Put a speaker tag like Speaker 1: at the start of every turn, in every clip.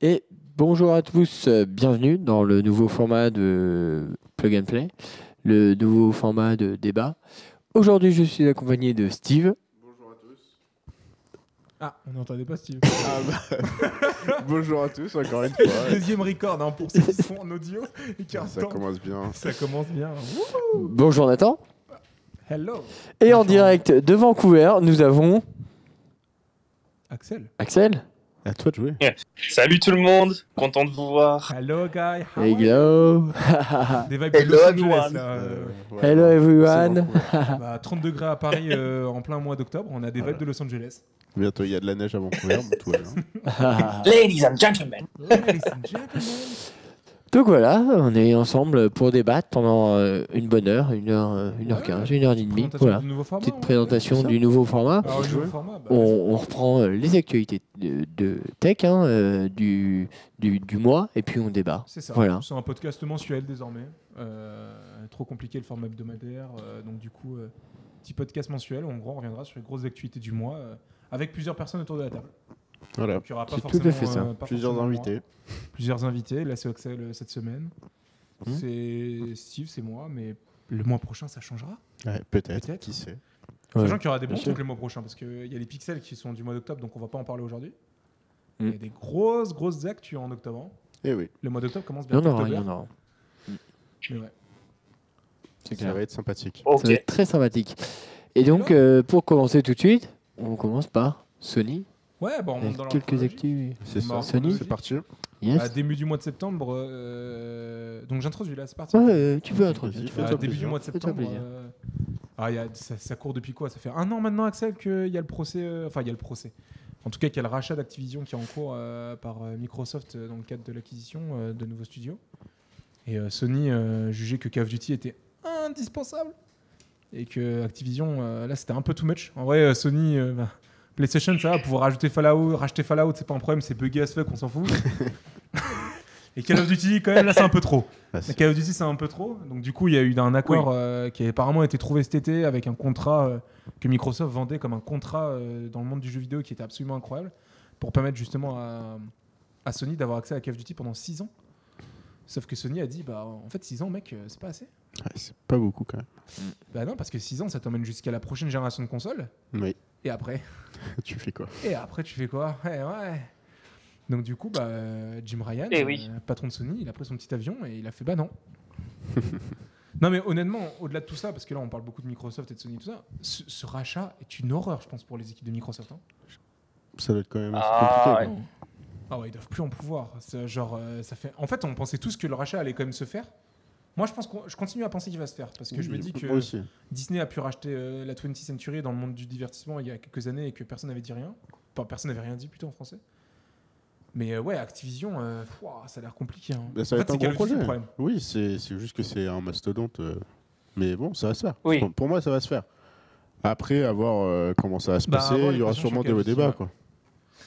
Speaker 1: Et bonjour à tous, euh, bienvenue dans le nouveau format de Plug and Play, le nouveau format de débat. Aujourd'hui, je suis accompagné de Steve.
Speaker 2: Bonjour à tous.
Speaker 3: Ah, on n'entendait pas Steve.
Speaker 2: Ah bah, bonjour à tous, encore une fois.
Speaker 3: Deuxième record hein, pour ce son en audio. Et qui
Speaker 2: Ça
Speaker 3: entend-
Speaker 2: commence bien.
Speaker 3: Ça commence bien. Ouh,
Speaker 1: Bonjour Nathan.
Speaker 3: Hello,
Speaker 1: Et en
Speaker 3: Bonjour.
Speaker 1: direct de Vancouver, nous avons
Speaker 3: Axel.
Speaker 1: Axel.
Speaker 4: À toi de jouer.
Speaker 5: Salut tout le monde, content de vous voir.
Speaker 3: Hello, guy. How are you?
Speaker 1: Hello.
Speaker 3: Des vibes
Speaker 5: Hello,
Speaker 3: de Los
Speaker 5: everyone.
Speaker 3: Angeles, là.
Speaker 2: Euh,
Speaker 3: euh,
Speaker 2: ouais,
Speaker 1: Hello
Speaker 2: ouais,
Speaker 1: everyone.
Speaker 2: c'est Vancouver.
Speaker 3: bah, 30 degrés à Paris euh, en plein mois d'octobre. On a des vibes de Los Angeles.
Speaker 2: Bientôt, il y a de la neige à Vancouver, mais tout va bien.
Speaker 5: Ladies and gentlemen.
Speaker 3: Ladies and gentlemen.
Speaker 1: Donc voilà, on est ensemble pour débattre pendant euh, une bonne heure, une heure, euh, une heure
Speaker 3: Ouais.
Speaker 1: quinze, une heure et demie.
Speaker 3: Présentation
Speaker 1: Voilà,
Speaker 3: du nouveau format.
Speaker 1: petite
Speaker 3: ouais.
Speaker 1: présentation
Speaker 3: Ça.
Speaker 1: du nouveau format.
Speaker 3: Alors, le nouveau format, bah,
Speaker 1: On, on reprend euh, les actualités de, de tech hein, euh, du, du, du mois et puis on débat.
Speaker 3: C'est ça.
Speaker 1: Voilà.
Speaker 3: C'est un podcast mensuel désormais. Euh, trop compliqué le format hebdomadaire. euh, donc du coup, euh, petit podcast mensuel. En gros, on reviendra sur les grosses activités du mois euh, avec plusieurs personnes autour de la table.
Speaker 2: Voilà,
Speaker 3: Donc, il y aura pas
Speaker 1: C'est tout à
Speaker 3: forcément,
Speaker 1: fait ça.
Speaker 3: euh, pas
Speaker 2: plusieurs
Speaker 3: forcément moi.
Speaker 2: invités.
Speaker 3: Plusieurs invités. Là, c'est Axel euh, cette semaine.
Speaker 2: Hmm.
Speaker 3: C'est Steve, c'est moi, mais le mois prochain, ça changera.
Speaker 2: Ouais, Peut-être,
Speaker 3: Peut-être.
Speaker 2: qui sait.
Speaker 3: Sachant qu'il y aura des bons
Speaker 1: bien
Speaker 3: trucs
Speaker 1: sûr.
Speaker 3: le mois prochain, parce qu'il y a les pixels qui sont du mois d'octobre, donc on va pas en parler aujourd'hui.
Speaker 1: Hmm.
Speaker 3: Il y a des grosses, grosses actus en octobre. hein.
Speaker 2: Et Eh oui,
Speaker 3: Le mois d'octobre commence
Speaker 1: Il y
Speaker 3: bien.
Speaker 1: en aura, il y en aura. C'est
Speaker 2: ça
Speaker 1: clair.
Speaker 2: va être sympathique.
Speaker 1: Ça va être très sympathique. Et donc, euh, pour commencer tout de suite, on commence par Sony.
Speaker 3: Ouais, bah on monte
Speaker 1: Avec
Speaker 3: dans
Speaker 1: quelques
Speaker 3: l'actu.
Speaker 1: actus.
Speaker 2: C'est ça,
Speaker 3: Bah,
Speaker 1: Sony.
Speaker 2: c'est parti.
Speaker 1: Yes.
Speaker 3: À début du mois de septembre, euh, donc j'introduis là, c'est parti.
Speaker 1: Ouais, euh, tu peux introduire.
Speaker 2: Vas-y, fais-toi
Speaker 3: À
Speaker 2: plaisir.
Speaker 3: début du mois de
Speaker 1: Fais-toi
Speaker 3: septembre.
Speaker 1: plaisir.
Speaker 3: euh, ah, il y a- ça, ça court depuis quoi Ça fait un an maintenant, Axel, qu'il y a le procès. euh, Enfin, il y a le procès. En tout cas, qu'il y a le rachat d'Activision qui est en cours euh, par euh, Microsoft euh, dans le cadre de l'acquisition euh, de nouveaux studios. Et euh, Sony euh, jugeait que Call of Duty était indispensable et que Activision, euh, là, c'était un peu too much. En vrai, euh, Sony, euh, bah, PlayStation, ça va, pouvoir rajouter Fallout, racheter Fallout, c'est pas un problème, c'est buggé as fuck, on s'en fout. et Call of Duty, quand même, là, c'est un peu trop.
Speaker 2: Ah,
Speaker 3: Mais
Speaker 2: c'est-
Speaker 3: Call of Duty, c'est un peu trop. Donc, du coup, il y a eu un accord euh, qui a apparemment été trouvé cet été avec un contrat euh, que Microsoft vendait comme un contrat euh, dans le monde du jeu vidéo qui était absolument incroyable pour permettre justement à, à Sony d'avoir accès à Call of Duty pendant 6 ans. Sauf que Sony a dit, bah, en fait, 6 ans, mec, euh, c'est pas assez.
Speaker 2: ouais, c'est pas beaucoup quand même.
Speaker 3: Bah non, parce que 6 ans, ça t'emmène jusqu'à la prochaine génération de consoles.
Speaker 2: Oui,
Speaker 3: Et après
Speaker 2: tu fais quoi
Speaker 3: Et après, tu fais quoi Ouais, ouais. Donc, du coup, bah, euh, Jim Ryan,
Speaker 5: Eh oui.
Speaker 3: euh, patron de Sony, il a pris son petit avion et il a fait bah non. non, mais honnêtement, au-delà de tout ça, parce que là, on parle beaucoup de Microsoft et de Sony, tout ça, ce, ce rachat est une horreur, je pense, pour les équipes de Microsoft. hein.
Speaker 2: Ça doit être quand même assez
Speaker 5: Ah,
Speaker 2: compliqué.
Speaker 5: ouais.
Speaker 2: quoi.
Speaker 3: Ah ouais, ils doivent plus en pouvoir. C'est Genre, euh, ça fait... En fait, on pensait tous que le rachat allait quand même se faire. Moi, je pense qu'on- je continue à penser qu'il va se faire parce que je me
Speaker 2: Oui,
Speaker 3: dis que
Speaker 2: Moi aussi.
Speaker 3: Disney a pu racheter euh, la 20th Century dans le monde du divertissement il y a quelques années et que personne n'avait dit rien. Enfin, personne n'avait rien dit plutôt en français. Mais euh, ouais, Activision, euh, pouah, ça a l'air compliqué. hein.
Speaker 2: Bah, ça
Speaker 3: En
Speaker 2: va
Speaker 3: fait,
Speaker 2: être un
Speaker 3: c'est Call
Speaker 2: gros
Speaker 3: of Duty,
Speaker 2: projet.
Speaker 3: le problème.
Speaker 2: Oui, c'est c'est juste que c'est un mastodonte. euh, Mais bon, ça va se faire.
Speaker 5: Oui.
Speaker 2: Pour, pour moi, ça va se faire. Après, à voir euh, comment ça va se
Speaker 3: Bah,
Speaker 2: passer,
Speaker 3: avoir les
Speaker 2: il y aura
Speaker 3: questions
Speaker 2: sûrement
Speaker 3: sur
Speaker 2: des
Speaker 3: Call of
Speaker 2: débats.
Speaker 3: Duty,
Speaker 2: Quoi.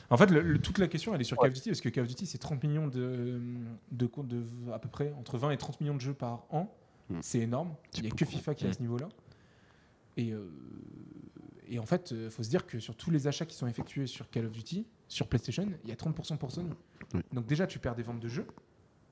Speaker 3: En fait, le- le- toute la question, elle est sur
Speaker 5: Ouais.
Speaker 3: Call of Duty parce que Call of Duty, c'est 30 millions de, de, co- de- à peu près, entre 20 et 30 millions de jeux par an.
Speaker 2: Mm.
Speaker 3: C'est énorme.
Speaker 2: C'est
Speaker 3: Il n'y a que
Speaker 2: beaucoup. Hmm.
Speaker 3: FIFA qui est à ce niveau-là. Et, euh, et en fait, il faut se dire que sur tous les achats qui sont effectués sur Call of Duty, sur PlayStation, il y a 30% pour Sony.
Speaker 2: Oui.
Speaker 3: Donc déjà, tu perds des ventes de jeux.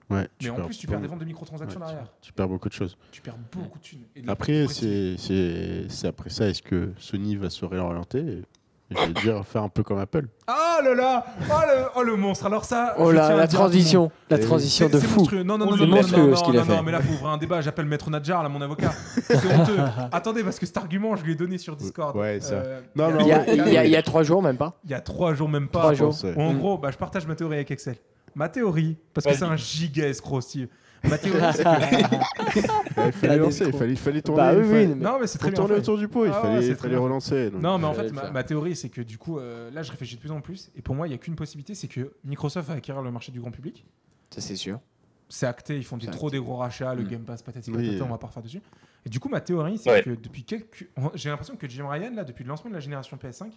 Speaker 2: Ouais,
Speaker 3: Mais en
Speaker 2: perds
Speaker 3: plus, tu perds
Speaker 2: pas-
Speaker 3: des ventes de microtransactions
Speaker 2: Ouais,
Speaker 3: derrière.
Speaker 2: tu perds beaucoup de choses.
Speaker 3: Tu perds beaucoup de thunes. Et de-
Speaker 2: Après,
Speaker 3: de prestige.
Speaker 2: c'est c'est- c'est après ça, est-ce que Sony va se réorienter et, et je vais dire faire un peu comme Apple
Speaker 3: Ah là là oh le, oh le monstre Alors ça.
Speaker 1: Oh
Speaker 3: je
Speaker 1: là,
Speaker 3: tiens à
Speaker 1: la
Speaker 3: dire à tout le monde.
Speaker 1: transition, la
Speaker 2: Et oui.
Speaker 1: transition
Speaker 3: C'est-
Speaker 1: de
Speaker 3: c'est
Speaker 1: fou.
Speaker 3: monstrueux. Non, non, non,
Speaker 1: C'est
Speaker 3: non, non,
Speaker 1: monstrueux,
Speaker 3: non,
Speaker 1: ce qu'il a
Speaker 3: non, non,
Speaker 1: fait.
Speaker 3: mais là, faut ouvrir un débat. J'appelle Maître Nadjar, là, mon avocat. C'est honteux. Attendez, parce que cet argument, je lui ai donné sur Discord.
Speaker 2: Ouais, ça.
Speaker 3: Euh,
Speaker 2: Non, non,
Speaker 1: Il y, a,
Speaker 2: ouais,
Speaker 1: il y a- il y a trois jours, même pas.
Speaker 3: il y a trois jours, même pas.
Speaker 1: Trois
Speaker 2: Je
Speaker 1: jours.
Speaker 2: pense, ouais. Mm.
Speaker 3: En gros, bah, je partage ma théorie avec Excel. Ma théorie, parce que
Speaker 5: Vas-y.
Speaker 3: c'est un giga escroc, Steve. Ma théorie, c'est que.
Speaker 2: Ouais, il fallait
Speaker 1: Ah,
Speaker 2: lancer,
Speaker 1: des
Speaker 2: il fallait, il fallait tourner,
Speaker 1: Bah
Speaker 2: il
Speaker 1: oui,
Speaker 2: fallait-
Speaker 1: oui. mais-
Speaker 3: Non, mais c'est
Speaker 2: faut
Speaker 3: très bien.
Speaker 2: tourner
Speaker 3: fait.
Speaker 2: autour du pot, il
Speaker 3: Ah ouais,
Speaker 2: fallait,
Speaker 3: c'est
Speaker 2: il
Speaker 3: très
Speaker 2: fallait
Speaker 3: bien
Speaker 2: relancer. donc. euh,
Speaker 3: Non, mais en
Speaker 1: Fallait
Speaker 3: fait,
Speaker 1: le
Speaker 3: ma,
Speaker 1: faire.
Speaker 3: ma théorie, c'est que du coup, euh, là, je réfléchis de plus en plus. Et pour moi, il n'y a qu'une possibilité, c'est que Microsoft va acquérir le marché du grand public.
Speaker 1: Ça, c'est sûr.
Speaker 3: c'est acté, ils font des,
Speaker 1: C'est
Speaker 3: trop des gros rachats, le
Speaker 1: Mm.
Speaker 3: Game Pass, patati
Speaker 2: Oui.
Speaker 3: patata, on va pas refaire dessus. Et du coup, ma théorie, c'est
Speaker 5: Ouais.
Speaker 3: que depuis quelques. J'ai l'impression que Jim Ryan, là, depuis le lancement de la génération PS5,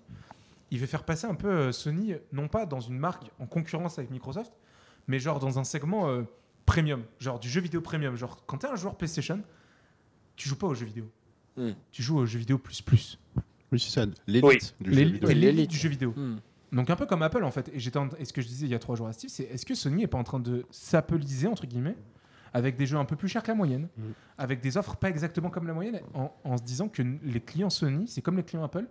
Speaker 3: il veut faire passer un peu euh, Sony, non pas dans une marque en concurrence avec Microsoft, mais genre dans un segment euh, premium, genre du jeu vidéo premium. Genre, quand t'es un joueur PlayStation, tu joues pas aux jeux vidéo.
Speaker 2: Mm.
Speaker 1: Hmm.
Speaker 3: Tu joues aux jeux vidéo plus plus.
Speaker 2: Oui, c'est ça, l'élite
Speaker 5: Oui.
Speaker 2: du jeu
Speaker 3: L'élite
Speaker 2: vidéo.
Speaker 3: t'es l'élite
Speaker 1: L'élite.
Speaker 3: du jeu vidéo.
Speaker 1: Hmm.
Speaker 3: Donc un peu comme Apple en fait. Et j'étais en- et ce que je disais il y a trois jours à Steve, c'est est-ce que Sony est pas en train de s'appeliser entre guillemets avec des jeux un peu plus chers que la moyenne,
Speaker 2: Mm.
Speaker 3: avec des offres pas exactement comme la moyenne, en, en se disant que n- les clients Sony, c'est comme les clients Apple,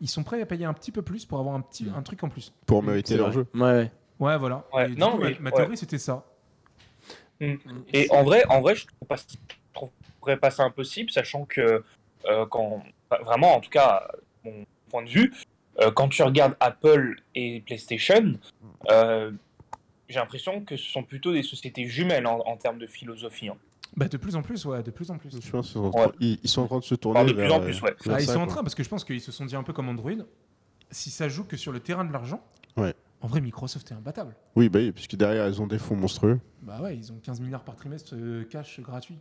Speaker 3: ils sont prêts à payer un petit peu plus pour avoir un petit
Speaker 1: Mm.
Speaker 3: un truc en plus.
Speaker 2: Pour
Speaker 1: Mm,
Speaker 2: mériter
Speaker 1: c'est
Speaker 2: leur
Speaker 1: vrai.
Speaker 2: jeu.
Speaker 1: Ouais, ouais.
Speaker 3: Ouais voilà.
Speaker 5: Ouais,
Speaker 3: Et du
Speaker 5: non,
Speaker 3: coup, ma-
Speaker 5: mais-
Speaker 3: ma,
Speaker 5: ouais.
Speaker 3: théorie c'était ça.
Speaker 5: Et en vrai, en vrai, je trouve pas, je trouverais pas ça impossible, sachant que euh, quand bah, vraiment, en tout cas, mon point de vue, euh, quand tu regardes Apple et PlayStation, euh, j'ai l'impression que ce sont plutôt des sociétés jumelles en, en termes de philosophie. hein.
Speaker 3: Bah de plus en plus ouais, de plus en plus.
Speaker 2: Je pense qu'ils sont en
Speaker 5: Ouais.
Speaker 2: train- ils, ils sont en train de se tourner
Speaker 5: Enfin, de
Speaker 2: vers,
Speaker 5: plus en plus,
Speaker 2: euh,
Speaker 5: ouais.
Speaker 2: vers
Speaker 3: Ah, ils
Speaker 2: ça,
Speaker 3: sont en
Speaker 2: quoi.
Speaker 3: train parce que je pense qu'ils se sont dit un peu comme Android, si ça joue que sur le terrain de l'argent.
Speaker 2: Ouais.
Speaker 3: En vrai Microsoft est imbattable.
Speaker 2: Oui, bah oui, puisque derrière, ils ont des fonds monstrueux.
Speaker 3: Bah ouais, ils ont 15 milliards par trimestre euh, cash gratuit.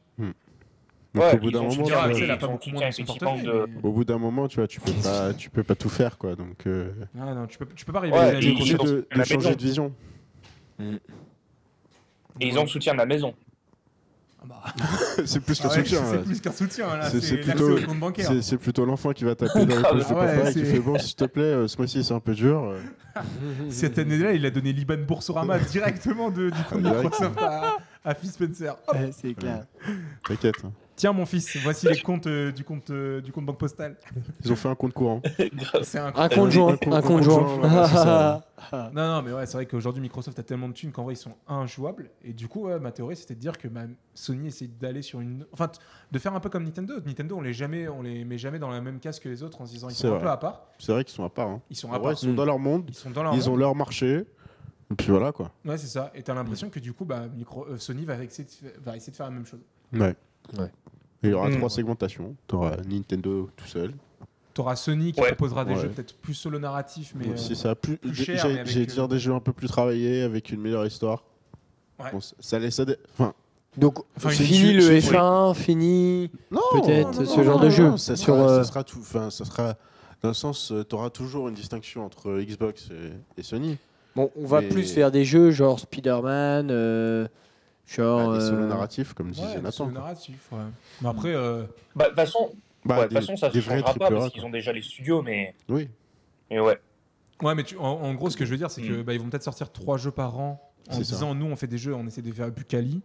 Speaker 2: Donc,
Speaker 5: Ouais,
Speaker 2: au bout
Speaker 5: ils
Speaker 2: d'un
Speaker 5: ont
Speaker 2: moment, bah, tu
Speaker 5: soutien
Speaker 3: dira,
Speaker 2: vois,
Speaker 3: Axel
Speaker 5: ils
Speaker 3: a pas
Speaker 5: sont
Speaker 3: beaucoup moins dans son
Speaker 5: effectivement
Speaker 3: portefeuille.
Speaker 5: de-
Speaker 3: mais-
Speaker 2: au bout d'un moment, tu vois, tu peux pas, tu peux pas tout faire, quoi. Donc, euh,
Speaker 3: Ah non, tu peux, tu peux pas
Speaker 5: Ouais,
Speaker 3: rivaliser
Speaker 5: et
Speaker 2: j'ai
Speaker 5: ils
Speaker 3: avec
Speaker 5: ont-
Speaker 2: obligé
Speaker 3: Microsoft.
Speaker 2: de, de
Speaker 5: la
Speaker 2: changer
Speaker 5: maison.
Speaker 2: de vision.
Speaker 5: Et ils ont le soutien de la maison.
Speaker 3: Ah bah,
Speaker 2: c'est plus
Speaker 3: ah
Speaker 2: qu'un
Speaker 3: ouais,
Speaker 2: soutien.
Speaker 3: C'est
Speaker 2: là.
Speaker 3: plus qu'un soutien, là.
Speaker 2: C'est-
Speaker 3: C'est
Speaker 2: c'est
Speaker 3: l'accès
Speaker 2: plutôt-
Speaker 3: au compte bancaire.
Speaker 2: C'est c'est plutôt l'enfant qui va taper dans les poches de
Speaker 3: Ah ouais,
Speaker 2: papa et qui
Speaker 3: c'est-
Speaker 2: fait bon, s'il te plaît, euh, ce mois-ci c'est un peu dur. euh,
Speaker 3: Cette année-là, il a donné Liban Boursorama directement de, du compte
Speaker 2: Ah, direct.
Speaker 3: Microsoft à, à Phil Spencer. Hop.
Speaker 1: Ouais, c'est clair.
Speaker 2: T'inquiète. hein.
Speaker 3: Tiens, mon fils, voici les comptes euh, du, compte, euh, du compte banque postale.
Speaker 2: Ils ont fait un compte courant.
Speaker 3: C'est un
Speaker 1: Un compte joint, un compte joint.
Speaker 2: ouais, c'est ça.
Speaker 3: Non, non, mais ouais, c'est vrai qu'aujourd'hui, Microsoft a tellement de thunes qu'en vrai, ils sont injouables. Et du coup, ouais, ma théorie, c'était de dire que ma- Sony essaie d'aller sur une. Enfin, t- de faire un peu comme Nintendo. Nintendo, on les, jamais, on les met jamais dans la même case que les autres en se disant ils
Speaker 2: C'est
Speaker 3: sont un
Speaker 2: vrai.
Speaker 3: peu à part.
Speaker 2: C'est vrai qu'ils sont à part. hein.
Speaker 3: Ils sont à
Speaker 2: En vrai,
Speaker 3: part.
Speaker 2: ils sont dans leur monde,
Speaker 3: Ils sont dans leur.
Speaker 2: ils ont leur marché. Et puis voilà quoi.
Speaker 3: Ouais, c'est ça. Et t'as l'impression que du coup, bah, micro... euh, Sony va essayer, de... fa- va essayer de faire la même chose.
Speaker 2: Ouais.
Speaker 1: Ouais.
Speaker 2: Il y aura
Speaker 5: Mm.
Speaker 2: trois segmentations. T'auras Nintendo tout seul.
Speaker 3: T'auras Sony qui
Speaker 5: Ouais.
Speaker 3: proposera des
Speaker 2: Ouais.
Speaker 3: jeux peut-être plus solo narratif, mais.
Speaker 2: Donc,
Speaker 3: euh,
Speaker 2: c'est ça. Plus,
Speaker 3: plus
Speaker 2: j'ai-
Speaker 3: cher, mais
Speaker 2: j'ai
Speaker 3: avec,
Speaker 2: j'ai
Speaker 3: euh,
Speaker 2: dire des jeux un peu plus travaillés avec une meilleure histoire.
Speaker 3: Ouais.
Speaker 2: Bon, ça- ça laisse ça. des- Enfin,
Speaker 1: Donc,
Speaker 3: Enfin,
Speaker 2: c'est
Speaker 1: fini
Speaker 2: une-
Speaker 1: le
Speaker 2: c'est-
Speaker 1: F1, fini.
Speaker 2: Non,
Speaker 1: Peut-être
Speaker 3: ce genre de
Speaker 1: jeu.
Speaker 2: ça,
Speaker 1: Sur,
Speaker 2: sera,
Speaker 1: euh,
Speaker 2: ça sera tout. Enfin, ça sera dans le sens, tu auras toujours une distinction entre euh, Xbox et, et Sony.
Speaker 1: Bon, on va
Speaker 2: Mais-
Speaker 1: plus faire des jeux genre Spider-Man, euh, genre.
Speaker 2: Bah, des solo
Speaker 1: euh,
Speaker 2: narratifs, comme
Speaker 3: ouais,
Speaker 2: disait
Speaker 3: des solo
Speaker 2: Nathan. quoi.
Speaker 3: narratifs, ouais. Mais après, euh,
Speaker 5: Bah, de toute façon,
Speaker 2: Bah,
Speaker 5: ouais, de
Speaker 2: des-
Speaker 5: toute façon, ça
Speaker 2: des
Speaker 5: ne
Speaker 2: vrais
Speaker 5: changera pas
Speaker 2: AAA,
Speaker 5: parce qu'ils
Speaker 2: quoi.
Speaker 5: ont déjà les studios, mais,
Speaker 2: Oui.
Speaker 5: mais ouais.
Speaker 3: ouais, mais tu... en, en gros, ce que je veux dire, c'est que
Speaker 5: Mm.
Speaker 3: bah, ils vont peut-être sortir trois jeux par an en
Speaker 2: C'est
Speaker 3: se
Speaker 2: ça.
Speaker 3: disant nous, on fait des jeux, on essaie de faire plus quali.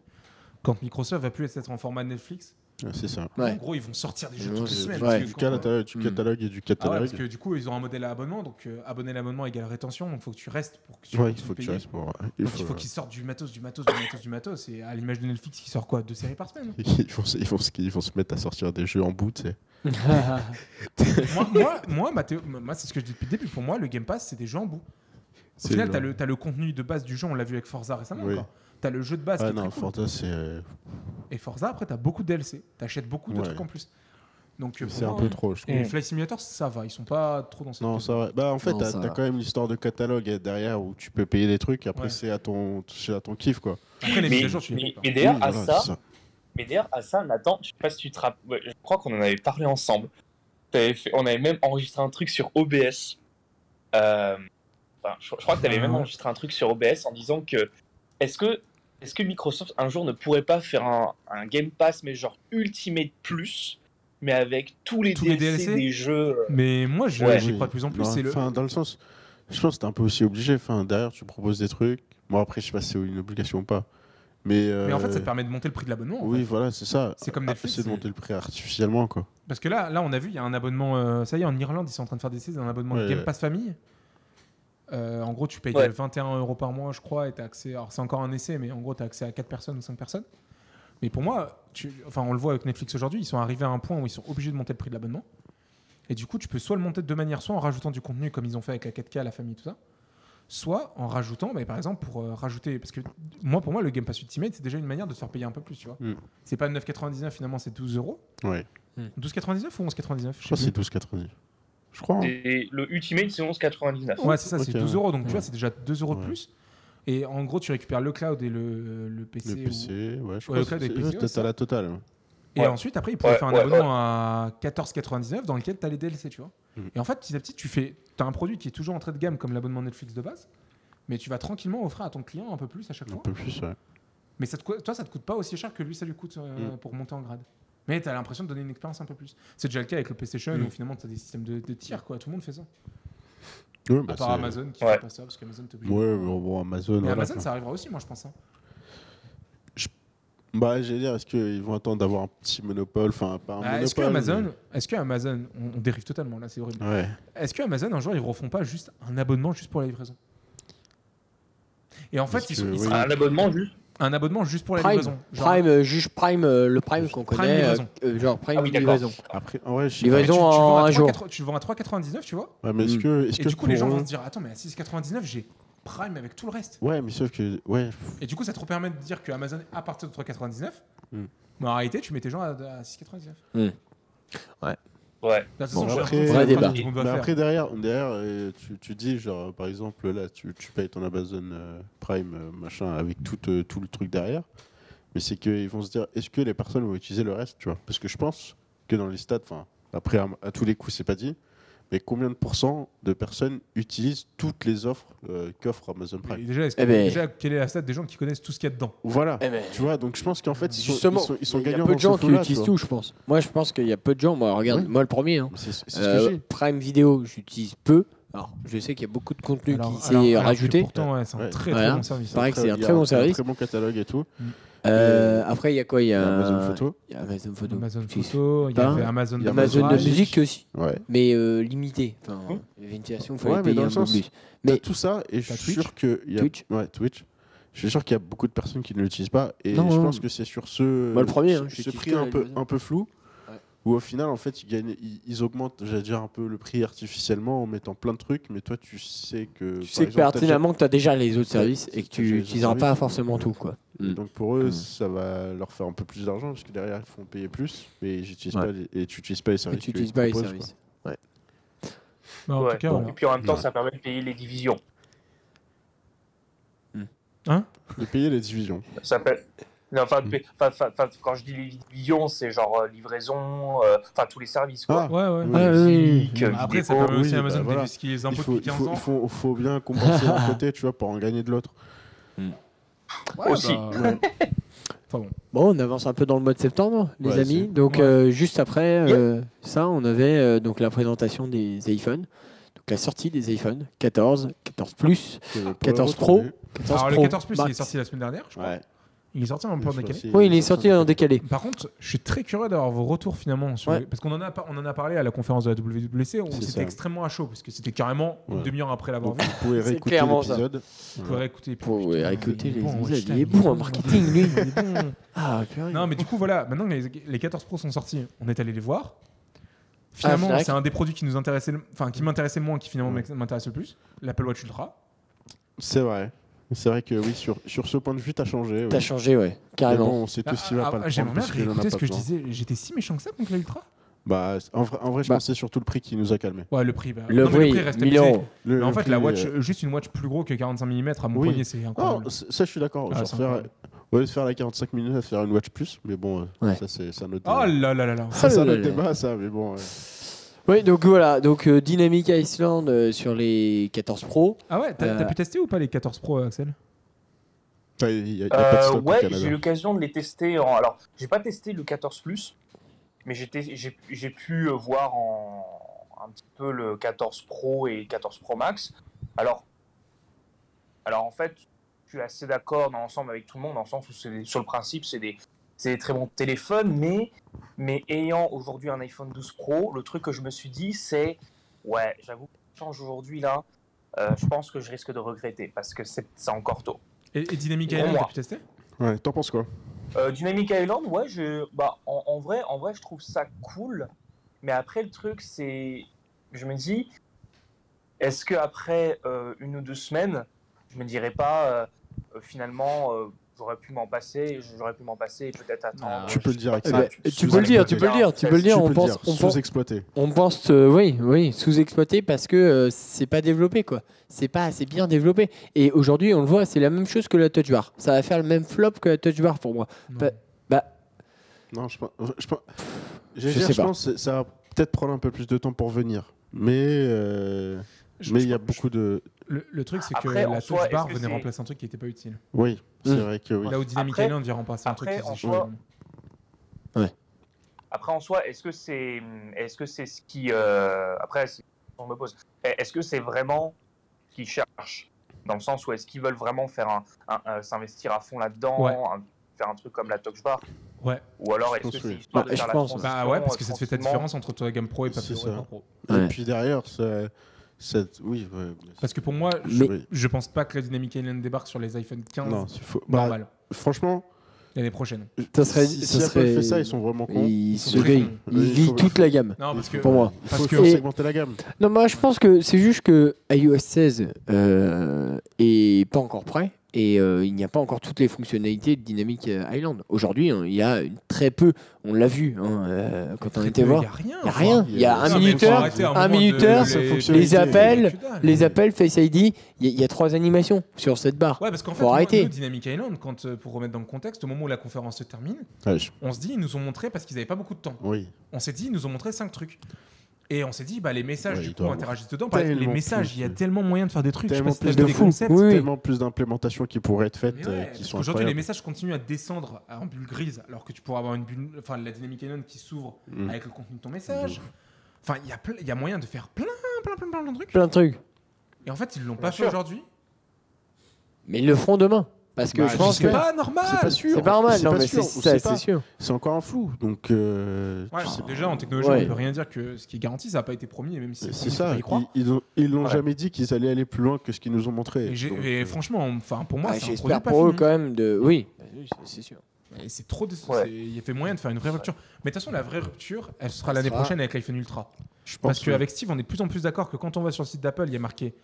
Speaker 3: Quand Microsoft va plus être en format Netflix,
Speaker 2: Ouais, euh, C'est ça. Euh,
Speaker 3: en
Speaker 1: Ouais.
Speaker 3: gros, ils vont sortir des
Speaker 1: Ils
Speaker 3: jeux
Speaker 1: vont-
Speaker 3: toutes les
Speaker 1: c'est-
Speaker 3: semaines.
Speaker 1: ouais.
Speaker 3: parce que
Speaker 2: Du,
Speaker 3: quand-
Speaker 2: catalogue, du
Speaker 1: Mm.
Speaker 2: catalogue et du
Speaker 3: euh, Ah ouais,
Speaker 2: catalogue.
Speaker 3: parce que du coup, ils ont un modèle à abonnement, donc euh, abonner l'abonnement égale rétention, donc faut que tu restes pour que tu
Speaker 2: Ouais, il
Speaker 3: puisses
Speaker 2: faut que tu
Speaker 3: payer.
Speaker 2: restes pour. euh, Il
Speaker 3: Donc, il
Speaker 2: faut,
Speaker 3: faut qu'ils sortent du matos, du matos, du matos, du matos. Et à l'image de Netflix qui sort quoi Deux séries par semaine
Speaker 2: ils, vont, euh, se- ils, vont, se- ils vont se mettre à sortir des jeux en bout, tu sais.
Speaker 3: Moi, moi, moi, ma théo- moi, c'est ce que je dis depuis le début. Pour moi, le Game Pass, c'est des jeux en bout. Au
Speaker 2: C'est
Speaker 3: final,
Speaker 2: le-
Speaker 3: t'as le, t'as le contenu de base du jeu, on l'a vu avec Forza récemment.
Speaker 2: Oui.
Speaker 3: encore. T'as le jeu de base
Speaker 2: Ah
Speaker 3: qui est
Speaker 2: non,
Speaker 3: très cool.
Speaker 2: Forza, c'est euh,
Speaker 3: Et Forza, après, t'as beaucoup de DLC. T'achètes beaucoup de
Speaker 2: Ouais.
Speaker 3: trucs en plus. Donc, euh, pour
Speaker 2: c'est un
Speaker 3: moi,
Speaker 2: peu trop, je trouve.
Speaker 3: Et Fly Simulator, ça va. Ils sont pas trop dans cette
Speaker 2: Non,
Speaker 3: catégorie.
Speaker 2: ça va. Bah, en fait,
Speaker 1: Non,
Speaker 2: t'as
Speaker 1: ça
Speaker 2: t'as
Speaker 1: va.
Speaker 2: quand même l'histoire de catalogue euh, derrière où tu peux payer des trucs. Après,
Speaker 3: Ouais.
Speaker 2: c'est à ton, c'est à ton kiff, quoi.
Speaker 3: Après, les
Speaker 5: Mais-
Speaker 3: mises à jour, tu les
Speaker 5: mais-
Speaker 3: payes pas.
Speaker 5: mais d'ailleurs,
Speaker 2: Oui,
Speaker 5: à
Speaker 2: voilà,
Speaker 5: ça,
Speaker 2: c'est
Speaker 5: Mais d'ailleurs, à ça, Nathan, je sais pas si tu te rappelles, ouais, je crois qu'on en avait parlé ensemble. T'avais fait- On avait même enregistré un truc sur OBS. Euh, enfin, je, je crois que tu avais
Speaker 3: Ah
Speaker 5: même
Speaker 3: ouais.
Speaker 5: enregistré un truc sur OBS en disant que est-ce que, est que Microsoft un jour ne pourrait pas faire un, un Game Pass, mais genre Ultimate Plus, mais avec tous les,
Speaker 3: Tous les
Speaker 5: DLC,
Speaker 3: DLC?
Speaker 5: des jeux euh,
Speaker 3: Mais moi, je- j'y
Speaker 5: Ouais.
Speaker 3: crois de plus en plus.
Speaker 2: Non,
Speaker 3: C'est le...
Speaker 2: Bah, enfin, dans le sens, je pense que t'es un peu aussi obligé. Enfin, derrière, tu proposes des trucs. Moi, après, je sais pas si c'est une obligation ou pas. Mais,
Speaker 3: Mais en fait, ça
Speaker 2: euh,
Speaker 3: te permet de monter le prix de l'abonnement. en
Speaker 2: Oui,
Speaker 3: fait.
Speaker 2: voilà, c'est ça.
Speaker 3: C'est comme
Speaker 2: Ah,
Speaker 3: Netflix.
Speaker 2: C'est de monter le prix artificiellement, quoi.
Speaker 3: Parce que là, là, on a vu, il y a un abonnement. euh, ça y est, en Irlande, ils sont en train de faire des essais d'un abonnement
Speaker 2: Ouais,
Speaker 3: Game
Speaker 2: ouais.
Speaker 3: Pass Famille. Euh, en gros, tu payes
Speaker 5: Ouais.
Speaker 3: 21 euros par mois, je crois, et t'as accès. Alors, c'est encore un essai, mais en gros, t'as accès à 4 personnes ou 5 personnes. Mais pour moi, tu, enfin, on le voit avec Netflix aujourd'hui, ils sont arrivés à un point où ils sont obligés de monter le prix de l'abonnement. Et du coup, tu peux soit le monter de deux manières, soit en rajoutant du contenu, comme ils ont fait avec la 4K, la famille, tout ça. Soit en rajoutant, mais par exemple, pour euh, rajouter. Parce que moi, pour moi, le Game Pass Ultimate, c'est déjà une manière de se faire payer un peu plus, tu vois.
Speaker 2: Mm.
Speaker 3: C'est pas 9,99 finalement, c'est 12 euros.
Speaker 2: Ouais.
Speaker 5: Hmm.
Speaker 3: 12,99 ou 11,99
Speaker 2: Je crois que
Speaker 3: sais
Speaker 2: c'est 12,90. Je crois. hein.
Speaker 5: des- le Ultimate, c'est 11,99.
Speaker 3: plus. Ouais, c'est ça,
Speaker 2: Ok,
Speaker 3: c'est 12
Speaker 2: ouais.
Speaker 3: euros. Donc, tu vois, c'est déjà 2 euros de
Speaker 2: Ouais.
Speaker 3: plus. Et en gros, tu récupères le cloud et le, le PC.
Speaker 2: Le
Speaker 3: ou-
Speaker 2: PC, ouais, je
Speaker 3: Ouais,
Speaker 2: crois.
Speaker 3: le
Speaker 2: que
Speaker 3: cloud et
Speaker 2: c'est-
Speaker 3: PC,
Speaker 2: ouais,
Speaker 3: ouais,
Speaker 2: T'as
Speaker 3: ça.
Speaker 2: la totale. ouais.
Speaker 3: Et
Speaker 5: Ouais.
Speaker 3: ensuite, après, ils pourraient
Speaker 5: Ouais,
Speaker 3: faire un
Speaker 5: ouais,
Speaker 3: abonnement à 14,99 dans lequel tu as les DLC, tu vois.
Speaker 2: Mhm.
Speaker 3: Et en fait, petit à petit, tu fais, as un produit qui est toujours entrée de gamme comme l'abonnement Netflix de base, mais tu vas tranquillement offrir à ton client un peu plus à chaque
Speaker 2: Un
Speaker 3: fois.
Speaker 2: peu plus, ouais.
Speaker 3: Mais ça te, co- toi, ça te coûte pas aussi cher que lui, ça lui coûte euh,
Speaker 2: Mm.
Speaker 3: pour monter en grade. Mais tu as l'impression de donner une expérience un peu plus. C'est déjà le cas avec le PlayStation
Speaker 2: Mm.
Speaker 3: où finalement tu as des systèmes de, de tir, quoi. Tout le monde fait ça.
Speaker 2: Ouais, bah,
Speaker 3: à part
Speaker 2: c'est-
Speaker 3: Amazon qui
Speaker 5: Ouais.
Speaker 3: fait pas ça parce qu'Amazon t'oblige.
Speaker 2: Ouais, bon, bon, Amazon.
Speaker 3: Mais
Speaker 2: voilà,
Speaker 3: Amazon,
Speaker 2: quoi.
Speaker 3: ça arrivera aussi, moi, je pense. hein.
Speaker 2: Bah, j'allais dire, est-ce qu'ils vont attendre d'avoir un petit monopole Enfin, pas un
Speaker 3: Ah,
Speaker 2: monopole.
Speaker 3: Est-ce que Amazon, est-ce que Amazon, on, on dérive totalement là, c'est horrible.
Speaker 2: mais- Ouais.
Speaker 3: Est-ce que Amazon un jour ils refont pas juste un abonnement juste pour la livraison Et en
Speaker 2: Parce
Speaker 3: fait, ils
Speaker 2: que,
Speaker 3: sont, ils sont-
Speaker 2: oui.
Speaker 5: Un abonnement juste
Speaker 3: un abonnement juste pour la
Speaker 1: Prime,
Speaker 3: livraison. Genre-
Speaker 1: Prime, euh, juge Prime, euh, le Prime qu'on
Speaker 3: Prime
Speaker 1: connaît, euh,
Speaker 3: livraison.
Speaker 1: euh, genre Prime
Speaker 5: Ah oui, d'accord.
Speaker 1: livraison.
Speaker 2: Après, ah ouais, je sais
Speaker 3: Et
Speaker 1: Livraison.
Speaker 2: pas.
Speaker 3: tu- tu le vends
Speaker 1: en
Speaker 3: à
Speaker 1: un
Speaker 3: 3,4
Speaker 1: jour.
Speaker 3: tu le vends à 3,99, tu vois
Speaker 2: Ouais, mais est-ce
Speaker 1: Mm.
Speaker 2: que. Est-ce
Speaker 3: Et
Speaker 2: que
Speaker 3: du coup, les gens
Speaker 2: pour
Speaker 3: vont
Speaker 2: un-
Speaker 3: se dire Attends, mais à 6,99, j'ai Prime avec tout le reste.
Speaker 2: Ouais, mais sauf que. Ouais, pff,
Speaker 3: Et du coup, ça te permet de dire que Amazon à partir de 3,99,
Speaker 2: Hmm.
Speaker 3: mais en réalité, tu mets tes gens à, à 6,99.
Speaker 5: Ouais.
Speaker 3: Là, de toute
Speaker 1: Bon,
Speaker 3: façon, j'ai
Speaker 2: après,
Speaker 3: l'impression que c'est
Speaker 1: vrai
Speaker 3: la
Speaker 1: débat.
Speaker 3: fin qu'on doit
Speaker 2: Mais
Speaker 3: faire.
Speaker 2: après, derrière, derrière euh, tu, tu dis, genre, par exemple, là, tu, tu payes ton Amazon euh, Prime, euh, machin, avec tout, euh, tout le truc derrière. Mais c'est qu'ils vont se dire, est-ce que les personnes vont utiliser le reste, tu vois Parce que je pense que dans les stats, enfin, après, à, à tous les coups, c'est pas dit, mais combien de pourcents de personnes utilisent toutes les offres euh, qu'offre Amazon
Speaker 3: Mais
Speaker 2: Prime
Speaker 3: Déjà, est-ce que-
Speaker 1: Eh ben-
Speaker 3: déjà, quelle est la stat des gens qui connaissent tout ce qu'il y a dedans
Speaker 2: Voilà.
Speaker 1: Eh ben,
Speaker 2: Tu vois, donc je pense qu'en fait, ils sont,
Speaker 1: Justement,
Speaker 2: ils sont, ils sont
Speaker 1: il y a
Speaker 2: gagnants
Speaker 1: peu de
Speaker 2: dans
Speaker 1: gens
Speaker 2: ce
Speaker 1: qui
Speaker 2: flou-là,
Speaker 1: utilisent
Speaker 2: tu vois.
Speaker 1: tout, je pense. Moi, je pense qu'il y a peu de gens. Moi, regarde,
Speaker 2: Oui.
Speaker 1: moi le premier. hein.
Speaker 2: C'est c'est ce que
Speaker 1: Euh,
Speaker 2: j'ai.
Speaker 1: Prime Vidéo, j'utilise peu. Alors, je sais qu'il y a beaucoup de contenu
Speaker 3: Alors-
Speaker 1: qui
Speaker 3: alors-
Speaker 1: s'est
Speaker 3: alors que
Speaker 1: rajouté.
Speaker 3: Pourtant, ouais, c'est un
Speaker 2: Ouais.
Speaker 3: très
Speaker 1: Voilà.
Speaker 3: très bon service.
Speaker 1: C'est vrai que c'est un
Speaker 2: il y a
Speaker 1: très bon service.
Speaker 2: Très bon catalogue et tout.
Speaker 1: Euh, après, il y a quoi Il y
Speaker 2: Il y
Speaker 1: a
Speaker 2: a Amazon Photo.
Speaker 1: il y a Amazon Photo.
Speaker 3: Amazon
Speaker 1: Qui-
Speaker 3: Photo, il y
Speaker 1: Putain.
Speaker 3: avait Amazon,
Speaker 2: Il y a
Speaker 1: Amazon de
Speaker 2: Amazon
Speaker 1: musique aussi,
Speaker 2: Ouais.
Speaker 1: mais euh, limité. Enfin,
Speaker 5: Hum.
Speaker 1: l'invitation, il
Speaker 2: Ouais,
Speaker 1: fallait
Speaker 2: mais
Speaker 1: payer
Speaker 2: dans le
Speaker 1: un peu
Speaker 2: sens- euh,
Speaker 1: plus. Mais-
Speaker 2: Mais tout ça, et je
Speaker 3: T'as
Speaker 2: suis
Speaker 3: Twitch
Speaker 2: sûr que il y a...
Speaker 1: Twitch
Speaker 2: Ouais, Twitch. Je suis sûr qu'il y a beaucoup de personnes qui ne l'utilisent pas, et
Speaker 1: Non,
Speaker 2: je
Speaker 1: non,
Speaker 2: pense
Speaker 1: non.
Speaker 2: que c'est sur ce,
Speaker 1: Moi, le premier, hein,
Speaker 2: ce- ce
Speaker 1: j'utilise
Speaker 2: prix
Speaker 1: que la
Speaker 2: un peu,
Speaker 1: livraison.
Speaker 2: un peu flou,
Speaker 1: Ouais.
Speaker 2: où au final, en fait, ils, gagnent, ils, ils augmentent, j'allais dire, un peu le prix artificiellement en mettant plein de trucs, mais toi, tu sais que...
Speaker 1: Tu sais que pertinemment que tu as déjà les autres services et que
Speaker 2: T'as déjà
Speaker 1: tu
Speaker 2: les autres
Speaker 1: n'utiliseras pas
Speaker 2: services.
Speaker 1: forcément tout. quoi. Mm.
Speaker 2: Donc pour eux,
Speaker 1: Mm.
Speaker 2: ça va leur faire un peu plus d'argent, parce que derrière, ils font payer plus, mais j'utilise
Speaker 1: Ouais.
Speaker 2: pas les- et tu n'utilises pas les
Speaker 1: Et
Speaker 2: services.
Speaker 1: tu
Speaker 2: que
Speaker 1: n'utilises
Speaker 2: ils
Speaker 1: pas les
Speaker 2: proposent,
Speaker 1: services.
Speaker 3: Non, en
Speaker 5: Ouais.
Speaker 3: tout cas,
Speaker 2: Bon.
Speaker 3: voilà.
Speaker 5: Et puis en même temps,
Speaker 2: Ouais.
Speaker 5: ça permet de payer les divisions.
Speaker 2: quoi. De payer les divisions.
Speaker 5: Ça peut- Non, enfin, de payer- enfin, enfin, enfin, quand je dis les divisions, c'est genre euh, livraison, euh, enfin tous les services quoi.
Speaker 2: Ah,
Speaker 3: Ouais, ouais.
Speaker 2: Oui.
Speaker 1: Ah, oui.
Speaker 5: Musique,
Speaker 3: Bah, Après, ça
Speaker 5: vidéo.
Speaker 3: permet
Speaker 2: oui,
Speaker 3: aussi à
Speaker 2: bah,
Speaker 3: Amazon de
Speaker 2: voilà.
Speaker 3: défisquer les
Speaker 2: Il
Speaker 3: impôts
Speaker 2: faut,
Speaker 3: depuis
Speaker 2: il
Speaker 3: 15
Speaker 2: faut,
Speaker 3: ans.
Speaker 2: il faut, faut bien compenser d'un côté, tu vois, pour en gagner de l'autre.
Speaker 3: Ouais,
Speaker 5: Aussi.
Speaker 3: bah,
Speaker 2: Ouais.
Speaker 3: Enfin bon.
Speaker 1: Bon, on avance un peu dans le mois de septembre, les
Speaker 2: Ouais,
Speaker 1: amis.
Speaker 2: c'est-
Speaker 1: Donc,
Speaker 3: Ouais.
Speaker 1: euh, juste après euh, ça, on avait euh, donc la présentation des iPhones. Donc, la sortie des iPhones 14, 14 Plus,
Speaker 2: Que le
Speaker 1: 14
Speaker 2: Pro,
Speaker 1: Pro,
Speaker 2: lui,
Speaker 1: 14
Speaker 3: Alors, le
Speaker 1: Pro
Speaker 3: 14 Plus, il est
Speaker 1: Max.
Speaker 3: sorti la semaine dernière, je crois.
Speaker 2: ouais,
Speaker 3: Il est sorti en
Speaker 2: je
Speaker 3: plan
Speaker 2: sais pas
Speaker 3: décalé.
Speaker 2: si-
Speaker 1: Oui, il est sorti en décalé.
Speaker 3: Par contre, je suis très curieux d'avoir vos retours finalement. sur
Speaker 1: Ouais.
Speaker 3: les- Parce qu'on en, a pas- on en a parlé à la conférence de la WWC où
Speaker 2: C'est
Speaker 3: c'était
Speaker 2: ça.
Speaker 3: extrêmement à chaud, parce que c'était carrément une
Speaker 2: Ouais.
Speaker 3: demi-heure après l'avoir
Speaker 2: Donc,
Speaker 3: vu.
Speaker 2: vous pouvez
Speaker 1: C'est
Speaker 2: réécouter
Speaker 1: clairement ça.
Speaker 2: l'épisode.
Speaker 3: Vous pouvez écouter.
Speaker 1: Pour ouais, écouter les épisodes, il est
Speaker 2: hein,
Speaker 1: bon en marketing, lui.
Speaker 3: lui.
Speaker 1: Ah, purée.
Speaker 3: Non, mais du coup, voilà, maintenant que les, les 14 Pro sont sortis, on est allé les voir.
Speaker 2: Ah,
Speaker 3: Finalement,
Speaker 1: c'est vrai
Speaker 3: c'est un des produits qui nous intéressait, le- enfin qui m'intéressait le moins, qui finalement
Speaker 2: Ouais.
Speaker 3: m'ex- m'intéresse le plus, l'Apple Watch Ultra.
Speaker 2: C'est vrai. C'est vrai que oui, sur, sur ce point de vue, t'as changé. oui.
Speaker 1: T'as changé, ouais,
Speaker 2: Mais
Speaker 1: carrément.
Speaker 2: bon, on sait tous qu'il va
Speaker 3: Ah,
Speaker 2: pas le
Speaker 3: ah, J'aimerais
Speaker 2: prendre.
Speaker 3: bien
Speaker 2: parce qu'il en a
Speaker 3: réécouter ce
Speaker 2: pas
Speaker 3: que je
Speaker 2: besoin.
Speaker 3: disais. J'étais si méchant que ça contre l'Ultra
Speaker 2: Bah, en vrai, en vrai je
Speaker 1: Bah.
Speaker 2: pense que c'est surtout le prix qui nous a calmé.
Speaker 3: Ouais, le prix. bah,
Speaker 1: Le
Speaker 3: non, mais
Speaker 1: prix,
Speaker 3: reste
Speaker 1: 1000
Speaker 3: abusé.
Speaker 1: euros.
Speaker 2: Le,
Speaker 3: Mais en
Speaker 2: le
Speaker 3: fait,
Speaker 2: prix,
Speaker 3: la watch,
Speaker 2: euh,
Speaker 3: euh, juste une watch plus gros que 45 mm à mon
Speaker 2: Oui.
Speaker 3: poignet, c'est
Speaker 2: Oh,
Speaker 3: incroyable.
Speaker 2: c- ça, je suis d'accord.
Speaker 3: Ah,
Speaker 2: Genre
Speaker 3: c'est
Speaker 2: faire-
Speaker 3: incroyable.
Speaker 2: Au lieu de faire la 45 minutes, à faire une watch plus. Mais bon, euh,
Speaker 1: Ouais.
Speaker 2: ça, c'est c'est un autre
Speaker 3: Oh,
Speaker 2: débat.
Speaker 3: là là là là.
Speaker 2: Ça, c'est un
Speaker 1: là
Speaker 2: autre
Speaker 1: là.
Speaker 2: débat, ça. Mais bon, ouais.
Speaker 1: Oui, donc voilà, donc euh, Dynamic Island euh, sur les 14 Pro.
Speaker 3: Ah ouais, t'as t'as
Speaker 1: Euh,
Speaker 3: pu tester ou pas les 14 Pro, Axel
Speaker 2: Enfin, il y a- il y a pas de
Speaker 5: Euh,
Speaker 2: stock au
Speaker 5: ouais, j'ai
Speaker 2: Canada.
Speaker 5: eu l'occasion de les tester. En... Alors, j'ai pas testé le 14 Plus, mais j'ai tes- j'ai j'ai pu euh, voir en... un petit peu le 14 Pro et 14 Pro Max. Alors, alors en fait, je suis assez d'accord dans l'ensemble avec tout le monde, dans le sens où c'est des- sur le principe, c'est des... c'est des très bons téléphones, mais, mais ayant aujourd'hui un iPhone 12 Pro, le truc que je me suis dit, c'est ouais, j'avoue, que je change aujourd'hui là. euh, je pense que je risque de regretter parce que c'est c'est encore tôt.
Speaker 3: Et, et Dynamic
Speaker 5: Pour
Speaker 3: Island,
Speaker 5: moi.
Speaker 3: t'as pu tester
Speaker 2: Ouais, t'en penses quoi
Speaker 5: Euh, Dynamic Island, ouais, je, bah, en, en vrai, en vrai, je trouve ça cool. Mais après, le truc, c'est, je me dis, est-ce que après euh, une ou deux semaines, je me dirais pas, euh, euh, finalement, euh, j'aurais pu m'en passer, j'aurais pu m'en passer et peut-être attendre.
Speaker 2: Tu peux le dire,
Speaker 5: avec
Speaker 2: Axel.
Speaker 1: Eh ben, tu peux le dire, tu peux le dire, tu peux le dire.
Speaker 2: Tu
Speaker 1: on
Speaker 2: peux le
Speaker 1: pense-
Speaker 2: dire,
Speaker 1: on pense-
Speaker 2: sous-exploité.
Speaker 1: On pense, euh, oui, oui, sous-exploité parce que euh, c'est pas développé, quoi. C'est pas assez bien développé. Et aujourd'hui, on le voit, c'est la même chose que la Touch Bar. Ça va faire le même flop que la Touch Bar pour moi.
Speaker 3: Non.
Speaker 1: Bah,
Speaker 2: Non, je pense. Je, pense-
Speaker 1: Je
Speaker 2: GGR,
Speaker 1: sais
Speaker 2: je
Speaker 1: pas.
Speaker 2: pense que ça va peut-être prendre un peu plus de temps pour venir. Mais euh, mais il y a beaucoup de.
Speaker 3: Le, le truc, c'est que
Speaker 5: Après, en
Speaker 3: la
Speaker 5: soi,
Speaker 3: touch bar
Speaker 5: est-ce que
Speaker 3: venait
Speaker 5: c'est-
Speaker 3: remplacer un truc qui n'était pas utile.
Speaker 2: Oui, c'est
Speaker 1: Mm.
Speaker 2: vrai que oui.
Speaker 3: Là où Dynamic
Speaker 5: Après-
Speaker 3: Island vient remplacer un truc qui
Speaker 5: après, en
Speaker 3: faisait chier.
Speaker 5: soi- Après, en soi, est-ce que c'est est-ce que c'est ce qui euh, après si on me pose, est-ce que c'est vraiment ce qu'ils cherchent dans le sens où est-ce qu'ils veulent vraiment faire un, un- un- s'investir à fond là-dedans,
Speaker 3: Ouais.
Speaker 5: un- faire un truc comme la Touch Bar,
Speaker 3: Ouais,
Speaker 5: ou alors
Speaker 2: Je
Speaker 5: est-ce
Speaker 2: pense
Speaker 5: que c'est
Speaker 2: oui.
Speaker 5: histoire
Speaker 1: Bah,
Speaker 5: de
Speaker 1: je
Speaker 5: faire
Speaker 1: pense,
Speaker 5: la
Speaker 3: bah
Speaker 5: transition,
Speaker 3: ouais, parce que
Speaker 5: euh,
Speaker 3: ça te fait ta
Speaker 5: tranquillement
Speaker 3: différence entre toi, Game Pro et pas
Speaker 2: C'est
Speaker 3: Pro.
Speaker 2: ça.
Speaker 3: pas Pro.
Speaker 1: Ouais.
Speaker 2: Et puis derrière, ça. ça- oui, ouais,
Speaker 3: Parce que pour moi, je,
Speaker 1: Mais-
Speaker 2: oui.
Speaker 3: je pense pas que la Dynamic Island débarque sur les iPhone 15
Speaker 2: Non, c'est faux. Bah,
Speaker 3: normal
Speaker 2: franchement,
Speaker 3: l'année prochaine.
Speaker 1: Ça serait. ça
Speaker 2: si, si Apple
Speaker 1: serait-
Speaker 2: fait ça, ils sont vraiment cons.
Speaker 1: Ils
Speaker 3: Ils sont
Speaker 1: se
Speaker 3: très
Speaker 1: grillent.
Speaker 3: cons.
Speaker 1: Ils
Speaker 2: Oui, il
Speaker 1: grillent
Speaker 2: faut-
Speaker 1: toute la gamme.
Speaker 3: Non, parce que
Speaker 1: Pour moi.
Speaker 2: Il
Speaker 3: parce
Speaker 2: faut,
Speaker 3: que-
Speaker 2: faut
Speaker 1: Et-
Speaker 2: segmenter la gamme.
Speaker 1: Non, moi je pense que c'est juste que iOS 16 euh, est pas encore prêt et euh, il n'y a pas encore toutes les fonctionnalités de Dynamic euh, Island. Aujourd'hui, hein, il y a une- très peu, on l'a vu hein, euh, quand on
Speaker 3: Très
Speaker 1: était
Speaker 3: peu,
Speaker 1: voir.
Speaker 3: y a
Speaker 1: Il
Speaker 3: rien.
Speaker 1: n'y a rien, il y a
Speaker 2: Non,
Speaker 1: un
Speaker 2: mais
Speaker 1: minuteur,
Speaker 2: faut arrêter à
Speaker 1: moment
Speaker 2: un
Speaker 1: minuteur,
Speaker 2: les-
Speaker 1: les appels,
Speaker 3: que dalle.
Speaker 1: les appels, Face ID, il y, a- il y a trois animations sur cette barre.
Speaker 3: Ouais, parce qu'en
Speaker 1: Faut
Speaker 3: fait, moi,
Speaker 1: arrêter.
Speaker 3: nous, Dynamic Island, quand, euh, pour remettre dans le contexte, au moment où la conférence se termine,
Speaker 2: Ouais, je-
Speaker 3: on se dit, ils nous ont montré, parce qu'ils n'avaient pas beaucoup de temps,
Speaker 2: Oui.
Speaker 3: on s'est dit, ils nous ont montré cinq trucs. Et on s'est dit, bah, les messages,
Speaker 2: Ouais,
Speaker 3: du
Speaker 2: il
Speaker 3: coup,
Speaker 2: doit
Speaker 3: interagissent dedans. Par exemple, les
Speaker 2: tellement
Speaker 3: messages,
Speaker 2: plus
Speaker 3: il y a
Speaker 2: de-
Speaker 3: tellement moyen de faire des trucs. Je sais pas
Speaker 2: tellement
Speaker 3: si t'as
Speaker 2: plus
Speaker 3: vu
Speaker 2: de
Speaker 3: des
Speaker 2: fou.
Speaker 3: concepts.
Speaker 1: Oui, oui.
Speaker 2: Tellement plus d'implémentations qui pourraient être faites,
Speaker 3: Mais ouais,
Speaker 2: euh, qui
Speaker 3: parce
Speaker 2: sont
Speaker 3: qu'aujourd'hui, les
Speaker 2: incroyables.
Speaker 3: messages continuent à descendre à- en bulle grise, alors que tu pourras avoir une bulle, enfin la dynamique canon qui s'ouvre
Speaker 2: Mm.
Speaker 3: avec le contenu de ton message. Enfin, il y a ple- il y a moyen de faire plein, plein, plein, plein de trucs.
Speaker 1: Plein de trucs.
Speaker 3: Et en fait, ils l'ont
Speaker 5: Bien
Speaker 3: pas
Speaker 5: sûr.
Speaker 3: fait aujourd'hui.
Speaker 1: Mais ils le feront demain. Parce que
Speaker 2: Bah,
Speaker 1: je
Speaker 2: je
Speaker 1: pense
Speaker 2: sais
Speaker 1: que
Speaker 3: C'est pas normal.
Speaker 2: C'est pas sûr.
Speaker 1: c'est pas normal.
Speaker 2: C'est
Speaker 1: Non,
Speaker 2: pas
Speaker 1: mais c'est
Speaker 2: sûr, on
Speaker 1: ça,
Speaker 2: sait
Speaker 1: c'est
Speaker 2: pas.
Speaker 1: sûr.
Speaker 2: C'est encore un flou. Donc, euh,
Speaker 3: Ouais,
Speaker 2: tu-
Speaker 3: déjà en technologie,
Speaker 1: Ouais.
Speaker 3: on peut rien dire que ce qui est garanti, ça n'a pas été promis, et même si
Speaker 2: c'est
Speaker 3: promis, faut
Speaker 2: ça.
Speaker 3: pas y croire.
Speaker 2: Ils- Ils ont- ils l'ont
Speaker 5: Ouais.
Speaker 2: jamais dit qu'ils allaient aller plus loin que ce qu'ils nous ont montré.
Speaker 3: Et, j'ai-
Speaker 2: Donc,
Speaker 3: et
Speaker 2: euh,
Speaker 3: franchement, enfin pour moi,
Speaker 1: Ah,
Speaker 3: c'est un produit
Speaker 1: J'espère
Speaker 3: pas
Speaker 1: pour eux
Speaker 3: fini. hein.
Speaker 1: quand même de. Oui, Bah oui, c'est- c'est sûr.
Speaker 3: Et C'est trop décevant.
Speaker 5: Ouais.
Speaker 3: c'est- Il y a fait moyen de faire une vraie rupture. Mais de toute façon, la vraie rupture, elle sera l'année
Speaker 1: sera-
Speaker 3: prochaine avec l'iPhone Ultra.
Speaker 2: je pense
Speaker 3: Parce qu'avec Steve, on est de plus en plus d'accord que quand on va sur le site d'Apple, il y a marqué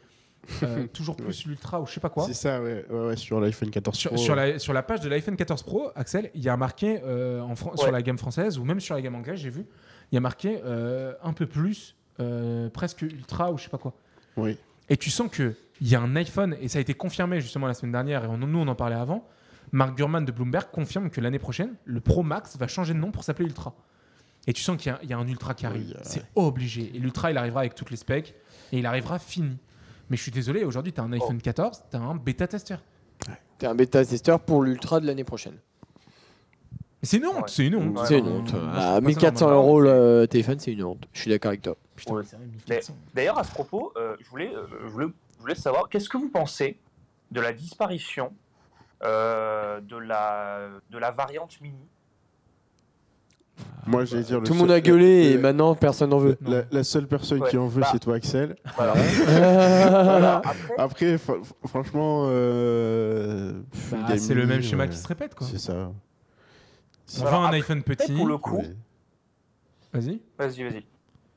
Speaker 3: euh, toujours plus l'Ultra ou je sais pas quoi.
Speaker 2: C'est ça, ouais, ouais, ouais, sur l'iPhone 14
Speaker 3: Sur,
Speaker 2: Pro.
Speaker 3: sur la, sur la page de l'iPhone 14 Pro, Axel, il y a marqué euh, en Fran- sur
Speaker 5: Ouais.
Speaker 3: la gamme française ou même sur la gamme anglaise, j'ai vu, il y a marqué euh, un peu plus, euh, presque ultra ou je sais pas quoi.
Speaker 2: Oui.
Speaker 3: Et tu sens que il y a un iPhone et ça a été confirmé justement la semaine dernière et on- nous on en parlait avant. Mark Gurman de Bloomberg confirme que l'année prochaine, le Pro Max va changer de nom pour s'appeler Ultra. Et tu sens qu'il y a- il y, a un Ultra qui arrive.
Speaker 2: Oui, euh,
Speaker 3: C'est obligé. Et l'Ultra, il arrivera avec toutes les specs et il arrivera fini. Mais je suis désolé, aujourd'hui,
Speaker 2: Oh.
Speaker 3: tu as un iPhone 14, tu as un bêta-testeur.
Speaker 1: T'es un bêta testeur pour l'ultra de l'année prochaine.
Speaker 3: Mais C'est une honte,
Speaker 5: Ouais.
Speaker 3: c'est une honte.
Speaker 5: Ouais,
Speaker 1: c'est une
Speaker 3: Enfin,
Speaker 1: honte.
Speaker 3: moi, je
Speaker 2: Bah,
Speaker 3: trouve pas
Speaker 1: À
Speaker 3: ça
Speaker 1: 1400
Speaker 3: normal.
Speaker 1: euros le téléphone, c'est une honte. Je suis d'accord avec toi.
Speaker 3: Putain,
Speaker 5: Ouais.
Speaker 3: c'est vrai, 1400.
Speaker 5: D'ailleurs, à ce propos, euh, je, voulais, euh, je, voulais, je voulais savoir, qu'est-ce que vous pensez de la disparition euh, de, la, de la variante mini
Speaker 2: Moi, j'allais dire le
Speaker 1: Tout le
Speaker 2: seul-
Speaker 1: monde a gueulé et
Speaker 2: le-
Speaker 1: maintenant personne n'en veut.
Speaker 2: La, la seule personne qui
Speaker 5: Ouais.
Speaker 2: en veut,
Speaker 5: Bah.
Speaker 2: c'est toi, Axel.
Speaker 5: Voilà. Voilà.
Speaker 1: Voilà.
Speaker 5: Bah, Après,
Speaker 2: Après, fr- fr- franchement, euh, pff,
Speaker 3: Bah,
Speaker 2: Game
Speaker 3: c'est le
Speaker 2: Mini,
Speaker 3: même schéma
Speaker 2: ouais,
Speaker 3: qui se répète. Quoi.
Speaker 2: euh, C'est ça.
Speaker 5: Ah
Speaker 3: On
Speaker 5: Alors,
Speaker 3: vend un
Speaker 5: après,
Speaker 3: iPhone petit.
Speaker 5: pour le coup,
Speaker 2: Ouais.
Speaker 3: Vas-y.
Speaker 5: vas-y, vas-y.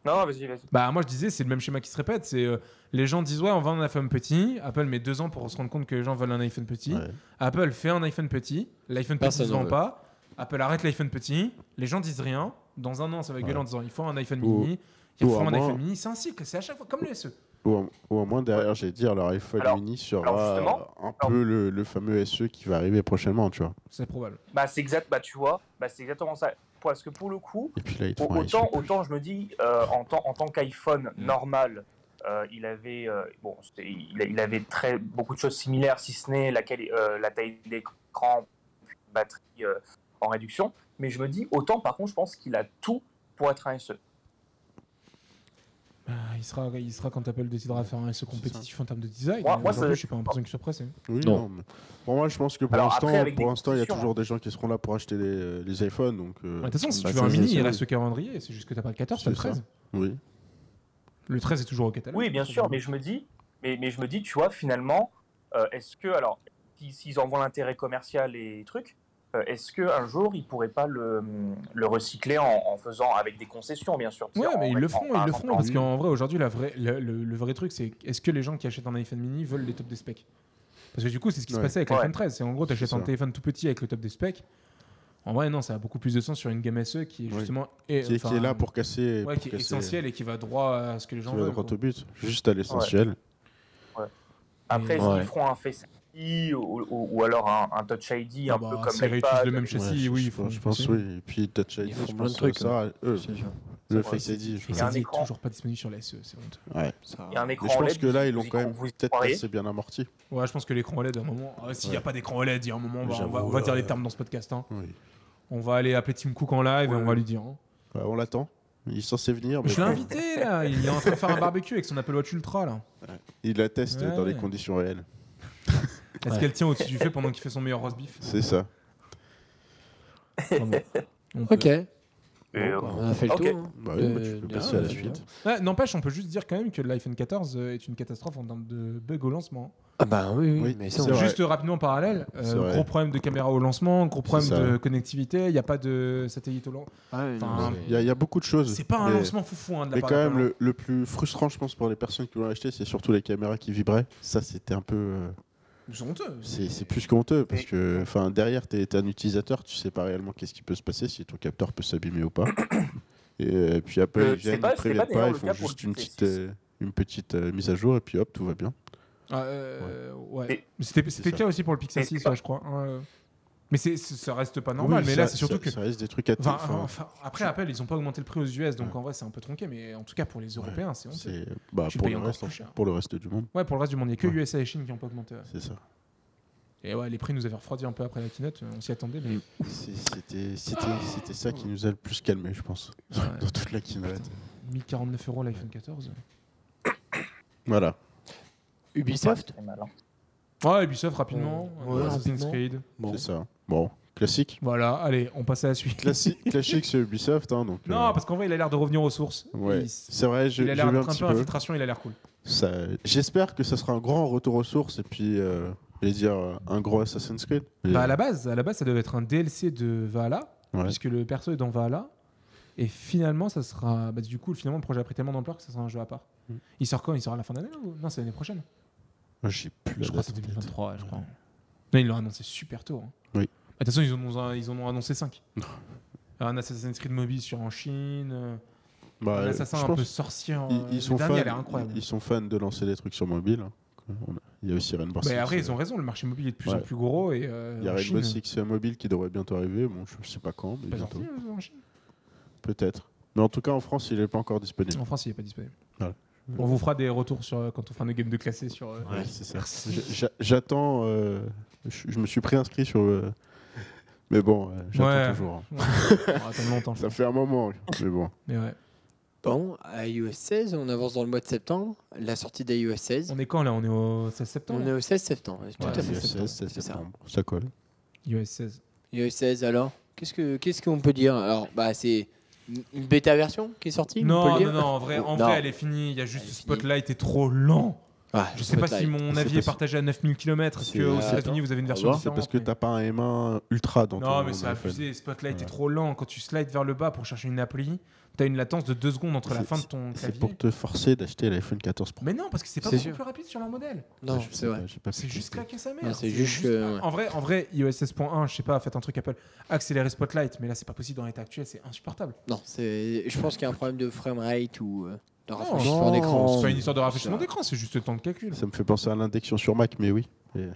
Speaker 5: Non, vas-y, vas-y.
Speaker 3: Bah, moi, je disais, c'est le même schéma qui se répète. C'est euh, les gens disent, ouais, on vend un iPhone petit. Apple met deux ans pour se rendre compte que les gens veulent un iPhone petit.
Speaker 2: Ouais.
Speaker 3: Apple fait un iPhone petit. L'iPhone petit
Speaker 1: Personne
Speaker 3: ne se
Speaker 1: n'en
Speaker 3: vend
Speaker 1: veut.
Speaker 3: pas. Apple arrête l'iPhone petit. Les gens disent rien. Dans un an, ça va gueuler
Speaker 2: Ouais.
Speaker 3: en disant, il faut un iPhone
Speaker 2: Ou-
Speaker 3: mini. Il
Speaker 2: ou
Speaker 3: faut
Speaker 2: à
Speaker 3: un
Speaker 2: moins-
Speaker 3: iPhone mini. C'est un cycle. C'est à chaque fois comme le E. SE.
Speaker 2: Ou, en- ou au moins derrière, j'allais dire, leur iPhone
Speaker 5: Alors-
Speaker 2: mini sera
Speaker 5: alors, justement,
Speaker 2: euh, un
Speaker 5: alors-
Speaker 2: peu le, le fameux SE qui va arriver prochainement, tu vois.
Speaker 3: C'est probable.
Speaker 5: Bah, c'est exact, bah, tu vois, bah, c'est exactement ça. Parce que pour le coup,
Speaker 2: Et puis là, ils te
Speaker 5: Au-
Speaker 2: feront un
Speaker 5: autant,
Speaker 2: SE.
Speaker 5: autant je me dis, euh, en, tant- en tant qu'iPhone
Speaker 3: Mm.
Speaker 5: normal, euh, il avait, euh, bon, c'était- il, il avait très, beaucoup de choses similaires, si ce n'est la, quali- euh, la taille d'écran, puis une batterie euh, en réduction. Mais je me dis, autant par contre, je pense qu'il a tout pour être un E.
Speaker 3: Ah
Speaker 5: SE.
Speaker 3: Bah, il, sera, il sera quand Apple décidera de faire un SE compétitif en termes de design.
Speaker 5: Moi-
Speaker 3: mais
Speaker 5: moi,
Speaker 3: aujourd'hui,
Speaker 5: ça-
Speaker 3: je suis pas l'impression qu'ils soient pressés.
Speaker 2: Oui,
Speaker 1: Non.
Speaker 2: non, mais Pour moi, je pense que pour
Speaker 5: Alors, après,
Speaker 2: l'instant,
Speaker 5: avec des hein.
Speaker 2: pour l'instant, il y a
Speaker 5: conditions,
Speaker 2: toujours des gens qui seront là pour acheter les, les iPhones. Donc, euh,
Speaker 3: Ouais, De toute façon, si
Speaker 2: bah,
Speaker 3: tu veux
Speaker 2: ça,
Speaker 3: un
Speaker 2: c'est
Speaker 3: mini, il
Speaker 2: sûr.
Speaker 3: reste le calendrier. C'est juste que t'as pas le 14, t'as le
Speaker 2: C'est ça.
Speaker 3: 13.
Speaker 2: Oui.
Speaker 3: Le 13 est toujours au catalogue.
Speaker 5: Oui, bien sûr, mais je me dis, mais, mais je me dis, tu vois, finalement, euh, est-ce que, alors, si- s'ils en voient l'intérêt commercial et trucs, euh, est-ce qu'un jour, ils pourraient pas le, le recycler en, en faisant avec des concessions, bien sûr tu
Speaker 3: Ouais,
Speaker 5: sais, en
Speaker 3: mais ils le
Speaker 5: mettant
Speaker 3: feront, ils
Speaker 5: un
Speaker 3: le
Speaker 5: an
Speaker 3: feront.
Speaker 5: dans-
Speaker 3: Parce qu'en vrai, aujourd'hui, la vraie- le, le- le vrai truc, c'est est-ce que les gens qui achètent un iPhone mini veulent les tops des specs Parce que du coup, c'est ce qui se
Speaker 2: Ouais.
Speaker 3: passait avec
Speaker 5: Ouais.
Speaker 3: l'iPhone 13. C'est en gros, t'achètes
Speaker 2: C'est
Speaker 3: un
Speaker 2: ça.
Speaker 3: téléphone tout petit avec le top des specs. En vrai, non, ça a beaucoup plus de sens sur une gamme SE qui est
Speaker 2: Oui.
Speaker 3: justement. et-
Speaker 2: Qui, est- qui
Speaker 3: enfin,
Speaker 2: est là pour casser.
Speaker 3: ouais,
Speaker 2: pour
Speaker 3: qui est
Speaker 2: casser-
Speaker 3: essentielle et qui va droit à ce que les
Speaker 2: Qui
Speaker 3: gens
Speaker 2: va
Speaker 3: veulent.
Speaker 2: droit
Speaker 3: quoi.
Speaker 2: au but. Juste à l'essentiel.
Speaker 5: Après,
Speaker 1: Mm. Ouais.
Speaker 5: ils feront un face i ou, ou- ou alors un, un Touch ID un
Speaker 3: Ah bah,
Speaker 5: peu comme
Speaker 3: s'ils réutilisent
Speaker 5: l'iPad.
Speaker 3: le même
Speaker 2: Ouais,
Speaker 3: châssis,
Speaker 2: je-
Speaker 3: oui,
Speaker 2: je
Speaker 3: ils font
Speaker 2: pense- je pense, oui. Et puis Touch ID,
Speaker 1: Ils font
Speaker 2: je
Speaker 1: plein de
Speaker 2: pense,
Speaker 1: trucs,
Speaker 2: ça, euh,
Speaker 1: C'est sûr.
Speaker 2: le
Speaker 5: Ouais,
Speaker 2: Face
Speaker 5: c'est-
Speaker 2: ID, je
Speaker 5: Il
Speaker 3: Et
Speaker 5: pense.
Speaker 2: pense.
Speaker 5: un
Speaker 3: ça, c'est
Speaker 5: écran.
Speaker 3: toujours pas disponible sur la SE, c'est honteux.
Speaker 1: Ça-
Speaker 5: Il y a un
Speaker 2: Mais
Speaker 5: écran E
Speaker 2: je pense
Speaker 5: OLED,
Speaker 2: que là, ils l'ont
Speaker 5: y
Speaker 2: quand même
Speaker 5: cro- vous y
Speaker 2: peut-être
Speaker 5: croiriez
Speaker 2: assez bien amorti.
Speaker 3: Ouais, je pense que l'écran OLED, à un moment. Ah, S'il n'y a
Speaker 2: Ouais.
Speaker 3: pas d'écran OLED, il y a un moment, on va- on va,
Speaker 2: J'avoue,
Speaker 3: on va dire les
Speaker 2: euh,
Speaker 3: termes dans ce podcast. hein.
Speaker 2: Oui.
Speaker 3: On va aller appeler Tim Cook en live et on va lui dire. hein.
Speaker 2: Bah, on l'attend. Il est censé venir, mais
Speaker 3: Je l'ai invité là, il est en train de faire un barbecue avec son Apple Watch Ultra là.
Speaker 2: il la teste
Speaker 3: Ouais,
Speaker 2: dans
Speaker 3: ouais.
Speaker 2: des conditions réelles.
Speaker 3: Est-ce qu'elle tient au-dessus du feu pendant qu'il fait son meilleur roast beef
Speaker 2: C'est ça.
Speaker 3: Enfin, bon. On peut-
Speaker 1: Ok,
Speaker 5: Et, euh,
Speaker 1: on a fait le
Speaker 5: Ok.
Speaker 1: tour. hein.
Speaker 2: Bah oui,
Speaker 1: Euh,
Speaker 2: bah, tu peux
Speaker 1: bien,
Speaker 2: passer à la
Speaker 1: bien.
Speaker 2: suite.
Speaker 3: Ouais, N'empêche, on peut juste dire quand même que l'iPhone 14 euh, est une catastrophe en termes de bugs au lancement.
Speaker 1: Ah bah oui, oui,
Speaker 2: Oui,
Speaker 1: mais ça,
Speaker 2: c'est
Speaker 1: on-
Speaker 2: vrai.
Speaker 3: Juste rapidement en parallèle, euh,
Speaker 2: C'est vrai.
Speaker 3: gros problème de caméra au lancement, gros problème
Speaker 2: ça.
Speaker 3: de connectivité, il n'y a pas de satellite au lancement.
Speaker 1: Ah, ouais,
Speaker 3: Enfin,
Speaker 1: non,
Speaker 2: Il y, a- il y a beaucoup de choses.
Speaker 3: euh, C'est pas un
Speaker 2: mais-
Speaker 3: lancement foufou hein, de la
Speaker 2: Mais
Speaker 3: part
Speaker 2: quand
Speaker 3: d'Apple,
Speaker 2: même,
Speaker 3: hein.
Speaker 2: le, le plus frustrant, je pense, pour les personnes qui l'ont acheté, c'est surtout les caméras qui vibraient. Ça, c'était un peu. euh,
Speaker 3: Ils sont honteux.
Speaker 2: c'est c'est plus qu'honteux parce que enfin, derrière, tu es, un utilisateur, tu sais pas réellement qu'est-ce qui peut se passer, si ton capteur peut s'abîmer ou pas. Et euh, puis Apple,
Speaker 5: Euh,
Speaker 2: ils viennent,
Speaker 5: c'est pas-
Speaker 2: ils préviennent
Speaker 5: c'est pas
Speaker 2: pas,
Speaker 5: d'ailleurs
Speaker 2: ils
Speaker 5: le
Speaker 2: font
Speaker 5: cas pour
Speaker 2: juste
Speaker 5: le
Speaker 2: une
Speaker 5: Pixel
Speaker 2: petite, euh, une petite euh, mise à jour et puis hop, tout va bien.
Speaker 3: Ah, euh, ouais.
Speaker 5: Et-
Speaker 3: Mais C'était c'était le
Speaker 2: ça.
Speaker 3: cas aussi pour le Pixel
Speaker 5: Et-
Speaker 3: 6, ouais, je crois. hein, euh. Mais c'est- c'est- ça reste pas normal.
Speaker 2: Oui,
Speaker 3: mais
Speaker 2: ça-
Speaker 3: là, c'est surtout
Speaker 2: ça-
Speaker 3: que.
Speaker 2: Ça reste des trucs hein. à
Speaker 3: Enfin,
Speaker 2: enfin,
Speaker 3: enfin, après, Apple, ils ont pas augmenté le prix aux US, donc
Speaker 2: Ouais.
Speaker 3: en vrai, c'est un peu tronqué. Mais en tout cas, pour les Européens, c'est honteux.
Speaker 2: c'est- bah,
Speaker 3: Tu
Speaker 2: pour,
Speaker 3: payes
Speaker 2: le
Speaker 3: encore
Speaker 2: reste,
Speaker 3: plus
Speaker 2: en-
Speaker 3: cher.
Speaker 2: pour le reste du monde,
Speaker 3: Ouais, pour le reste du monde, il n'y a que
Speaker 2: Ouais.
Speaker 3: USA et Chine qui n'ont pas augmenté. ouais.
Speaker 2: c'est ça.
Speaker 3: Et ouais, les prix nous avaient refroidi un peu après la keynote, euh, on s'y attendait. Mais...
Speaker 2: C'est- C'était c'était- c'était ça qui nous a le plus calmé, je pense,
Speaker 3: Ouais.
Speaker 2: dans toute la keynote.
Speaker 3: 1049 euros l'iPhone 14.
Speaker 2: Voilà.
Speaker 1: Ubisoft
Speaker 5: c'est malin.
Speaker 3: Ouais, Ubisoft rapidement.
Speaker 1: Ouais,
Speaker 3: euh, Assassin's
Speaker 1: rapidement.
Speaker 3: Creed.
Speaker 1: Bon.
Speaker 2: C'est ça. hein. Bon, classique.
Speaker 3: Voilà, allez, on passe à la suite.
Speaker 2: Classique, classique c'est Ubisoft. Hein, donc,
Speaker 3: Non,
Speaker 2: euh,
Speaker 3: parce qu'en vrai, il a l'air de revenir aux sources.
Speaker 2: ouais.
Speaker 3: Il,
Speaker 2: c'est vrai, je-
Speaker 3: il
Speaker 2: j'ai
Speaker 3: a
Speaker 2: vu
Speaker 3: l'air
Speaker 2: un
Speaker 3: d'être un
Speaker 2: petit
Speaker 3: peu
Speaker 2: peu.
Speaker 3: infiltration, il a l'air cool.
Speaker 2: Ça- J'espère que ça sera un grand retour aux sources et puis, euh, je vais dire, euh, un gros Assassin's Creed. Et-
Speaker 3: Bah, à, la base, à la base, ça devait être un DLC de Valhalla,
Speaker 2: Euh. ouais.
Speaker 3: puisque le perso est dans Valhalla. Et finalement, ça sera. Bah, du coup, finalement, le projet a pris tellement d'ampleur que ça sera un jeu à part.
Speaker 2: Mm.
Speaker 3: Il sort quand Il sort à la fin d'année là, ou Non, c'est l'année prochaine.
Speaker 2: Moi, Oh, j'ai plus la
Speaker 3: je crois que
Speaker 2: date
Speaker 3: c'est
Speaker 2: en tête.
Speaker 3: 2023, ouais, je crois. Non, ils l'ont annoncé super tôt. hein.
Speaker 2: Oui.
Speaker 3: Bah, De toute façon, ils en ont, ils en ont annoncé 5. un Assassin's Creed Mobile sur en Chine, euh,
Speaker 2: Bah,
Speaker 3: un
Speaker 2: euh,
Speaker 3: assassin
Speaker 2: je
Speaker 3: un
Speaker 2: pense
Speaker 3: peu sorcier. en-
Speaker 2: ils, ils
Speaker 3: le
Speaker 2: sont
Speaker 3: dernier,
Speaker 2: fans,
Speaker 3: il a l'air incroyable.
Speaker 2: ils- ils sont fans de lancer des trucs sur mobile. hein. On a- Il y a aussi Rainbow
Speaker 3: Mais
Speaker 2: Six,
Speaker 3: Bah, après,
Speaker 2: euh,
Speaker 3: ils ont raison, le marché mobile est de plus en
Speaker 2: Ouais.
Speaker 3: plus gros. Et, euh,
Speaker 2: Il y a
Speaker 3: en
Speaker 2: Rainbow
Speaker 3: Chine,
Speaker 2: Six mobile qui devrait bientôt arriver. Bon, je sais pas quand, mais
Speaker 3: c'est pas
Speaker 2: bientôt.
Speaker 3: sorti, euh, en Chine.
Speaker 2: Peut-être. Mais en tout cas, en France, il n'est pas encore disponible.
Speaker 3: En France, il n'est pas disponible.
Speaker 2: Voilà.
Speaker 3: On vous fera des retours sur, euh, quand on fera nos games de classé sur. euh,
Speaker 2: Ouais, c'est ça.
Speaker 3: Merci.
Speaker 2: J- j'a- J'attends. euh, je je me suis préinscrit sur. euh, mais bon, euh, j'attends
Speaker 3: Ouais.
Speaker 2: toujours. hein.
Speaker 3: on va attendre longtemps. je
Speaker 2: Ça
Speaker 3: pense.
Speaker 2: fait un moment. Mais bon.
Speaker 3: Mais ouais.
Speaker 1: Bon, iOS 16, on avance dans le mois de septembre. La sortie d'iOS 16,
Speaker 3: On est quand là On est au 16 septembre
Speaker 1: on est au 16 septembre. Tout
Speaker 3: Ouais,
Speaker 1: à fait
Speaker 2: le
Speaker 1: septembre.
Speaker 2: 16, c'est
Speaker 1: c'est ça.
Speaker 2: septembre. Ça colle.
Speaker 3: iOS 16.
Speaker 1: iOS 16, alors Qu'est-ce que qu'est-ce qu'on peut dire Alors, bah, c'est une- une bêta version qui est sortie on peut
Speaker 3: Non,
Speaker 1: le
Speaker 3: non,
Speaker 1: dire
Speaker 3: non, en vrai, en
Speaker 1: Non.
Speaker 3: vrai elle est finie. Il y a juste
Speaker 1: Elle est finie.
Speaker 3: Spotlight est trop lent.
Speaker 1: Ah,
Speaker 3: Je sais pas si
Speaker 1: Spotlight.
Speaker 3: mon
Speaker 2: C'est
Speaker 3: avis est
Speaker 2: pas-
Speaker 3: partagé à 9000 km. Est-ce
Speaker 2: C'est-
Speaker 3: qu'aux
Speaker 1: Ah,
Speaker 3: États-Unis, vous avez une version
Speaker 1: voir,
Speaker 2: C'est
Speaker 3: différente
Speaker 2: parce que
Speaker 3: mais-
Speaker 2: t'as pas un M1 ultra dans ton
Speaker 3: Non, mais c'est
Speaker 2: iPhone.
Speaker 3: abusé. Spotlight est
Speaker 2: Ouais.
Speaker 3: trop lent. Quand tu slides vers le bas pour chercher une appli, t'as une latence de 2 secondes entre la
Speaker 2: C'est-
Speaker 3: fin de ton
Speaker 2: C'est
Speaker 3: clavier.
Speaker 2: pour te forcer d'acheter l'iPhone 14 Pro.
Speaker 3: Mais non, parce que c'est pas
Speaker 1: C'est
Speaker 3: beaucoup
Speaker 1: sûr.
Speaker 3: plus rapide sur leur modèle.
Speaker 1: Non,
Speaker 2: Je sais
Speaker 1: c'est
Speaker 2: pas,
Speaker 1: vrai.
Speaker 2: j'ai pas pu
Speaker 3: C'est juste
Speaker 2: tester.
Speaker 3: claquer sa mère.
Speaker 1: Non, c'est juste euh, que, ouais.
Speaker 3: En vrai, en vrai, iOS 16.1, je sais pas, faites un truc Apple, accélérer Spotlight, mais là c'est pas possible dans l'état actuel, c'est insupportable.
Speaker 1: Non, c'est. Je pense qu'il y a un problème de framerate ou euh, de
Speaker 2: non,
Speaker 1: rafraîchissement d'écran.
Speaker 3: C'est pas une histoire de rafraîchissement
Speaker 1: Ça-
Speaker 3: d'écran, c'est juste le temps de calcul.
Speaker 2: Ça me fait penser à l'indexion sur Mac, mais oui. Et-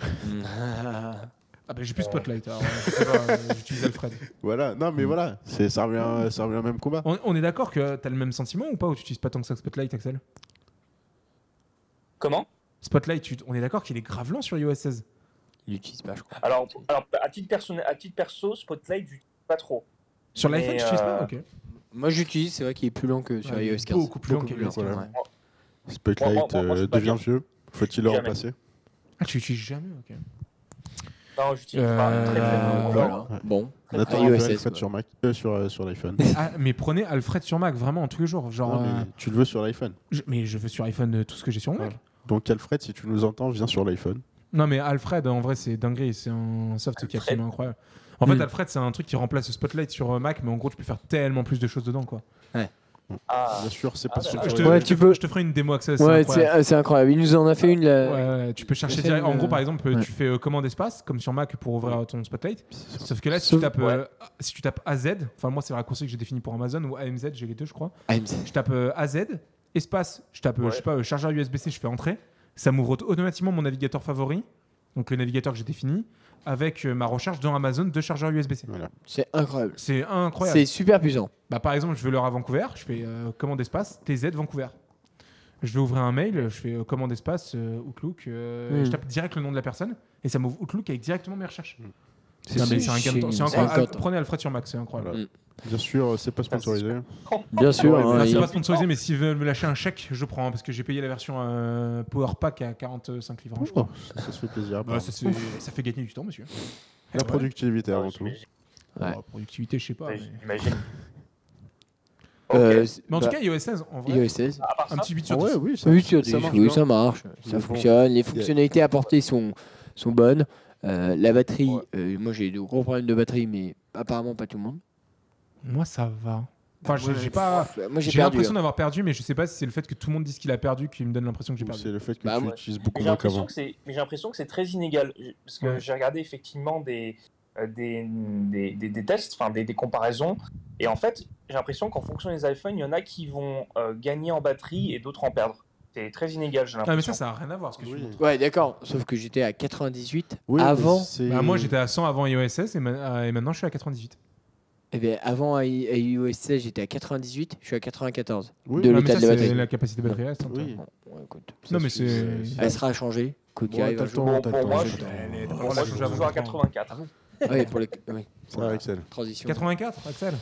Speaker 3: Ah bah j'ai plus Spotlight, alors, euh, je sais pas, euh, j'utilise Alfred.
Speaker 2: Voilà, non mais voilà, c'est- ça revient, ça revient au même combat.
Speaker 3: On, on est d'accord que t'as le même sentiment ou pas, ou tu utilises pas tant que ça que Spotlight, Axel
Speaker 5: Comment
Speaker 3: Spotlight, tu- on est d'accord qu'il est grave lent sur iOS 16.
Speaker 1: Il l'utilise pas, je crois.
Speaker 5: alors, alors, à titre perso, à titre perso Spotlight, j'utilise pas trop.
Speaker 3: Sur
Speaker 5: Mais,
Speaker 3: l'iPhone, tu utilises pas
Speaker 5: euh,
Speaker 3: Ok.
Speaker 1: Moi, j'utilise, c'est vrai qu'il est plus lent que sur
Speaker 3: Ouais, il est
Speaker 1: iOS 15.
Speaker 3: beaucoup plus lent
Speaker 1: Beaucoup
Speaker 3: que
Speaker 1: plus
Speaker 3: iOS 15,
Speaker 1: ouais.
Speaker 3: ouais.
Speaker 2: Spotlight
Speaker 5: Moi, moi, moi, je
Speaker 2: euh,
Speaker 5: suis pas
Speaker 2: devient
Speaker 5: bien.
Speaker 2: vieux. Faut-il le
Speaker 5: Jamais.
Speaker 2: remplacer
Speaker 3: Ah, tu l'utilises jamais Ok.
Speaker 5: Non, j'utilise pas très très
Speaker 3: Euh,
Speaker 5: peu.
Speaker 1: Voilà.
Speaker 2: Ouais.
Speaker 1: Bon.
Speaker 2: On attend
Speaker 1: iOS,
Speaker 2: un peu Alfred
Speaker 1: ouais.
Speaker 2: sur Mac, euh, sur euh, sur l'iPhone.
Speaker 3: Ah, mais prenez Alfred sur Mac, vraiment, tous les jours. Genre,
Speaker 2: Non, mais
Speaker 3: euh,
Speaker 2: Tu le veux sur l'iPhone.
Speaker 3: je- mais je veux sur iPhone euh, tout ce que j'ai sur mon Mac.
Speaker 2: Donc Alfred, si tu nous entends, viens sur l'iPhone.
Speaker 3: Non, mais Alfred, en vrai, c'est dinguerie. C'est un soft qui est
Speaker 5: Alfred.
Speaker 3: absolument incroyable. En
Speaker 1: Hmm.
Speaker 3: fait, Alfred, c'est un truc qui remplace Spotlight sur euh, Mac, mais en gros, tu peux faire tellement plus de choses dedans, quoi.
Speaker 5: Ah,
Speaker 2: Bien sûr, c'est
Speaker 5: Ah,
Speaker 2: pas
Speaker 5: bah,
Speaker 2: sur
Speaker 5: ah,
Speaker 3: Je te,
Speaker 1: ouais,
Speaker 3: je
Speaker 1: tu
Speaker 3: te-
Speaker 1: peux-
Speaker 3: je te ferai une démo access. c'est
Speaker 1: Ouais,
Speaker 3: incroyable.
Speaker 1: c'est c'est incroyable. Il nous en a fait une.
Speaker 3: Ouais,
Speaker 1: Là.
Speaker 3: ouais, tu peux chercher
Speaker 1: fais
Speaker 3: direct. En
Speaker 1: une-
Speaker 3: gros, par exemple,
Speaker 1: Ouais.
Speaker 3: tu fais euh, commande espace, comme sur Mac, pour ouvrir ton Spotlight. Sauf que là, si,
Speaker 1: Sauf-
Speaker 3: tu tapes,
Speaker 5: ouais.
Speaker 3: euh, si tu tapes AZ, enfin, moi, c'est le raccourci que j'ai défini pour Amazon ou AMZ, j'ai les deux, je crois.
Speaker 1: AMC.
Speaker 3: Je tape euh, AZ, espace, je tape, euh,
Speaker 5: Ouais.
Speaker 3: je sais pas, euh, chargeur USB-C, je fais entrée. Ça m'ouvre auto- automatiquement mon navigateur favori. donc le navigateur que j'ai défini, avec euh, ma recherche dans Amazon de chargeur USB-C.
Speaker 2: Voilà.
Speaker 1: C'est incroyable.
Speaker 3: C'est incroyable.
Speaker 1: C'est super puissant.
Speaker 3: Bah, par exemple, je veux l'heure à Vancouver, je fais euh, commande espace TZ Vancouver. Je vais ouvrir un mail, je fais euh, commande espace euh, Outlook, euh,
Speaker 1: Mm.
Speaker 3: et je tape direct le nom de la personne et ça m'ouvre Outlook avec directement mes recherches.
Speaker 1: C'est
Speaker 3: Non, mais
Speaker 1: c'est
Speaker 3: c'est un gain de temps. C'est
Speaker 1: génial.
Speaker 3: incroyable.
Speaker 1: C'est un gain de temps.
Speaker 3: Prenez Alfred sur Mac, c'est incroyable.
Speaker 2: Voilà. Bien sûr, euh, c'est pas sponsorisé.
Speaker 1: Bien sûr.
Speaker 2: Ouais,
Speaker 1: hein,
Speaker 3: Là,
Speaker 1: il-
Speaker 3: c'est pas sponsorisé, mais s'ils veulent me lâcher un chèque, je prends hein, parce que j'ai payé la version euh, Power Pack à 45 livres, hein, je crois.
Speaker 2: Oh, ça, ça se fait plaisir.
Speaker 3: Bah,
Speaker 2: pardon.
Speaker 3: ça, se fait- ça fait gagner du temps, monsieur.
Speaker 2: La
Speaker 3: Ouais.
Speaker 2: productivité
Speaker 3: Ah,
Speaker 2: avant tout.
Speaker 5: ah, J'imagine.
Speaker 1: Ouais.
Speaker 3: Oh, productivité, je sais pas. mais-
Speaker 5: J'imagine.
Speaker 1: euh,
Speaker 5: Ok.
Speaker 1: c'est-
Speaker 3: Mais en
Speaker 1: bah,
Speaker 3: tout cas, iOS 16, en vrai,
Speaker 1: iOS 16.
Speaker 5: À part
Speaker 3: un
Speaker 5: ça,
Speaker 3: petit 8 sur
Speaker 2: Ah
Speaker 3: 10.
Speaker 2: ouais, oui, ça,
Speaker 1: Oui, tu as des-
Speaker 2: ça marche.
Speaker 1: oui,
Speaker 2: bien. Euh,
Speaker 1: ça marche, ça
Speaker 2: bon.
Speaker 1: fonctionne, les fonctionnalités apportées sont, sont bonnes. Euh, la batterie, euh, moi j'ai de gros problèmes de batterie, mais apparemment pas tout le monde.
Speaker 3: Moi, ça va. Enfin, j'ai
Speaker 1: Ouais,
Speaker 3: j'ai pas.
Speaker 1: Moi j'ai
Speaker 3: J'ai
Speaker 1: perdu. hein.
Speaker 3: l'impression d'avoir perdu, mais je sais pas si c'est le fait que tout le monde dise qu'il a perdu qui me donne l'impression que j'ai
Speaker 2: Ou
Speaker 3: perdu.
Speaker 2: C'est le fait que
Speaker 1: Bah,
Speaker 2: tu
Speaker 1: moi-
Speaker 2: utilises
Speaker 5: Mais
Speaker 2: beaucoup
Speaker 5: j'ai
Speaker 2: moins qu'avant.
Speaker 5: l'impression que c'est, mais j'ai l'impression que c'est très inégal Je- parce que
Speaker 3: Ouais.
Speaker 5: j'ai regardé effectivement des euh, des, des, des- des tests, enfin des, des comparaisons, et en fait j'ai l'impression qu'en fonction des iPhones, il y en a qui vont euh, gagner en batterie et d'autres en perdre. C'est très inégal, j'ai
Speaker 3: Ah, mais
Speaker 5: l'impression.
Speaker 3: ça, ça a rien à voir. ce que tu
Speaker 2: Oui.
Speaker 3: montres.
Speaker 1: hein. Ouais, d'accord, sauf que j'étais à 98
Speaker 2: Oui, mais
Speaker 1: avant,
Speaker 2: c'est-
Speaker 3: Bah, moi, j'étais à 100 avant iOS 16 et, ma- euh, et maintenant je suis à 98.
Speaker 1: eh ben, avant I- iOS 16, j'étais à 98, je suis à 94.
Speaker 2: Oui,
Speaker 1: de
Speaker 2: mais
Speaker 3: Ah, mais
Speaker 1: l'état
Speaker 3: ça,
Speaker 1: de la
Speaker 3: c'est
Speaker 1: batterie.
Speaker 3: la capacité de batterie restante.
Speaker 2: Oui.
Speaker 1: Bon, ouais, écoute.
Speaker 3: Non,
Speaker 2: ça
Speaker 3: mais
Speaker 2: se-
Speaker 3: c'est-
Speaker 2: ça-
Speaker 1: Elle sera à changer, quoi qu'il
Speaker 2: Ouais,
Speaker 1: arrive
Speaker 2: t'as
Speaker 1: un
Speaker 2: le
Speaker 1: jour.
Speaker 2: temps,
Speaker 5: Bon,
Speaker 2: t'as
Speaker 5: pour
Speaker 2: le temps,
Speaker 5: moi,
Speaker 2: j'ai
Speaker 5: je-
Speaker 2: le temps.
Speaker 3: Allez,
Speaker 2: Ah,
Speaker 3: pour
Speaker 5: Moi,
Speaker 3: la
Speaker 5: je
Speaker 3: change
Speaker 5: suis
Speaker 3: avant.
Speaker 5: toujours à 84.
Speaker 1: Ouais, pour les... oui,
Speaker 2: Ça va, Axel.
Speaker 1: transition.
Speaker 3: 84, Axel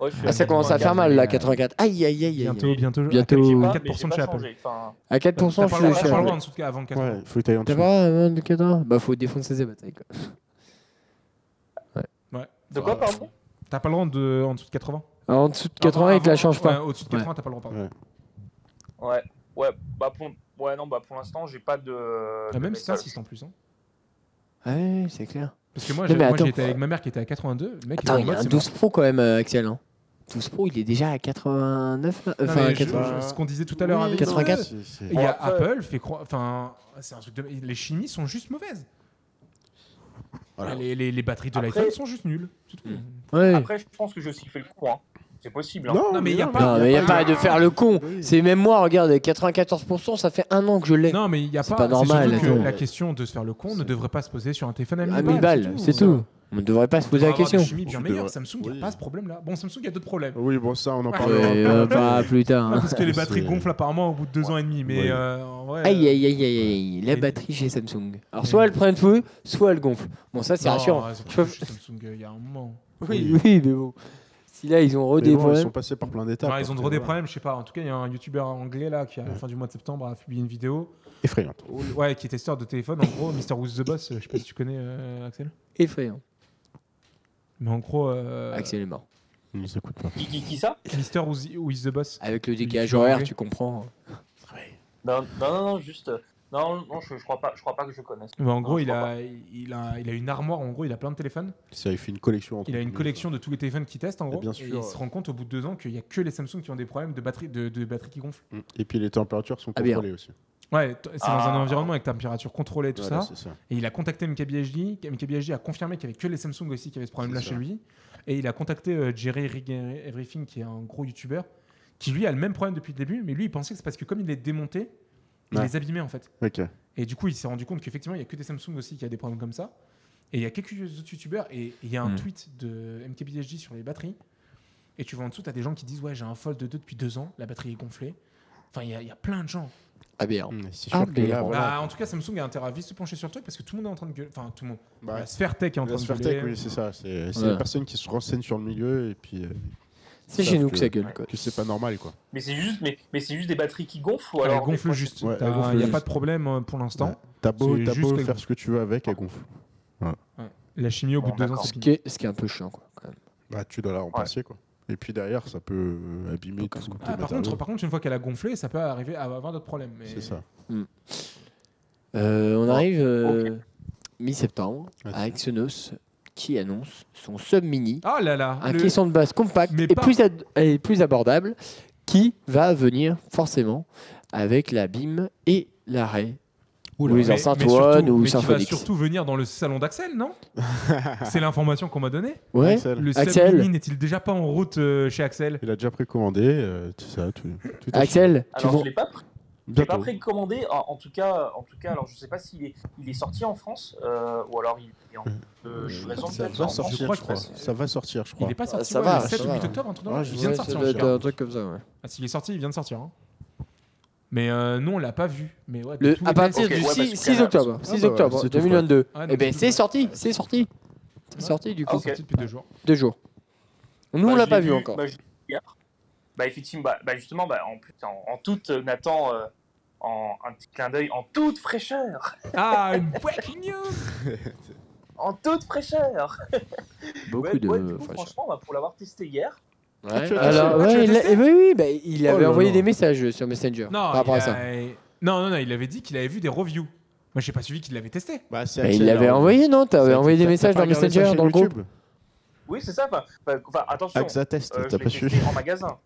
Speaker 5: Ouais, je suis
Speaker 1: Ah,
Speaker 5: à
Speaker 1: ça commence à faire mal là, 84. Aïe, aïe, aïe, aïe.
Speaker 3: Bientôt, bientôt.
Speaker 1: Bientôt.
Speaker 3: Apple,
Speaker 1: Ouais,
Speaker 3: j'ai
Speaker 5: mais
Speaker 3: 4% de
Speaker 5: j'ai
Speaker 3: chez
Speaker 5: pas
Speaker 3: Apple.
Speaker 5: changé, enfin,
Speaker 1: À 4%,
Speaker 3: T'as
Speaker 1: je
Speaker 3: pas
Speaker 1: suis
Speaker 3: le
Speaker 1: chez
Speaker 3: droit
Speaker 1: Apple.
Speaker 3: en dessous de avant 4
Speaker 2: Ouais, faut que t'ailles en
Speaker 1: T'as
Speaker 2: dessous.
Speaker 1: pas euh, de 4 Bah, faut défoncer ses batailles, quoi.
Speaker 3: Ouais.
Speaker 5: De quoi, pardon
Speaker 3: T'as pas le droit de, en dessous de 80
Speaker 1: Ah, En dessous de 80
Speaker 3: Enfin,
Speaker 1: et que la
Speaker 3: Ah, avant-
Speaker 1: change pas.
Speaker 3: ouais, Au-dessus de 80, t'as pas le droit, pardon.
Speaker 2: Ouais.
Speaker 5: Ouais, ouais, bah pour, ouais, non, bah pour l'instant, j'ai pas de.
Speaker 3: Ah,
Speaker 5: de
Speaker 3: Même si c'est
Speaker 5: message.
Speaker 3: insiste en plus. hein.
Speaker 1: Ouais, c'est clair.
Speaker 3: Parce que moi,
Speaker 1: Non,
Speaker 3: j'ai-
Speaker 1: mais
Speaker 3: moi,
Speaker 1: attends.
Speaker 3: j'étais avec ma mère qui était à 82. Le mec,
Speaker 1: Attends,
Speaker 3: était en
Speaker 1: il a
Speaker 3: mode,
Speaker 1: un
Speaker 3: c'est
Speaker 1: 12 Pro quand même, euh, Axel. Hein. 12 Pro, il est déjà à 89. là, euh,
Speaker 3: Non,
Speaker 1: Enfin,
Speaker 3: mais
Speaker 1: à
Speaker 3: je-
Speaker 1: 80.
Speaker 3: je- ce qu'on disait tout à l'heure avec
Speaker 1: 84.
Speaker 2: C'est- c'est-
Speaker 3: Il y a
Speaker 5: Bon, après-
Speaker 3: Apple fait croire. Enfin, c'est un truc de. Les chimies sont juste mauvaises.
Speaker 2: Voilà.
Speaker 3: Les, les- les batteries de
Speaker 5: Après-
Speaker 3: l'iPhone sont juste nulles. C'est tout.
Speaker 1: Ouais.
Speaker 5: Après, je pense que j'ai aussi fait le coup. Hein. C'est possible. Hein.
Speaker 3: Non, mais il y a
Speaker 2: non.
Speaker 3: pas-
Speaker 1: non, mais il n'y a pas de faire le con.
Speaker 2: Oui.
Speaker 1: C'est même moi, regarde, 94%, ça fait un an que je l'ai.
Speaker 3: Non, mais il n'y a
Speaker 1: C'est
Speaker 3: pas.
Speaker 1: pas
Speaker 3: c'est
Speaker 1: normal,
Speaker 3: surtout que
Speaker 1: attends. Ah,
Speaker 3: la question de se faire le con ne devrait pas se poser sur un téléphone à 1000
Speaker 1: À 1000 balles, c'est tout. On ne devrait pas se poser la question.
Speaker 3: Une chimie bien
Speaker 2: Tu
Speaker 3: meilleure.
Speaker 2: devrais-
Speaker 3: Samsung, il n'y
Speaker 2: oui.
Speaker 3: a pas ce problème-là. Bon, Samsung, il y a d'autres problèmes.
Speaker 2: Oui, bon, ça, on en
Speaker 3: Ouais.
Speaker 1: Ouais,
Speaker 2: parlera.
Speaker 1: euh, pas plus tard.
Speaker 3: Ah,
Speaker 1: hein.
Speaker 3: parce que les batteries
Speaker 2: c'est-
Speaker 3: gonflent apparemment au bout de deux ans et demi. Mais
Speaker 2: Ouais.
Speaker 3: euh, en vrai.
Speaker 1: Aïe,
Speaker 3: euh,
Speaker 1: aïe, aïe, aïe, aïe. La
Speaker 3: Et-
Speaker 1: batterie chez Samsung. Alors, soit elle prend feu, soit elle gonfle. Bon, ça, c'est
Speaker 3: non,
Speaker 1: rassurant.
Speaker 3: c'est
Speaker 1: Je
Speaker 3: pas
Speaker 1: peux-
Speaker 3: chez Samsung, il y a un moment.
Speaker 1: Oui, oui, mais bon. Si là, ils ont
Speaker 2: Mais
Speaker 1: redé
Speaker 2: bon, ils sont passés par plein d'étapes.
Speaker 3: Non, ils ont
Speaker 2: donc,
Speaker 3: trop des
Speaker 2: euh,
Speaker 3: problèmes, je sais pas. En tout cas, il y a un youtubeur anglais là qui, à la fin du mois de septembre, a publié une vidéo.
Speaker 2: Effrayante.
Speaker 3: où- Ouais, qui est testeur de téléphone. En gros, Mr. Who's the Boss, je sais pas si tu connais euh, Axel.
Speaker 1: effrayants.
Speaker 3: Mais en gros, euh,
Speaker 1: Axel est mort.
Speaker 2: Ils nous écoutent pas.
Speaker 5: Qui, qui, qui ça
Speaker 3: Mister Who's, Who's the Boss.
Speaker 1: Avec le
Speaker 3: Oui,
Speaker 1: décalage
Speaker 3: tu l'as
Speaker 1: horaire,
Speaker 3: enlevé.
Speaker 1: tu comprends. hein.
Speaker 5: non, non, non, non, juste. euh, Non, non, je, je crois pas. Je crois pas que je connaisse.
Speaker 3: Mais en gros,
Speaker 5: Non, je
Speaker 3: il
Speaker 5: crois
Speaker 3: a, il, a, il a une armoire, en gros, il a plein de téléphones.
Speaker 2: Ça avait fait une collection entre
Speaker 3: Il a une
Speaker 2: nous.
Speaker 3: collection de tous les téléphones qu'il teste, en gros.
Speaker 2: bien
Speaker 3: et
Speaker 2: sûr,
Speaker 3: il se rend compte au bout de deux ans qu'il n'y a que les Samsung qui ont des problèmes de batterie, de, de batterie qui gonfle.
Speaker 2: Mm. Et puis les températures sont
Speaker 1: Ah, bien.
Speaker 2: contrôlées aussi.
Speaker 3: Ouais, t- c'est dans
Speaker 5: Ah.
Speaker 3: un environnement avec température contrôlée et tout
Speaker 2: Voilà,
Speaker 3: ça.
Speaker 2: c'est ça.
Speaker 3: Et il a contacté MKBHD. MKBHD a confirmé qu'il n'y avait que les Samsung aussi qui avaient ce problème-là
Speaker 2: C'est
Speaker 3: chez
Speaker 2: ça.
Speaker 3: lui. Et il a contacté euh, Jerry Rig Everything, qui est un gros YouTuber, qui lui a le même problème depuis le début. Mais lui, il pensait que c'est parce que comme il les démontait, il
Speaker 2: Ouais.
Speaker 3: les abîmait en fait.
Speaker 2: Ok.
Speaker 3: Et du coup, il s'est rendu compte qu'effectivement, il n'y a que des Samsung aussi qui a des problèmes comme ça. Et il y a quelques autres youtubeurs. Et et il y a un
Speaker 1: Hmm.
Speaker 3: tweet de MKBHD sur les batteries. Et tu vois en dessous, tu as des gens qui disent Ouais, j'ai un Fold 2 depuis deux ans, la batterie est gonflée. Enfin, il y, a- il y a plein de gens.
Speaker 1: Ah bien.
Speaker 2: Mm, C'est
Speaker 1: Ah,
Speaker 2: sûr que là,
Speaker 1: bien.
Speaker 2: voilà.
Speaker 3: Bah, en tout cas, Samsung a intérêt à vite se pencher sur le truc parce que tout le monde est en train de gueuler. Enfin, tout le monde.
Speaker 2: Bah,
Speaker 3: La sphère tech est en
Speaker 2: la
Speaker 3: train
Speaker 2: sphère
Speaker 3: de
Speaker 2: tech,
Speaker 3: gueuler.
Speaker 2: oui, c'est ça. C'est c'est
Speaker 1: Ouais.
Speaker 2: les personnes qui se renseignent sur le milieu et puis euh,
Speaker 1: C'est
Speaker 2: Sauf
Speaker 1: chez nous
Speaker 2: que-
Speaker 1: que ça gueule,
Speaker 3: Bah,
Speaker 1: quoi.
Speaker 2: que c'est pas normal, quoi.
Speaker 5: Mais c'est juste, mais, mais c'est juste des batteries qui gonflent ou
Speaker 1: Ah,
Speaker 3: Elle
Speaker 5: alors. des
Speaker 3: gonfle
Speaker 5: fois,
Speaker 3: juste.
Speaker 2: Ouais, elle
Speaker 3: T'as-
Speaker 2: gonfle
Speaker 3: Il n'y a
Speaker 2: juste.
Speaker 3: pas de problème euh, pour l'instant.
Speaker 2: Ouais. T'as beau,
Speaker 3: C'est
Speaker 2: t'as
Speaker 3: juste
Speaker 2: beau
Speaker 3: que-
Speaker 2: faire ce que tu veux avec, elle gonfle.
Speaker 3: La chimie au
Speaker 5: Bon,
Speaker 2: Ah,
Speaker 3: bout de deux ans,
Speaker 5: d'accord.
Speaker 3: c'est
Speaker 1: Ce
Speaker 3: fini.
Speaker 1: qui, est, ce qui est un peu chiant, quoi. quand même.
Speaker 2: Bah, tu dois la remplacer, quoi. Et puis derrière, ça peut euh, abîmer tout
Speaker 1: Encore,
Speaker 2: tes
Speaker 1: quoi.
Speaker 3: Ah, par,
Speaker 2: matériaux.
Speaker 3: contre, par contre, une fois qu'elle a gonflé, ça peut arriver à avoir d'autres problèmes. mais-
Speaker 2: C'est ça.
Speaker 1: Euh, on arrive euh, mi-septembre
Speaker 2: Vas-y.
Speaker 1: à Exynos qui annonce son sub mini,
Speaker 3: Ah là là
Speaker 1: un
Speaker 3: le-
Speaker 1: caisson de base compact
Speaker 3: Mais
Speaker 1: et,
Speaker 3: pas-
Speaker 1: plus ad- et plus abordable qui va venir forcément avec la BIM et l'arrêt. Ou les
Speaker 3: Mais-
Speaker 1: enceintes
Speaker 3: mais surtout-
Speaker 1: One ou
Speaker 3: mais qui va
Speaker 1: Symphonix.
Speaker 3: surtout venir dans le salon d'Axel, non C'est l'information qu'on m'a donnée.
Speaker 1: Ouais,
Speaker 2: Axel,
Speaker 3: Le
Speaker 1: Axel.
Speaker 3: Axel n'est-il déjà pas en route euh, chez Axel
Speaker 2: Il a déjà précommandé, euh, tout ça, tout, tout est
Speaker 1: Axel, tu
Speaker 5: Alors,
Speaker 1: vends-
Speaker 5: je l'ai pas pris. J'ai pas précommandé, en, en tout cas, en tout cas, alors je sais pas s'il est, il est sorti en France euh, ou alors il est en. euh, je suis raison
Speaker 2: Hmm. ça
Speaker 5: peut-être,
Speaker 2: va
Speaker 5: en France,
Speaker 2: sortir, je
Speaker 5: je
Speaker 2: crois.
Speaker 5: sais pas si-
Speaker 2: Ça va sortir, je
Speaker 3: Il
Speaker 2: crois.
Speaker 3: n'est pas sorti
Speaker 1: Ah, ça
Speaker 3: ouais,
Speaker 1: va,
Speaker 3: le
Speaker 1: ça
Speaker 3: 7 ou
Speaker 1: va.
Speaker 3: 8 octobre, un truc dans le
Speaker 2: Ouais,
Speaker 3: genre.
Speaker 2: je
Speaker 3: Il vient de
Speaker 1: Ouais,
Speaker 3: sortir.
Speaker 1: ça doit
Speaker 3: je
Speaker 1: être euh,
Speaker 3: crois.
Speaker 1: un truc comme ça, ouais.
Speaker 3: Ah, s'il est sorti, il vient de sortir. hein. Mais euh, nous, on l'a pas vu. Mais ouais, de
Speaker 1: Le, ah,
Speaker 3: tous
Speaker 1: à
Speaker 3: les
Speaker 1: partir
Speaker 5: Ok,
Speaker 1: du
Speaker 5: ouais, parce
Speaker 1: 6,
Speaker 5: que-
Speaker 1: 6 octobre, 6
Speaker 2: bah
Speaker 1: octobre
Speaker 2: ouais, c'est tout
Speaker 1: 2022.
Speaker 3: frais. Ah,
Speaker 1: Eh
Speaker 3: non,
Speaker 1: ben
Speaker 3: mais-
Speaker 1: c'est sorti, c'est sorti. C'est
Speaker 3: Ouais.
Speaker 1: sorti du
Speaker 5: Ah,
Speaker 1: coup,
Speaker 5: ok.
Speaker 3: sorti depuis deux jours.
Speaker 1: deux jours. Nous
Speaker 5: Bah,
Speaker 1: on l'a
Speaker 5: je
Speaker 1: pas
Speaker 5: l'ai
Speaker 1: vu encore.
Speaker 5: Bah, je l'ai vu hier. Bah, effectivement, bah, bah, justement, bah, en, plus, en, en toute, euh, Nathan, euh, en, un petit clin d'œil, en toute fraîcheur
Speaker 3: Ah, une breaking news
Speaker 5: En toute fraîcheur Ouais,
Speaker 1: Beaucoup
Speaker 5: ouais, du
Speaker 1: de.
Speaker 5: coup,
Speaker 1: enfin, je-
Speaker 5: franchement, bah, pour l'avoir testé hier,
Speaker 2: Ah, tu as
Speaker 1: Alors,
Speaker 3: testé Ah, tu
Speaker 1: ouais,
Speaker 3: as
Speaker 1: il a-
Speaker 3: testé
Speaker 1: eh ben oui, bah, il
Speaker 2: Oh
Speaker 1: avait
Speaker 2: là
Speaker 1: envoyé
Speaker 2: là.
Speaker 1: des messages sur Messenger
Speaker 3: non,
Speaker 1: par rapport
Speaker 3: il
Speaker 1: à ça.
Speaker 3: a- non, non, non, il avait dit qu'il avait vu des reviews. Moi, j'ai pas suivi qu'il l'avait testé.
Speaker 2: Bah, c'est
Speaker 1: Bah, il
Speaker 2: Axel,
Speaker 1: l'avait
Speaker 2: là,
Speaker 1: envoyé, non
Speaker 2: Ça a
Speaker 1: T'avais
Speaker 2: été-
Speaker 1: envoyé des
Speaker 2: t'as- t'as
Speaker 1: messages
Speaker 2: pas
Speaker 1: dans
Speaker 2: regardé ça
Speaker 1: Messenger,
Speaker 2: chez
Speaker 1: dans le groupe
Speaker 2: YouTube
Speaker 5: oui, c'est ça. Enfin, enfin, enfin, attention,
Speaker 2: Axa test,
Speaker 5: euh, je
Speaker 2: t'as
Speaker 5: l'ai
Speaker 2: pas su.
Speaker 5: testé en magasin.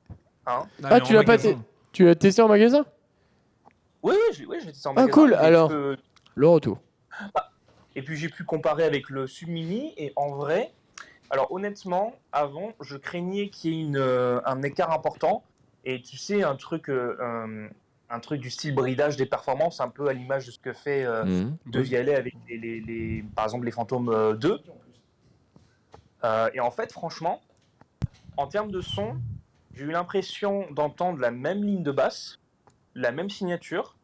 Speaker 5: Hein
Speaker 3: Non,
Speaker 1: Ah,
Speaker 3: mais
Speaker 1: tu
Speaker 3: en
Speaker 1: l'as pas
Speaker 3: magasin.
Speaker 1: testé Tu l'as testé en magasin
Speaker 5: oui, oui, je, l'ai- oui, je l'ai testé en
Speaker 1: Ah,
Speaker 5: magasin.
Speaker 1: cool,
Speaker 5: et je
Speaker 1: alors.
Speaker 5: peux-
Speaker 1: Le retour.
Speaker 5: Et puis j'ai pu comparer avec le Submini et en vrai, alors honnêtement, avant, je craignais qu'il y ait une, euh, un écart important et tu sais un truc, euh, euh, un truc du style bridage des performances, un peu à l'image de ce que fait euh,
Speaker 1: Mhm.
Speaker 5: De Vialet avec les, les- les- par exemple les fantômes euh, 2. Euh, et en fait, franchement, en termes de son, j'ai eu l'impression d'entendre la même ligne de basse, la même signature,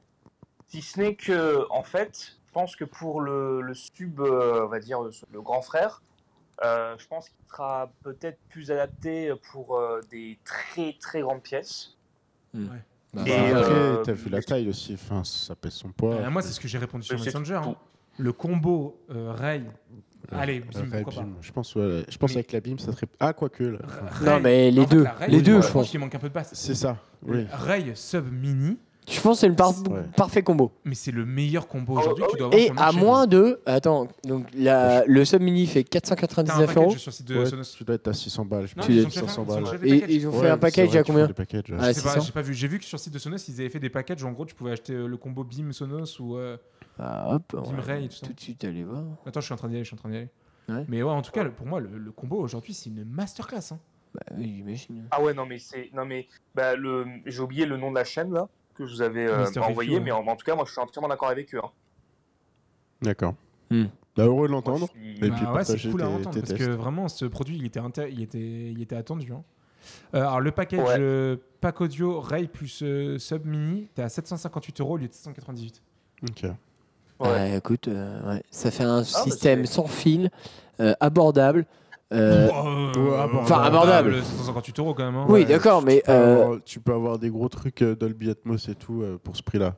Speaker 5: si ce n'est que, en fait, je pense que pour le, le sub, euh, on va dire euh, le grand frère, euh, je pense qu'il sera peut-être plus adapté pour euh, des très très grandes pièces.
Speaker 1: Bah,
Speaker 5: Et,
Speaker 2: Bah,
Speaker 1: bah,
Speaker 2: après,
Speaker 5: euh,
Speaker 2: t'as vu la taille aussi, enfin, ça pèse son poids.
Speaker 3: Euh, moi, c'est ce que j'ai répondu sur
Speaker 5: Mais c'est
Speaker 3: Messenger. hein.
Speaker 5: tout.
Speaker 3: Le combo euh, Ray. Allez, bim,
Speaker 2: Après,
Speaker 3: pourquoi
Speaker 2: Bim, je pense, ouais, je pense
Speaker 3: Mais-
Speaker 2: avec la BIM, ça serait. Ah, quoique, là.
Speaker 3: pas.
Speaker 2: Enfin,
Speaker 3: Ray.
Speaker 1: Non, mais les
Speaker 3: En fait,
Speaker 1: deux,
Speaker 3: la Ray,
Speaker 1: les deux,
Speaker 3: moi,
Speaker 1: je pense.
Speaker 3: Il manque un peu de basse.
Speaker 2: C'est ça, oui.
Speaker 3: Ray sub mini,
Speaker 1: Je pense que c'est le par-
Speaker 2: Ouais.
Speaker 1: parfait combo.
Speaker 3: mais c'est le meilleur combo
Speaker 5: Ah,
Speaker 3: aujourd'hui.
Speaker 5: ah
Speaker 3: tu dois avoir
Speaker 1: Et
Speaker 3: sur le
Speaker 1: à
Speaker 3: marché.
Speaker 1: moins de. Attends, donc la, le sub mini fait
Speaker 3: T'as un
Speaker 1: 499 euros.
Speaker 3: package sur le site de
Speaker 2: Ouais,
Speaker 3: Sonos.
Speaker 2: tu dois être à 600 balles. je
Speaker 3: Non,
Speaker 2: pense.
Speaker 1: Tu
Speaker 3: ils
Speaker 1: es-
Speaker 3: ont déjà fait-
Speaker 2: 500
Speaker 3: ils ont
Speaker 2: balles.
Speaker 3: déjà fait des
Speaker 1: Et
Speaker 3: packages.
Speaker 1: ils ont fait
Speaker 2: Ouais,
Speaker 1: un
Speaker 2: c'est vrai
Speaker 1: package à
Speaker 2: qu'ils font
Speaker 1: combien
Speaker 2: des packages, ouais.
Speaker 1: Ah,
Speaker 3: Je sais pas,
Speaker 1: 600.
Speaker 3: j'ai pas vu. J'ai vu que sur le site de Sonos, ils avaient fait des packages où en gros tu pouvais acheter euh, le combo BIM Sonos ou euh,
Speaker 1: Ah, hop, on
Speaker 3: BIM
Speaker 1: va
Speaker 3: Ray et tout ça.
Speaker 1: tout de suite aller voir.
Speaker 3: Attends, je suis en train d'y aller, je suis en train d'y aller.
Speaker 1: Ouais.
Speaker 3: Mais ouais, en tout cas, le- pour moi, le, le combo aujourd'hui, c'est une masterclass. Hein.
Speaker 1: Bah oui, j'imagine.
Speaker 5: Ah ouais, non, mais c'est. Non, mais. Bah, le... J'ai oublié le nom de la chaîne, là, que je vous avais euh,
Speaker 3: Mister
Speaker 5: envoyé,
Speaker 3: Review,
Speaker 5: mais en, en tout cas, moi, je suis entièrement d'accord avec eux. hein.
Speaker 2: D'accord.
Speaker 1: Hmm.
Speaker 2: Bah, heureux de
Speaker 5: Moi, je
Speaker 2: l'entendre.
Speaker 5: suis-
Speaker 2: Mais- Et
Speaker 3: Bah
Speaker 2: puis
Speaker 3: ouais, c'est
Speaker 2: partager
Speaker 3: cool à
Speaker 2: tes-
Speaker 3: entendre
Speaker 2: tes
Speaker 3: parce que
Speaker 2: tests.
Speaker 3: vraiment, ce produit, il était, inté- il était, il était attendu. hein. Euh, alors, le package
Speaker 5: Ouais.
Speaker 3: euh, pack audio Ray plus euh, sub mini, t'es à 758 euros au lieu de 798.
Speaker 2: Ok.
Speaker 5: Ouais.
Speaker 1: Ouais, écoute, euh, ouais, ça fait un
Speaker 5: bah,
Speaker 1: système
Speaker 5: c'est-
Speaker 1: sans fil, euh, abordable. euh,
Speaker 2: ouais,
Speaker 3: Enfin,
Speaker 2: abordable.
Speaker 1: abordable.
Speaker 3: 758 euros quand même. hein.
Speaker 1: oui,
Speaker 3: Ouais.
Speaker 1: d'accord, mais.
Speaker 2: Tu peux,
Speaker 1: euh,
Speaker 2: avoir, tu peux avoir des gros trucs euh, Dolby Atmos et tout euh, pour ce prix-là.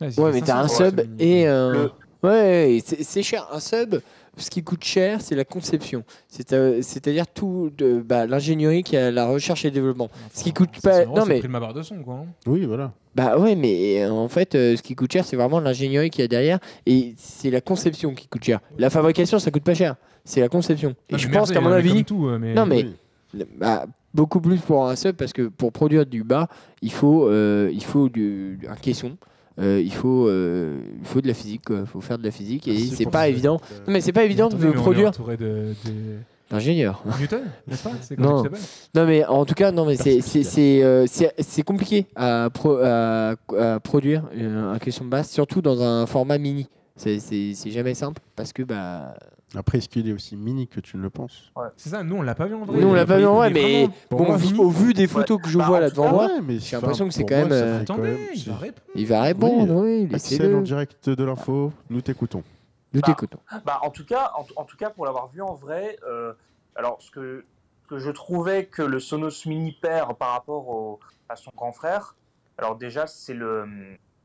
Speaker 3: Ouais, c'est
Speaker 1: ouais, mais t'as un
Speaker 3: 500 euros,
Speaker 1: sub
Speaker 3: Sub Mini.
Speaker 1: et. euh, un-
Speaker 5: Le-
Speaker 1: Ouais, et c'est c'est cher. Un sub, ce qui coûte cher, c'est la conception. C'est, euh, C'est-à-dire tout de- bah, l'ingénierie qui a la recherche et développement.
Speaker 3: Enfin,
Speaker 1: ce qui coûte pas-
Speaker 3: 500 euros,
Speaker 1: non,
Speaker 3: c'est
Speaker 1: mais-
Speaker 3: le prix de ma barre de son, quoi. hein.
Speaker 2: Oui, voilà.
Speaker 1: Bah ouais, mais euh, en fait, euh, ce qui coûte cher, c'est vraiment l'ingénierie qu'il y a derrière et c'est la conception qui coûte cher. La fabrication, ça coûte pas cher. C'est la conception. Et
Speaker 3: Non,
Speaker 1: je
Speaker 3: Ah, mais
Speaker 1: pense
Speaker 3: merci,
Speaker 1: qu'à mon
Speaker 3: on est comme
Speaker 1: avis,
Speaker 3: tout, euh, mais-
Speaker 1: Non, mais-
Speaker 2: Oui.
Speaker 1: bah, beaucoup plus pour un sub parce que pour produire du bas, il faut, euh, il faut du, un caisson, euh, il, faut, euh, il faut de la physique, quoi. il faut faire de la physique et
Speaker 2: Merci
Speaker 1: c'est
Speaker 2: Ah, pour
Speaker 1: pas
Speaker 2: ce-
Speaker 1: évident.
Speaker 2: euh,
Speaker 1: Non, mais c'est pas évident
Speaker 3: Attendez,
Speaker 1: de
Speaker 3: mais on est
Speaker 1: produire
Speaker 3: entouré de, de-
Speaker 1: l'ingénieur.
Speaker 3: Newton, n'est-ce pas C'est
Speaker 1: Non.
Speaker 3: comme ça que ça s'appelle
Speaker 1: Non mais en tout cas non mais c'est c'est c'est euh, c'est- c'est compliqué à, pro- à- à produire euh, un question de basse surtout dans un format mini. C'est- C'est c'est jamais simple parce que bah
Speaker 2: Après, est-ce qu'il est aussi mini que tu ne le penses
Speaker 3: C'est ça, nous on l'a pas vu en vrai.
Speaker 1: Nous, on l'a pas vu en vrai,
Speaker 3: Il est
Speaker 1: mais
Speaker 3: vraiment-
Speaker 1: bon vu- au vu des photos que je
Speaker 5: Bah,
Speaker 1: vois
Speaker 5: en
Speaker 1: là
Speaker 5: tout
Speaker 1: devant
Speaker 5: cas,
Speaker 1: moi,
Speaker 2: mais
Speaker 1: j'ai
Speaker 2: enfin,
Speaker 1: l'impression que c'est
Speaker 2: pour
Speaker 1: quand
Speaker 2: moi,
Speaker 1: même, euh,
Speaker 2: ça fait quand
Speaker 3: Attendez,
Speaker 2: même-
Speaker 3: il
Speaker 2: c'est-
Speaker 3: va répondre.
Speaker 1: il va répondre oui,
Speaker 2: Axel en
Speaker 1: laissez-le.
Speaker 2: direct de l'info, nous t'écoutons.
Speaker 1: Nous
Speaker 5: Bah,
Speaker 1: t'écoutons.
Speaker 5: Bah, en tout cas, en, tout- en tout cas, pour l'avoir vu en vrai, euh, alors ce que, ce que je trouvais que le Sonos Mini perd par rapport au- à son grand frère, alors déjà c'est le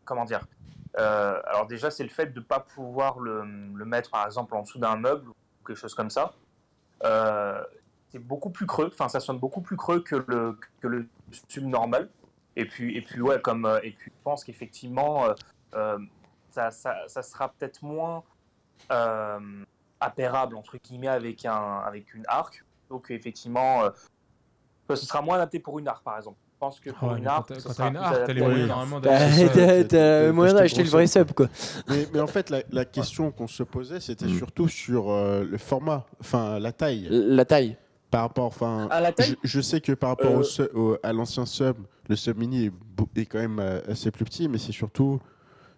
Speaker 5: comment dire, euh, alors déjà c'est le fait de ne pas pouvoir le, le mettre par exemple en dessous d'un meuble ou quelque chose comme ça. Euh, c'est beaucoup plus creux, enfin ça sonne beaucoup plus creux que le que le sub normal. Et puis et puis ouais comme euh, et puis je pense qu'effectivement euh, euh, ça, ça- ça sera peut-être moins euh, appairable entre guillemets avec un avec une arc. Donc effectivement, euh, ce sera moins adapté pour une arc par exemple. Je pense que
Speaker 3: Ah
Speaker 5: pour
Speaker 3: ouais,
Speaker 5: une
Speaker 3: mais Quand
Speaker 5: arc,
Speaker 3: t'as-
Speaker 5: ça
Speaker 3: quand
Speaker 5: sera
Speaker 3: t'as une
Speaker 5: plus
Speaker 3: art, t'as
Speaker 5: adapté
Speaker 3: les
Speaker 5: à
Speaker 2: Ouais.
Speaker 3: moyens
Speaker 5: une arc.
Speaker 3: normalement
Speaker 1: Bah, T'as
Speaker 3: d'aller sur-
Speaker 1: t'as-
Speaker 2: t'as-
Speaker 1: t'as
Speaker 2: t'as-
Speaker 1: moyen
Speaker 2: t'as-
Speaker 1: d'acheter le vrai sub quoi.
Speaker 2: Mais, mais en fait, la, la question qu'on se posait, c'était
Speaker 1: Mm.
Speaker 2: surtout sur euh, le format, enfin la taille.
Speaker 1: La taille.
Speaker 2: Par rapport, enfin,
Speaker 5: À la Ah, taille
Speaker 2: je, je sais que par rapport au
Speaker 5: Euh.
Speaker 2: su- au- à l'ancien sub, le sub mini est, beau- est quand même euh, assez plus petit, mais c'est surtout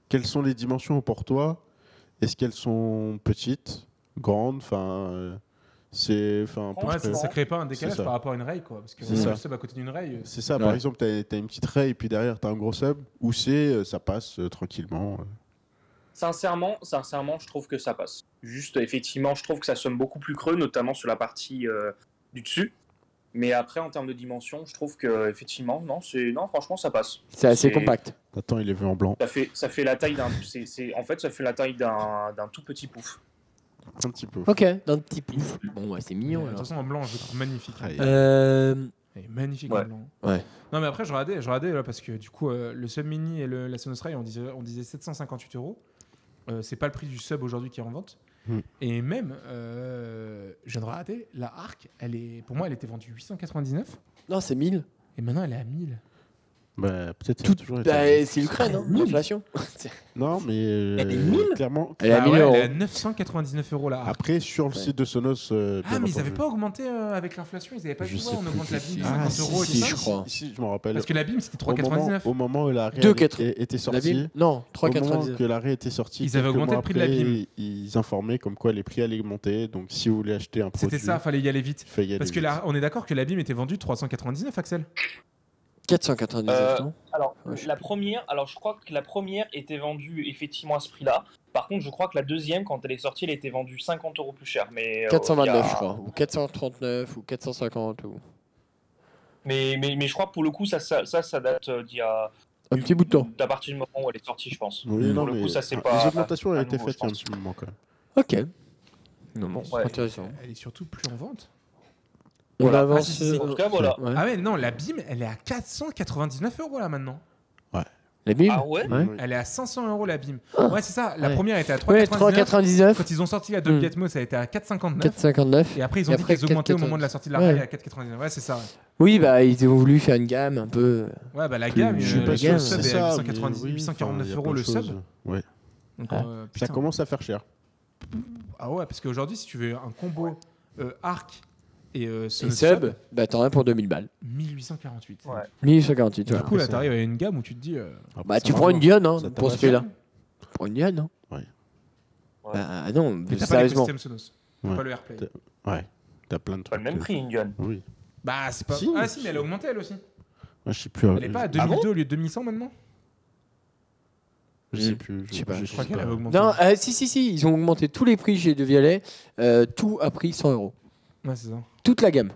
Speaker 2: quelles sont les dimensions pour toi Est-ce qu'elles sont petites, grandes Enfin, euh, c'est, enfin,
Speaker 5: Ouais,
Speaker 2: pour
Speaker 3: Ouais,
Speaker 2: que-
Speaker 3: ça, ça crée pas un décalage
Speaker 2: C'est ça.
Speaker 3: par rapport à une rail, quoi. Parce que
Speaker 2: C'est
Speaker 3: on
Speaker 2: ça.
Speaker 3: le sub à côté d'une rail.
Speaker 2: c'est ça. Par
Speaker 1: Ouais.
Speaker 2: exemple, t'as, t'as une petite raie et puis derrière t'as un gros sub où c'est, euh, ça passe euh, tranquillement.
Speaker 5: Sincèrement, sincèrement, je trouve que ça passe. Juste, effectivement, je trouve que ça sonne beaucoup plus creux, notamment sur la partie euh, du dessus. Mais après, en termes de dimension, je trouve que effectivement, non, c'est non, franchement, ça passe.
Speaker 1: C'est assez
Speaker 5: C'est-
Speaker 1: compact.
Speaker 2: Attends, il est vu en blanc.
Speaker 5: Ça fait, ça fait la taille d'un, c'est, c'est- en fait, ça fait la taille d'un, d'un tout petit pouf.
Speaker 2: Un petit peu.
Speaker 1: Ok, d'un petit pouf. Bon, ouais, c'est mignon.
Speaker 3: De toute
Speaker 1: alors.
Speaker 3: façon, en blanc, je le trouve magnifique.
Speaker 2: Aïe.
Speaker 1: Euh,
Speaker 3: Elle est magnifique
Speaker 5: Ouais.
Speaker 3: en blanc.
Speaker 1: Ouais.
Speaker 3: Non, mais après, je regardais, je regardais là, parce que du coup, euh, le sub mini et le- la Sonos Ray, on disait, on disait 758 euros. Euh, c'est pas le prix du sub aujourd'hui qui est en vente.
Speaker 2: Hmm.
Speaker 3: Et même, euh, je viens de regarder, la Arc, elle est, pour moi, elle était vendue 899
Speaker 1: Non, c'est 1000.
Speaker 3: et maintenant elle est à 1000.
Speaker 2: Bah, peut-être.
Speaker 1: Tout-
Speaker 2: ça a toujours été un-
Speaker 1: Bah, c'est l'Ukraine, hein, l'inflation.
Speaker 2: Non, mais euh,
Speaker 5: Elle est mille
Speaker 2: clairement.
Speaker 1: Elle est à
Speaker 3: Bah
Speaker 1: 1000
Speaker 3: ouais,
Speaker 1: euros. Ah,
Speaker 3: elle est à 999 euros la Arc.
Speaker 2: Après, sur le
Speaker 1: Ouais.
Speaker 2: site de Sonos. euh,
Speaker 3: Ah,
Speaker 2: bien
Speaker 3: mais ils
Speaker 2: entendu.
Speaker 3: n'avaient pas augmenté euh, avec l'inflation, ils n'avaient pas
Speaker 1: Je
Speaker 3: dit ouais,
Speaker 1: sais
Speaker 3: on
Speaker 1: plus
Speaker 3: augmente
Speaker 1: si
Speaker 3: la BIM de
Speaker 1: c'est-
Speaker 2: Ah,
Speaker 3: 50
Speaker 2: si,
Speaker 3: euros et
Speaker 1: si,
Speaker 3: tout ça.
Speaker 1: je crois.
Speaker 2: Si, je m'en rappelle.
Speaker 3: Parce que la BIM c'était
Speaker 2: au, moment,
Speaker 3: 3,99.
Speaker 2: au moment où l'arrêt
Speaker 1: 2,80.
Speaker 2: était
Speaker 1: La
Speaker 2: sorti,
Speaker 1: Bible Non,
Speaker 2: au moment
Speaker 1: 3,99.
Speaker 2: que l'arrêt était sorti,
Speaker 3: Ils avaient
Speaker 2: quelques
Speaker 3: augmenté
Speaker 2: mois
Speaker 3: le prix de la
Speaker 2: après,
Speaker 3: Bible.
Speaker 2: Ils ils informaient comme quoi les prix allaient augmenter. Donc, si vous voulez acheter un produit,
Speaker 3: C'était ça, fallait y aller vite.
Speaker 2: il fallait y aller
Speaker 3: Parce que
Speaker 2: vite.
Speaker 3: là, on est d'accord que la BIM était vendue 399, Axel
Speaker 1: 499,
Speaker 5: Euh,
Speaker 1: non
Speaker 5: Alors,
Speaker 1: Ouais, je sais
Speaker 5: la première, alors je crois que la première était vendue effectivement à ce prix-là. Par contre, je crois que la deuxième, quand elle est sortie, elle était vendue 50 euros plus cher. Mais euh,
Speaker 1: 429,
Speaker 5: il y a-
Speaker 1: je crois. Ou 439, ou 450. Ou...
Speaker 5: Mais, mais, mais je crois que pour le coup, ça, ça, ça, ça date euh, d'il y a.
Speaker 1: Un petit bout de temps.
Speaker 5: D'à partir du moment où elle est sortie, je pense.
Speaker 2: Oui,
Speaker 1: Pour
Speaker 2: non,
Speaker 5: le coup,
Speaker 2: mais
Speaker 5: ça, c'est
Speaker 2: ah,
Speaker 5: pas-
Speaker 2: les augmentations
Speaker 5: pas
Speaker 2: avaient été
Speaker 5: nouveau,
Speaker 2: faites
Speaker 5: je
Speaker 2: il y a un
Speaker 5: pense.
Speaker 2: petit moment quand même.
Speaker 1: Ok. Non, bon,
Speaker 5: Ouais.
Speaker 1: c'est intéressant.
Speaker 3: Elle est surtout plus en vente.
Speaker 1: On
Speaker 5: Voilà.
Speaker 1: avance.
Speaker 3: Ah, si, si,
Speaker 5: En tout cas, voilà.
Speaker 1: Ouais.
Speaker 3: Ah ouais, non, la BIM, elle est à 499 euros là maintenant.
Speaker 1: La Bible
Speaker 5: Ah ouais
Speaker 1: Ouais.
Speaker 2: Oui.
Speaker 3: Elle est à 500 euros la BIM.
Speaker 1: Ah.
Speaker 3: Ouais, c'est ça. La
Speaker 1: Ouais.
Speaker 3: première était à
Speaker 1: Ouais, 3,99,
Speaker 3: 3,99. Quand ils ont sorti la Dolby
Speaker 1: Hmm.
Speaker 3: Atmos, elle était à 4,59.
Speaker 1: 4,59.
Speaker 3: Et après, ils ont
Speaker 1: Et
Speaker 3: dit
Speaker 1: après,
Speaker 3: qu'ils augmentaient au
Speaker 1: 4,99.
Speaker 3: moment de la sortie de la
Speaker 1: Ouais.
Speaker 3: rail à 4,99. Ouais, c'est ça. Ouais,
Speaker 1: Oui, bah, ils ont voulu faire une gamme un peu.
Speaker 3: Ouais, bah la
Speaker 1: Plus-
Speaker 3: gamme,
Speaker 1: Je
Speaker 2: Je
Speaker 1: suis
Speaker 3: euh,
Speaker 2: sais
Speaker 1: la
Speaker 2: pas
Speaker 3: le
Speaker 2: sûr
Speaker 1: gamme,
Speaker 2: que
Speaker 3: sub
Speaker 2: c'est
Speaker 3: est à
Speaker 2: ça. mais
Speaker 3: 890,
Speaker 2: oui, enfin, il y
Speaker 3: 849
Speaker 2: a
Speaker 3: euros
Speaker 2: plein de
Speaker 3: le sub.
Speaker 2: choses. Ouais.
Speaker 3: Donc,
Speaker 1: Ah.
Speaker 3: euh,
Speaker 2: Ça
Speaker 3: putain.
Speaker 2: commence à faire cher.
Speaker 3: Ah ouais, parce qu'aujourd'hui, si tu veux un combo euh, arc et euh,
Speaker 1: Et
Speaker 3: Sonos
Speaker 1: sub, bah, t'en as pour 2000 balles.
Speaker 3: 1848.
Speaker 5: Ouais.
Speaker 1: 1848, tu
Speaker 3: Du
Speaker 1: vois.
Speaker 3: coup, là,
Speaker 2: c'est-
Speaker 3: t'arrives à une gamme où tu te dis. euh, bah,
Speaker 1: Bah,
Speaker 2: Ça
Speaker 1: tu
Speaker 2: va,
Speaker 1: prends
Speaker 2: non.
Speaker 1: une Dion, hein,
Speaker 2: Ça t'a
Speaker 1: pour
Speaker 2: pas
Speaker 1: ce prix-là.
Speaker 3: cher.
Speaker 1: Tu prends une Dion, hein
Speaker 2: Ouais.
Speaker 5: Ouais.
Speaker 1: Bah, ah non,
Speaker 3: Mais t'as pas
Speaker 1: sérieusement.
Speaker 3: l'écosystème Sonos. T'as
Speaker 2: Ouais.
Speaker 3: pas le AirPlay.
Speaker 2: T'as- Ouais, t'as plein de
Speaker 5: Pas
Speaker 2: trucs.
Speaker 5: le même
Speaker 2: euh,
Speaker 5: prix, Indian.
Speaker 2: Oui.
Speaker 3: Bah, c'est pas.
Speaker 2: Si.
Speaker 3: ah, si, mais elle a augmenté elle aussi.
Speaker 2: Ouais, Je sais plus.
Speaker 3: Elle est pas à
Speaker 2: Ah
Speaker 3: 2002
Speaker 2: bon
Speaker 3: au lieu de 2100 maintenant
Speaker 2: Je sais plus.
Speaker 1: Je sais pas,
Speaker 3: Je crois qu'elle avait augmenté.
Speaker 1: Non, euh, si, si, si, ils ont augmenté tous les prix chez De Vialet. euh, tout à prix 100 euros.
Speaker 3: Ouais, c'est ça.
Speaker 1: Toute la gamme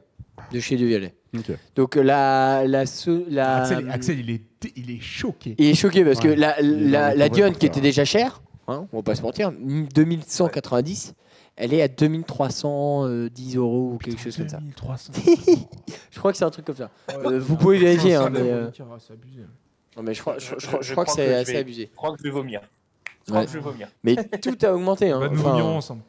Speaker 1: de chez De Vialet.
Speaker 2: Ok.
Speaker 1: Donc euh, la la, so- la-
Speaker 3: Axel, Axel, il, est, dé- il est choqué.
Speaker 1: il est choqué parce
Speaker 3: Ouais,
Speaker 1: que la
Speaker 2: il est dans
Speaker 1: la,
Speaker 2: les
Speaker 1: la
Speaker 2: problèmes
Speaker 1: Dion
Speaker 2: pour
Speaker 1: qui
Speaker 2: faire.
Speaker 1: était déjà chère, hein, on va pas se mentir, 2190, elle est à 2310 euros ou quelque chose comme ça.
Speaker 3: 1300.
Speaker 1: Je crois que c'est un truc comme ça. Euh, vous pouvez vérifier, hein, mais, euh,
Speaker 3: Ah, c'est abusé.
Speaker 1: Non mais je crois, je, je-
Speaker 5: Je-
Speaker 1: je
Speaker 5: Euh, je
Speaker 1: crois que
Speaker 5: crois que
Speaker 1: c'est
Speaker 5: je
Speaker 1: assez
Speaker 5: vais-
Speaker 1: abusé.
Speaker 5: Je crois que je vais vomir. Je crois
Speaker 1: Ouais.
Speaker 5: que je vais vomir.
Speaker 1: Mais tout a augmenté. Hein.
Speaker 3: Bah, nous
Speaker 1: Enfin,
Speaker 3: revenirons ensemble.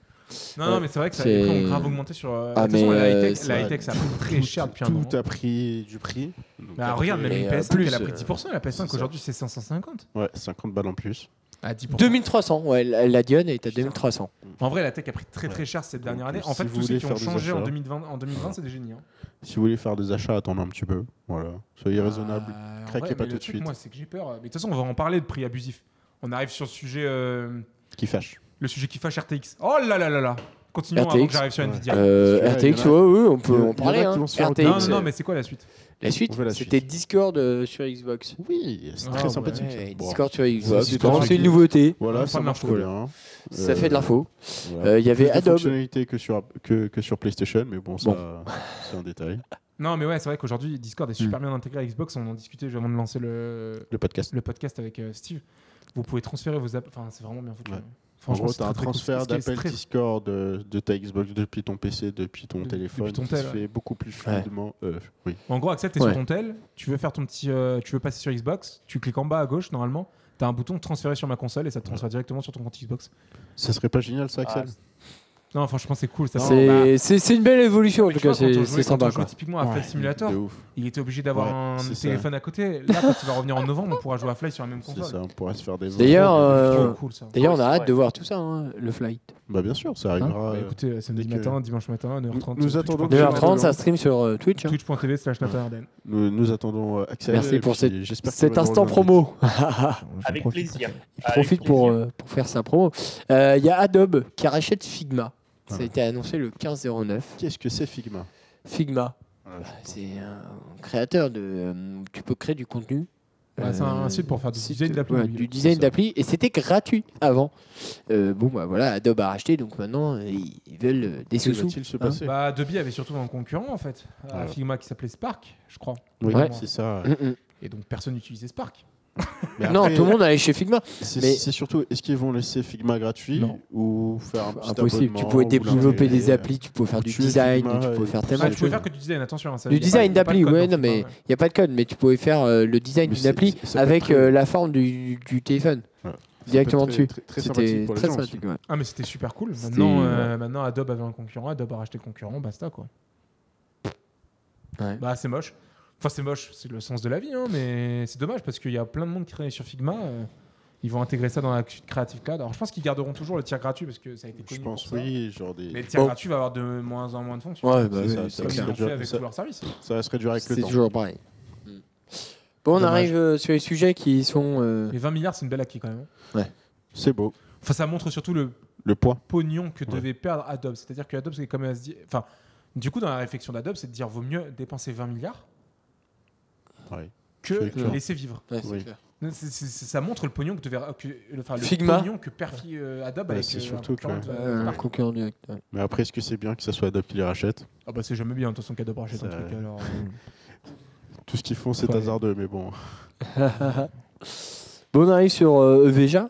Speaker 3: Non, non,
Speaker 1: ouais,
Speaker 3: mais c'est vrai que ça
Speaker 1: c'est-
Speaker 3: les prix ont grave augmenté sur. euh,
Speaker 1: Ah,
Speaker 3: de toute façon,
Speaker 1: mais,
Speaker 3: la
Speaker 1: euh,
Speaker 3: high-tech,
Speaker 1: c'est
Speaker 3: la
Speaker 1: vrai.
Speaker 3: high-tech, ça a pris très cher depuis un moment.
Speaker 2: Tout a pris du prix. Donc,
Speaker 3: Bah,
Speaker 2: après,
Speaker 3: regarde, même
Speaker 1: Et,
Speaker 3: une
Speaker 1: euh,
Speaker 3: PS5,
Speaker 1: plus,
Speaker 3: elle a pris
Speaker 1: euh,
Speaker 3: 10%. La
Speaker 2: c'est
Speaker 3: PS5
Speaker 2: ça.
Speaker 3: aujourd'hui, c'est 550.
Speaker 2: Ouais, 50 balles en plus.
Speaker 3: À 10%.
Speaker 1: 2300, ouais, la, la Dion est à
Speaker 3: Putain.
Speaker 1: 2300.
Speaker 3: En vrai, la tech a pris très
Speaker 2: Ouais.
Speaker 3: très cher cette dernière
Speaker 2: Donc,
Speaker 3: année.
Speaker 2: euh,
Speaker 3: En fait,
Speaker 2: si vous
Speaker 3: tous ceux
Speaker 2: voulez
Speaker 3: qui ont
Speaker 2: faire hein. des
Speaker 3: changé en
Speaker 2: achats-
Speaker 3: 2020, en 2020 c'est des génies. hein.
Speaker 2: Si vous voulez faire des achats, attendez un petit peu. Voilà. Soyez raisonnable.
Speaker 3: Ah, en
Speaker 2: Craquez
Speaker 3: vrai,
Speaker 2: pas
Speaker 3: mais
Speaker 2: tout
Speaker 3: le
Speaker 2: de
Speaker 3: truc,
Speaker 2: suite.
Speaker 3: Moi, c'est que j'ai peur. Mais de toute façon, on va en parler de prix abusif. On arrive sur le sujet, euh,
Speaker 2: Qui fâche.
Speaker 3: le sujet qui fâche RTX. Oh là là là là Continuons avant
Speaker 1: RTX,
Speaker 3: que j'arrive sur
Speaker 2: ouais.
Speaker 3: Nvidia.
Speaker 1: Euh,
Speaker 2: Parce que là,
Speaker 1: RTX,
Speaker 2: il y
Speaker 1: ouais,
Speaker 2: en
Speaker 1: ouais, on peut
Speaker 2: il y en
Speaker 1: en
Speaker 2: a
Speaker 1: parler.
Speaker 2: qui
Speaker 1: hein.
Speaker 2: vont se faire
Speaker 1: RTX,
Speaker 3: non, non,
Speaker 2: c'est-
Speaker 3: non, mais c'est quoi la suite
Speaker 1: La suite,
Speaker 2: On fait la
Speaker 1: c'était
Speaker 2: suite.
Speaker 1: Discord euh, sur Xbox.
Speaker 2: Oui, c'est
Speaker 3: Ah,
Speaker 2: très
Speaker 3: ouais.
Speaker 2: sympathique. ça.
Speaker 1: Ouais,
Speaker 2: Bon.
Speaker 1: Discord sur
Speaker 2: Ça,
Speaker 1: Xbox,
Speaker 2: c'est
Speaker 1: quand
Speaker 2: pas
Speaker 1: même, c'est une
Speaker 2: mal.
Speaker 1: nouveauté.
Speaker 3: On
Speaker 2: Voilà,
Speaker 3: prend
Speaker 2: ça
Speaker 3: de
Speaker 2: marche
Speaker 3: l'info,
Speaker 2: bien.
Speaker 1: Ça
Speaker 2: Euh,
Speaker 1: fait de l'info.
Speaker 2: voilà.
Speaker 1: Euh, Il y
Speaker 2: Plus
Speaker 1: avait
Speaker 2: de
Speaker 1: Adobe.
Speaker 2: fonctionnalités que sur, que, que sur PlayStation, mais bon, ça, c'est un détail.
Speaker 3: Non, mais ouais, c'est vrai qu'aujourd'hui, Discord est
Speaker 2: Hmm.
Speaker 3: super bien intégré à Xbox. On en discutait juste avant de lancer le,
Speaker 2: Le podcast.
Speaker 3: le podcast avec euh, Steve. Vous pouvez transférer vos apps. Enfin, c'est vraiment bien foutu.
Speaker 2: Ouais. En
Speaker 3: Franchement,
Speaker 2: gros,
Speaker 3: c'est
Speaker 2: t'as un
Speaker 3: très, très cool.
Speaker 2: transfert
Speaker 3: Ce qui est
Speaker 2: d'appel
Speaker 3: très-
Speaker 2: Discord euh, de ta Xbox depuis ton PC, depuis ton
Speaker 3: Depuis
Speaker 2: téléphone,
Speaker 3: ton
Speaker 2: qui se
Speaker 3: tel,
Speaker 2: fait beaucoup plus fluidement. euh, oui.
Speaker 3: En gros, Axel, t'es
Speaker 1: Ouais.
Speaker 3: sur ton tel, tu veux faire ton petit, euh, tu veux passer sur Xbox, tu cliques en bas à gauche normalement, t'as un bouton transférer sur ma console et ça te transfère directement sur ton compte Xbox.
Speaker 2: Ça serait pas génial, ça,
Speaker 5: Ah,
Speaker 2: Axel
Speaker 3: Non, franchement, c'est cool. Ça
Speaker 1: C'est-
Speaker 3: ça
Speaker 2: bah,
Speaker 3: en va.
Speaker 1: C'est c'est une belle évolution en
Speaker 3: Mais
Speaker 1: tout
Speaker 3: tu vois,
Speaker 1: cas,
Speaker 3: quand on
Speaker 1: c'est
Speaker 3: jouait-
Speaker 1: c'est
Speaker 3: quand on
Speaker 1: sympa
Speaker 3: jouait
Speaker 1: quoi.
Speaker 3: Typiquement à Flight Simulator,
Speaker 2: De ouf.
Speaker 3: il était obligé d'avoir
Speaker 2: Ouais,
Speaker 3: un
Speaker 2: c'est ça.
Speaker 3: téléphone à côté. Là, quand il va revenir en novembre, on pourra jouer à Flight sur la même
Speaker 2: C'est
Speaker 3: console.
Speaker 2: ça, on pourrait se faire des
Speaker 1: D'ailleurs,
Speaker 3: C'est
Speaker 1: euh,
Speaker 3: trop cool, ça.
Speaker 1: D'ailleurs, on a
Speaker 5: Ouais, c'est
Speaker 1: hâte
Speaker 5: vrai.
Speaker 1: de voir tout ça, hein, le flight.
Speaker 2: Bah bien sûr, ça
Speaker 1: Hein
Speaker 2: arrivera.
Speaker 3: Bah, écoutez, samedi
Speaker 2: que-
Speaker 3: matin, dimanche matin, 9h30.
Speaker 2: Nous attendons que-
Speaker 1: 2h30, ça stream sur euh, Twitch. hein.
Speaker 3: Twitch.tv slash Nathan Arden.
Speaker 2: Nous, nous attendons euh, Axel.
Speaker 1: Merci
Speaker 2: et
Speaker 1: pour
Speaker 2: puis
Speaker 1: cette-
Speaker 2: j'espère qu'on
Speaker 1: Cet
Speaker 2: va
Speaker 1: instant
Speaker 2: devoir
Speaker 1: promo.
Speaker 5: Avec plaisir.
Speaker 1: Il
Speaker 5: Avec
Speaker 1: profite pour,
Speaker 5: plaisir.
Speaker 1: euh, pour faire sa promo. Euh, Il y a Adobe qui rachète Figma. Ça a
Speaker 2: Voilà.
Speaker 1: été annoncé le 15-09.
Speaker 2: l'inviter. Qu'est-ce que c'est Figma
Speaker 1: Figma, Bah,
Speaker 2: Voilà, je-
Speaker 1: c'est un créateur de. euh, tu peux créer du contenu. Euh,
Speaker 3: Ouais, c'est un site pour faire du
Speaker 1: site,
Speaker 3: design d'appli
Speaker 1: voilà,
Speaker 3: mobile.
Speaker 1: du design
Speaker 2: C'est ça.
Speaker 1: d'appli, et c'était gratuit avant. Euh, bon, bah voilà, Adobe a racheté, donc maintenant euh, ils ils veulent euh, des
Speaker 2: Que
Speaker 1: sous-sous.
Speaker 2: va-t-il se
Speaker 1: hein.
Speaker 2: passer
Speaker 3: Bah, Adobe avait surtout un concurrent en fait, à
Speaker 2: Ouais.
Speaker 3: Figma qui s'appelait Spark, je crois.
Speaker 2: Oui,
Speaker 1: Ouais.
Speaker 2: c'est ça.
Speaker 1: Mm, mm.
Speaker 3: Et donc personne n'utilisait Spark.
Speaker 2: Mais
Speaker 1: Non,
Speaker 2: après,
Speaker 1: tout le monde allait chez Figma.
Speaker 2: C'est
Speaker 1: mais-
Speaker 2: c'est surtout, est-ce qu'ils vont laisser Figma gratuit
Speaker 3: Non.
Speaker 2: ou faire un petit
Speaker 1: Impossible. Tu
Speaker 2: abonnement,
Speaker 1: pouvais
Speaker 2: ou
Speaker 1: développer des
Speaker 2: l'intégrer
Speaker 1: applis, tu pouvais faire du
Speaker 2: Foutu,
Speaker 1: design,
Speaker 2: Figma,
Speaker 1: tu pouvais
Speaker 2: et
Speaker 1: faire
Speaker 2: tout
Speaker 1: tes
Speaker 3: Ah,
Speaker 2: ça,
Speaker 1: matchs.
Speaker 3: tu
Speaker 2: je
Speaker 3: pouvais
Speaker 2: peux-
Speaker 3: faire que du design, attention. hein, ça,
Speaker 1: Du
Speaker 3: y a pas-
Speaker 1: design
Speaker 3: y a pas de
Speaker 1: d'appli,
Speaker 3: code
Speaker 1: ouais,
Speaker 3: dans
Speaker 1: non,
Speaker 3: Figma,
Speaker 1: mais
Speaker 3: ouais.
Speaker 1: il n'y a pas de code, mais tu pouvais faire euh, le design
Speaker 2: Mais
Speaker 1: d'une
Speaker 2: c'est-
Speaker 1: appli
Speaker 2: c'est- ça peut
Speaker 1: avec
Speaker 2: être
Speaker 1: euh,
Speaker 2: très-
Speaker 1: la forme du, du téléphone
Speaker 2: Ça peut
Speaker 1: directement
Speaker 2: être
Speaker 1: dessus.
Speaker 2: Très, très
Speaker 1: C'était
Speaker 2: sympathique pour les
Speaker 1: très
Speaker 2: gens.
Speaker 1: sympathique. ouais.
Speaker 3: Ah, mais c'était super cool.
Speaker 1: C'était-
Speaker 3: Maintenant, euh, maintenant, Adobe avait un concurrent, Adobe a racheté le concurrent, basta quoi.
Speaker 1: Ouais.
Speaker 3: Bah, c'est moche. Enfin, c'est moche, c'est le sens de la vie, hein, mais c'est dommage parce qu'il y a plein de monde qui travaille sur Figma. euh, ils vont intégrer ça dans la Creative Cloud. Alors, je pense qu'ils garderont toujours le tir gratuit parce que ça a été
Speaker 2: Je
Speaker 3: connu.
Speaker 2: pense,
Speaker 3: pour ça.
Speaker 2: oui, genre des...
Speaker 3: Mais le tir
Speaker 1: Bon.
Speaker 3: gratuit va avoir de moins en moins de fonctions.
Speaker 1: Ouais, bah
Speaker 2: C'est
Speaker 1: oui,
Speaker 2: ça,
Speaker 1: c'est
Speaker 3: comme ils
Speaker 1: clair.
Speaker 3: l'ont fait avec
Speaker 2: ça-
Speaker 3: tous leurs services.
Speaker 2: ça va se réduire avec
Speaker 1: C'est
Speaker 2: le temps.
Speaker 1: toujours pareil. Bon, on
Speaker 3: Dommage.
Speaker 1: arrive euh, sur les sujets qui sont. euh,
Speaker 3: Mais 20 milliards, c'est une belle acquis quand même. hein.
Speaker 2: C'est beau.
Speaker 3: Enfin, ça montre surtout le
Speaker 2: Le poids.
Speaker 3: pognon que
Speaker 2: Ouais.
Speaker 3: devait perdre Adobe. C'est-à-dire que Adobe, c'est comme à se dire. Enfin, du coup, dans la réflexion d'Adobe, c'est de dire vaut mieux dépenser 20 milliards
Speaker 2: Ouais.
Speaker 3: que
Speaker 2: C'est clair.
Speaker 3: laisser vivre.
Speaker 1: ouais, c'est
Speaker 2: Oui.
Speaker 1: clair.
Speaker 3: C'est- c'est- c'est- ça montre le pognon que devait. Que, le, enfin, le
Speaker 1: Figma.
Speaker 3: pognon que perfie euh, Adobe
Speaker 2: Ouais,
Speaker 3: avec.
Speaker 2: c'est
Speaker 3: euh,
Speaker 2: surtout
Speaker 3: un concurrent
Speaker 2: que-
Speaker 3: de-
Speaker 1: Euh, un concurrent direct. ouais.
Speaker 2: Mais après, est-ce que c'est bien que ça soit Adobe qui les rachète
Speaker 3: Ah, bah, c'est jamais bien, de toute façon, qu'Adobe rachète un
Speaker 2: Ça-
Speaker 3: truc. Alors, euh,
Speaker 2: Tout ce qu'ils font, c'est
Speaker 3: Ouais.
Speaker 2: hasardeux, mais bon.
Speaker 1: Bon, on arrive sur euh, EVGA.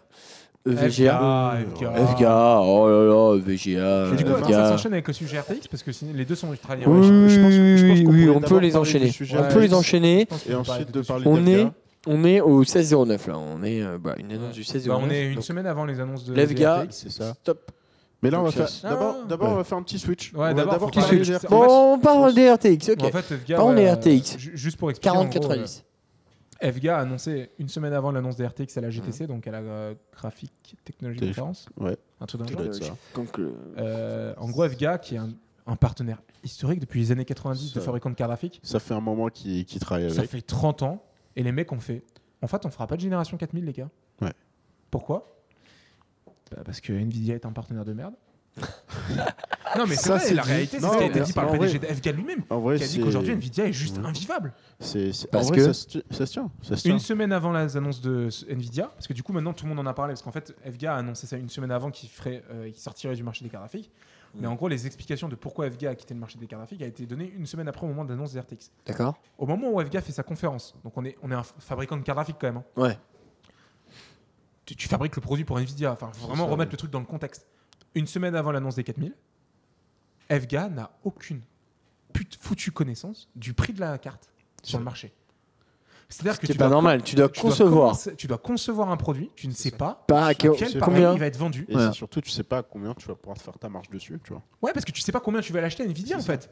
Speaker 3: euh,
Speaker 1: EVGA.
Speaker 3: FGA, FGA.
Speaker 1: FGA, oh là là, EVGA.
Speaker 3: Et du coup, attends,
Speaker 1: FGA.
Speaker 3: ça s'enchaîne avec le sujet RTX parce que sinon, les deux sont ultra liés.
Speaker 1: Oui,
Speaker 3: Ouais, je-
Speaker 1: oui,
Speaker 3: je pense-
Speaker 1: oui,
Speaker 3: je pense
Speaker 1: oui,
Speaker 3: qu'on
Speaker 1: oui,
Speaker 3: pourrait
Speaker 1: on
Speaker 3: d'abord
Speaker 1: peut les
Speaker 3: parler
Speaker 1: enchaîner.
Speaker 3: du sujet
Speaker 1: On peut les
Speaker 3: RTX.
Speaker 1: enchaîner.
Speaker 3: Je pense qu'on
Speaker 2: Et
Speaker 3: peut
Speaker 2: ensuite,
Speaker 3: arrêter
Speaker 2: de
Speaker 3: tout suite.
Speaker 2: parler
Speaker 1: On est-
Speaker 2: d'FGA.
Speaker 1: On est au 1609 là. On est euh, bah, une annonce du 1609.
Speaker 3: Bah, on est une
Speaker 1: Donc,
Speaker 3: semaine avant les annonces de
Speaker 1: L'FGA.
Speaker 3: RTX.
Speaker 2: C'est ça.
Speaker 1: Stop.
Speaker 2: Mais là, on va
Speaker 1: Donc,
Speaker 2: faire.
Speaker 1: ça-
Speaker 2: D'abord,
Speaker 3: Ah.
Speaker 2: d'abord, on va faire un petit switch.
Speaker 3: Ouais,
Speaker 2: On va
Speaker 3: d'abord,
Speaker 2: d'abord
Speaker 3: faut
Speaker 2: parler
Speaker 3: parler
Speaker 2: des
Speaker 3: du-
Speaker 2: RTX.
Speaker 1: Bon, on parle des RTX.
Speaker 3: En
Speaker 1: Ok.
Speaker 3: fait, FGA,
Speaker 1: Parlons
Speaker 3: ouais,
Speaker 1: des RTX.
Speaker 3: euh, ju- juste pour expliquer. en gros,
Speaker 1: 4090.
Speaker 3: euh, FGA a annoncé une semaine avant l'annonce des RTX à la GTC, donc à la euh, Graphic Technology
Speaker 2: Des-
Speaker 3: Conference.
Speaker 2: ouais.
Speaker 3: Un truc d'un
Speaker 2: Ça
Speaker 3: genre.
Speaker 2: doit être ça.
Speaker 1: Donc, le-
Speaker 3: Euh, en gros, FGA, qui est un, un partenaire historique depuis les années 90 de
Speaker 2: Ça.
Speaker 3: fabricants de cartes graphiques,
Speaker 2: Ça fait un moment qu'ils qu'ils travaillent
Speaker 3: ça
Speaker 2: avec.
Speaker 3: fait 30 ans, et les mecs ont fait. En fait, on fera pas de génération 4000, les gars.
Speaker 2: Ouais.
Speaker 3: Pourquoi Bah, Parce que Nvidia est un partenaire de merde. non, mais c'est
Speaker 2: Ça,
Speaker 3: vrai,
Speaker 2: c'est
Speaker 3: la
Speaker 2: dit.
Speaker 3: réalité, c'est
Speaker 2: Non,
Speaker 3: ce qui a
Speaker 2: mais
Speaker 3: été dit
Speaker 2: c'est-
Speaker 3: par le
Speaker 2: en vrai-
Speaker 3: PDG de FGA lui-même,
Speaker 2: En vrai,
Speaker 3: qui a dit
Speaker 2: c'est-
Speaker 3: qu'aujourd'hui, Nvidia est juste
Speaker 2: Ouais.
Speaker 3: invivable.
Speaker 2: c'est- c'est- en
Speaker 1: Parce
Speaker 2: vrai,
Speaker 1: que-
Speaker 2: ça se tu- ça se tient. Ça se tient.
Speaker 3: Une semaine avant les annonces de s- Nvidia, parce que du coup maintenant tout le monde en a parlé, parce qu'en fait FGA a annoncé ça une semaine avant qu'il ferait, euh, qu'il sortirait du marché des cartes graphiques. Mais en gros, les explications de pourquoi FGA a quitté le marché des cartes graphiques a été données une semaine après au moment de l'annonce des RTX.
Speaker 1: D'accord.
Speaker 3: Au moment où FGA fait sa conférence, donc on est, on est un f- fabricant de cartes graphiques quand même. hein.
Speaker 1: Ouais.
Speaker 3: Tu, tu fabriques le produit pour Nvidia, enfin faut vraiment
Speaker 2: ça,
Speaker 3: remettre le truc dans le contexte. Une semaine avant l'annonce des 4000, FGA n'a aucune pute foutue connaissance du prix de la carte sur le marché. C'est-à-dire que
Speaker 1: C'est
Speaker 3: tu
Speaker 1: pas
Speaker 3: dois
Speaker 1: normal. Tu dois
Speaker 3: tu dois
Speaker 1: concevoir.
Speaker 3: commencer- tu dois concevoir un produit, tu ne sais pas
Speaker 1: Pas à
Speaker 3: à
Speaker 1: quel-
Speaker 3: quel
Speaker 2: c'est
Speaker 3: paramètre
Speaker 1: combien
Speaker 3: il va être vendu.
Speaker 2: Et
Speaker 1: Ouais.
Speaker 2: c'est surtout, tu sais pas combien tu vas pouvoir te faire ta marge dessus, tu vois.
Speaker 3: Ouais, parce que tu sais pas combien tu vas l'acheter à Nvidia en
Speaker 2: C'est ça.
Speaker 3: fait.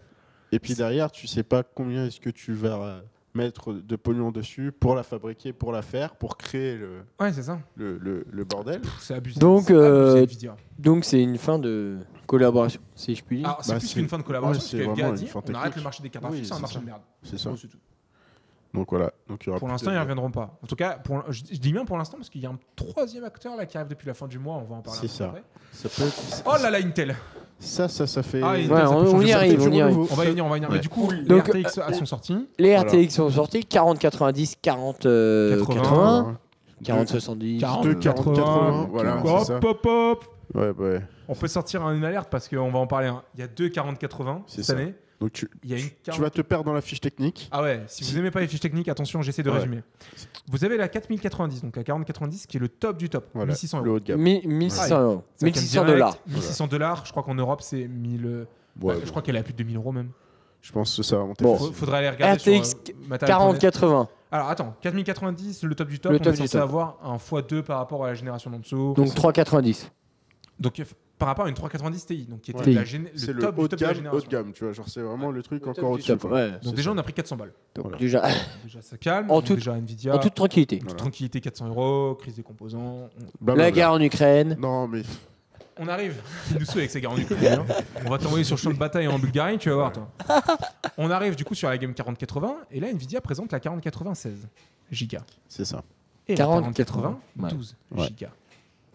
Speaker 2: Et puis derrière, tu sais pas combien est-ce que tu vas euh, mettre de pognon dessus pour la fabriquer, pour la faire, pour créer le,
Speaker 3: Ouais, c'est ça.
Speaker 2: le, le- le bordel.
Speaker 3: Pff, C'est abusé.
Speaker 1: Donc,
Speaker 3: C'est abusé,
Speaker 1: euh,
Speaker 3: Nvidia.
Speaker 1: Donc c'est une fin de collaboration, si je puis dire.
Speaker 3: Alors, Ah, c'est
Speaker 2: bah,
Speaker 3: plus
Speaker 2: c'est-
Speaker 3: qu'une fin de collaboration
Speaker 2: ouais,
Speaker 3: parce
Speaker 2: c'est
Speaker 3: que FGA a
Speaker 2: vraiment
Speaker 3: dit
Speaker 2: une fin
Speaker 3: on arrête
Speaker 2: technique.
Speaker 3: le marché des cartes
Speaker 2: Oui,
Speaker 3: graphiques, c'est un
Speaker 2: c'est
Speaker 3: marché
Speaker 2: ça. Bah,
Speaker 3: de merde.
Speaker 2: C'est ça.
Speaker 3: Oh, c'est tout.
Speaker 2: Donc voilà. Donc, il y aura
Speaker 3: Pour
Speaker 2: plus
Speaker 3: l'instant, ils
Speaker 2: de-
Speaker 3: ne reviendront pas. En tout cas, pour l- je, je dis bien pour l'instant parce qu'il y a un troisième acteur là qui arrive depuis la fin du mois. On va en parler. un
Speaker 2: C'est
Speaker 3: peu
Speaker 2: ça.
Speaker 3: après.
Speaker 2: Ça, peut être-
Speaker 3: Oh là là, Intel.
Speaker 2: ça, ça, ça fait.
Speaker 3: Ah,
Speaker 1: Ouais,
Speaker 3: et- ça peut
Speaker 1: on, on
Speaker 3: changer.
Speaker 1: y
Speaker 2: Ça fait
Speaker 1: arrive,
Speaker 2: du
Speaker 1: on y arrive.
Speaker 2: renouveau.
Speaker 3: On va y venir, on va y venir. Mais
Speaker 2: Oh, euh, Ouais. euh,
Speaker 3: du coup,
Speaker 1: Donc,
Speaker 3: les RTX sont sortis.
Speaker 1: Les
Speaker 2: Voilà.
Speaker 1: RTX sont sortis 40 90 40 euh,
Speaker 3: 80,
Speaker 1: 80
Speaker 2: De-
Speaker 1: 40 70
Speaker 3: 40,
Speaker 2: 2, 40, 80,
Speaker 3: 80,
Speaker 2: voilà,
Speaker 3: Hop,
Speaker 2: ah, c'est ça.
Speaker 3: hop, hop.
Speaker 2: Ouais, bah ouais.
Speaker 3: On peut sortir une alerte parce qu'on va en parler. hein. Il y a deux 40-80
Speaker 2: C'est
Speaker 3: cette
Speaker 2: ça.
Speaker 3: année.
Speaker 2: Donc tu,
Speaker 3: Il y a une
Speaker 2: tu
Speaker 3: 40
Speaker 2: vas te perdre dans la fiche technique.
Speaker 3: Ah ouais, si vous n'aimez pas les fiches techniques, attention, j'essaie de
Speaker 2: Ouais.
Speaker 3: résumer. Vous avez la 4090, donc la 4090 qui est le top du top,
Speaker 2: Voilà,
Speaker 3: 1600
Speaker 2: le
Speaker 3: euros.
Speaker 2: haut de gamme.
Speaker 1: Mi- 1600 euros.
Speaker 3: Ça fait
Speaker 1: 1600
Speaker 3: direct,
Speaker 1: dollars.
Speaker 3: 1600 dollars, je crois qu'en Europe c'est 1000. euh, bah,
Speaker 2: Ouais, bon.
Speaker 3: Je crois qu'elle est à plus de 2000 euros même.
Speaker 2: Je pense que ça va monter.
Speaker 1: Bon.
Speaker 2: facile.
Speaker 3: Faut- Faudrait aller regarder sur,
Speaker 1: RTX
Speaker 3: euh, Matériel
Speaker 1: 40
Speaker 3: Internet.
Speaker 1: 80.
Speaker 3: Alors attends, 4090, le top du top,
Speaker 1: Le
Speaker 3: on
Speaker 1: top
Speaker 3: est
Speaker 1: du
Speaker 3: censé
Speaker 1: top.
Speaker 3: avoir un x2 par rapport à la génération d'en dessous.
Speaker 1: Donc 3,90.
Speaker 3: Donc, f- par rapport à une 390 Ti, donc qui était
Speaker 1: Ouais.
Speaker 3: la gén-
Speaker 2: C'est
Speaker 3: le
Speaker 2: le,
Speaker 3: top
Speaker 2: haut
Speaker 3: du
Speaker 2: de
Speaker 3: top de la
Speaker 2: gamme, haut de
Speaker 3: génération.
Speaker 2: gamme, tu vois. Genre, c'est vraiment le truc
Speaker 1: Au top
Speaker 2: encore
Speaker 1: du
Speaker 2: au-dessus.
Speaker 1: top,
Speaker 2: quoi.
Speaker 1: ouais.
Speaker 2: C'est
Speaker 3: Donc déjà,
Speaker 2: ça.
Speaker 3: on a pris 400 balles.
Speaker 1: Donc
Speaker 2: Voilà.
Speaker 1: déjà,
Speaker 3: Déjà, ça calme.
Speaker 1: En
Speaker 3: Donc
Speaker 1: toute-
Speaker 3: déjà Nvidia,
Speaker 1: en toute tranquillité.
Speaker 3: toute
Speaker 2: Voilà.
Speaker 3: tranquillité, 400 euros, crise des composants.
Speaker 2: Blablabla.
Speaker 1: La guerre en Ukraine.
Speaker 2: Non, mais
Speaker 3: On, on arrive. Il nous saoule avec ces gars en Ukraine, hein. On va t'envoyer sur le champ de bataille en Bulgarie, tu vas voir, toi. On arrive du coup sur la gamme 4080, et là, Nvidia présente la 4096 giga.
Speaker 2: c'est ça.
Speaker 3: Et
Speaker 1: 40,
Speaker 3: la 4080,
Speaker 1: 80,
Speaker 3: 12
Speaker 2: ouais.
Speaker 3: giga.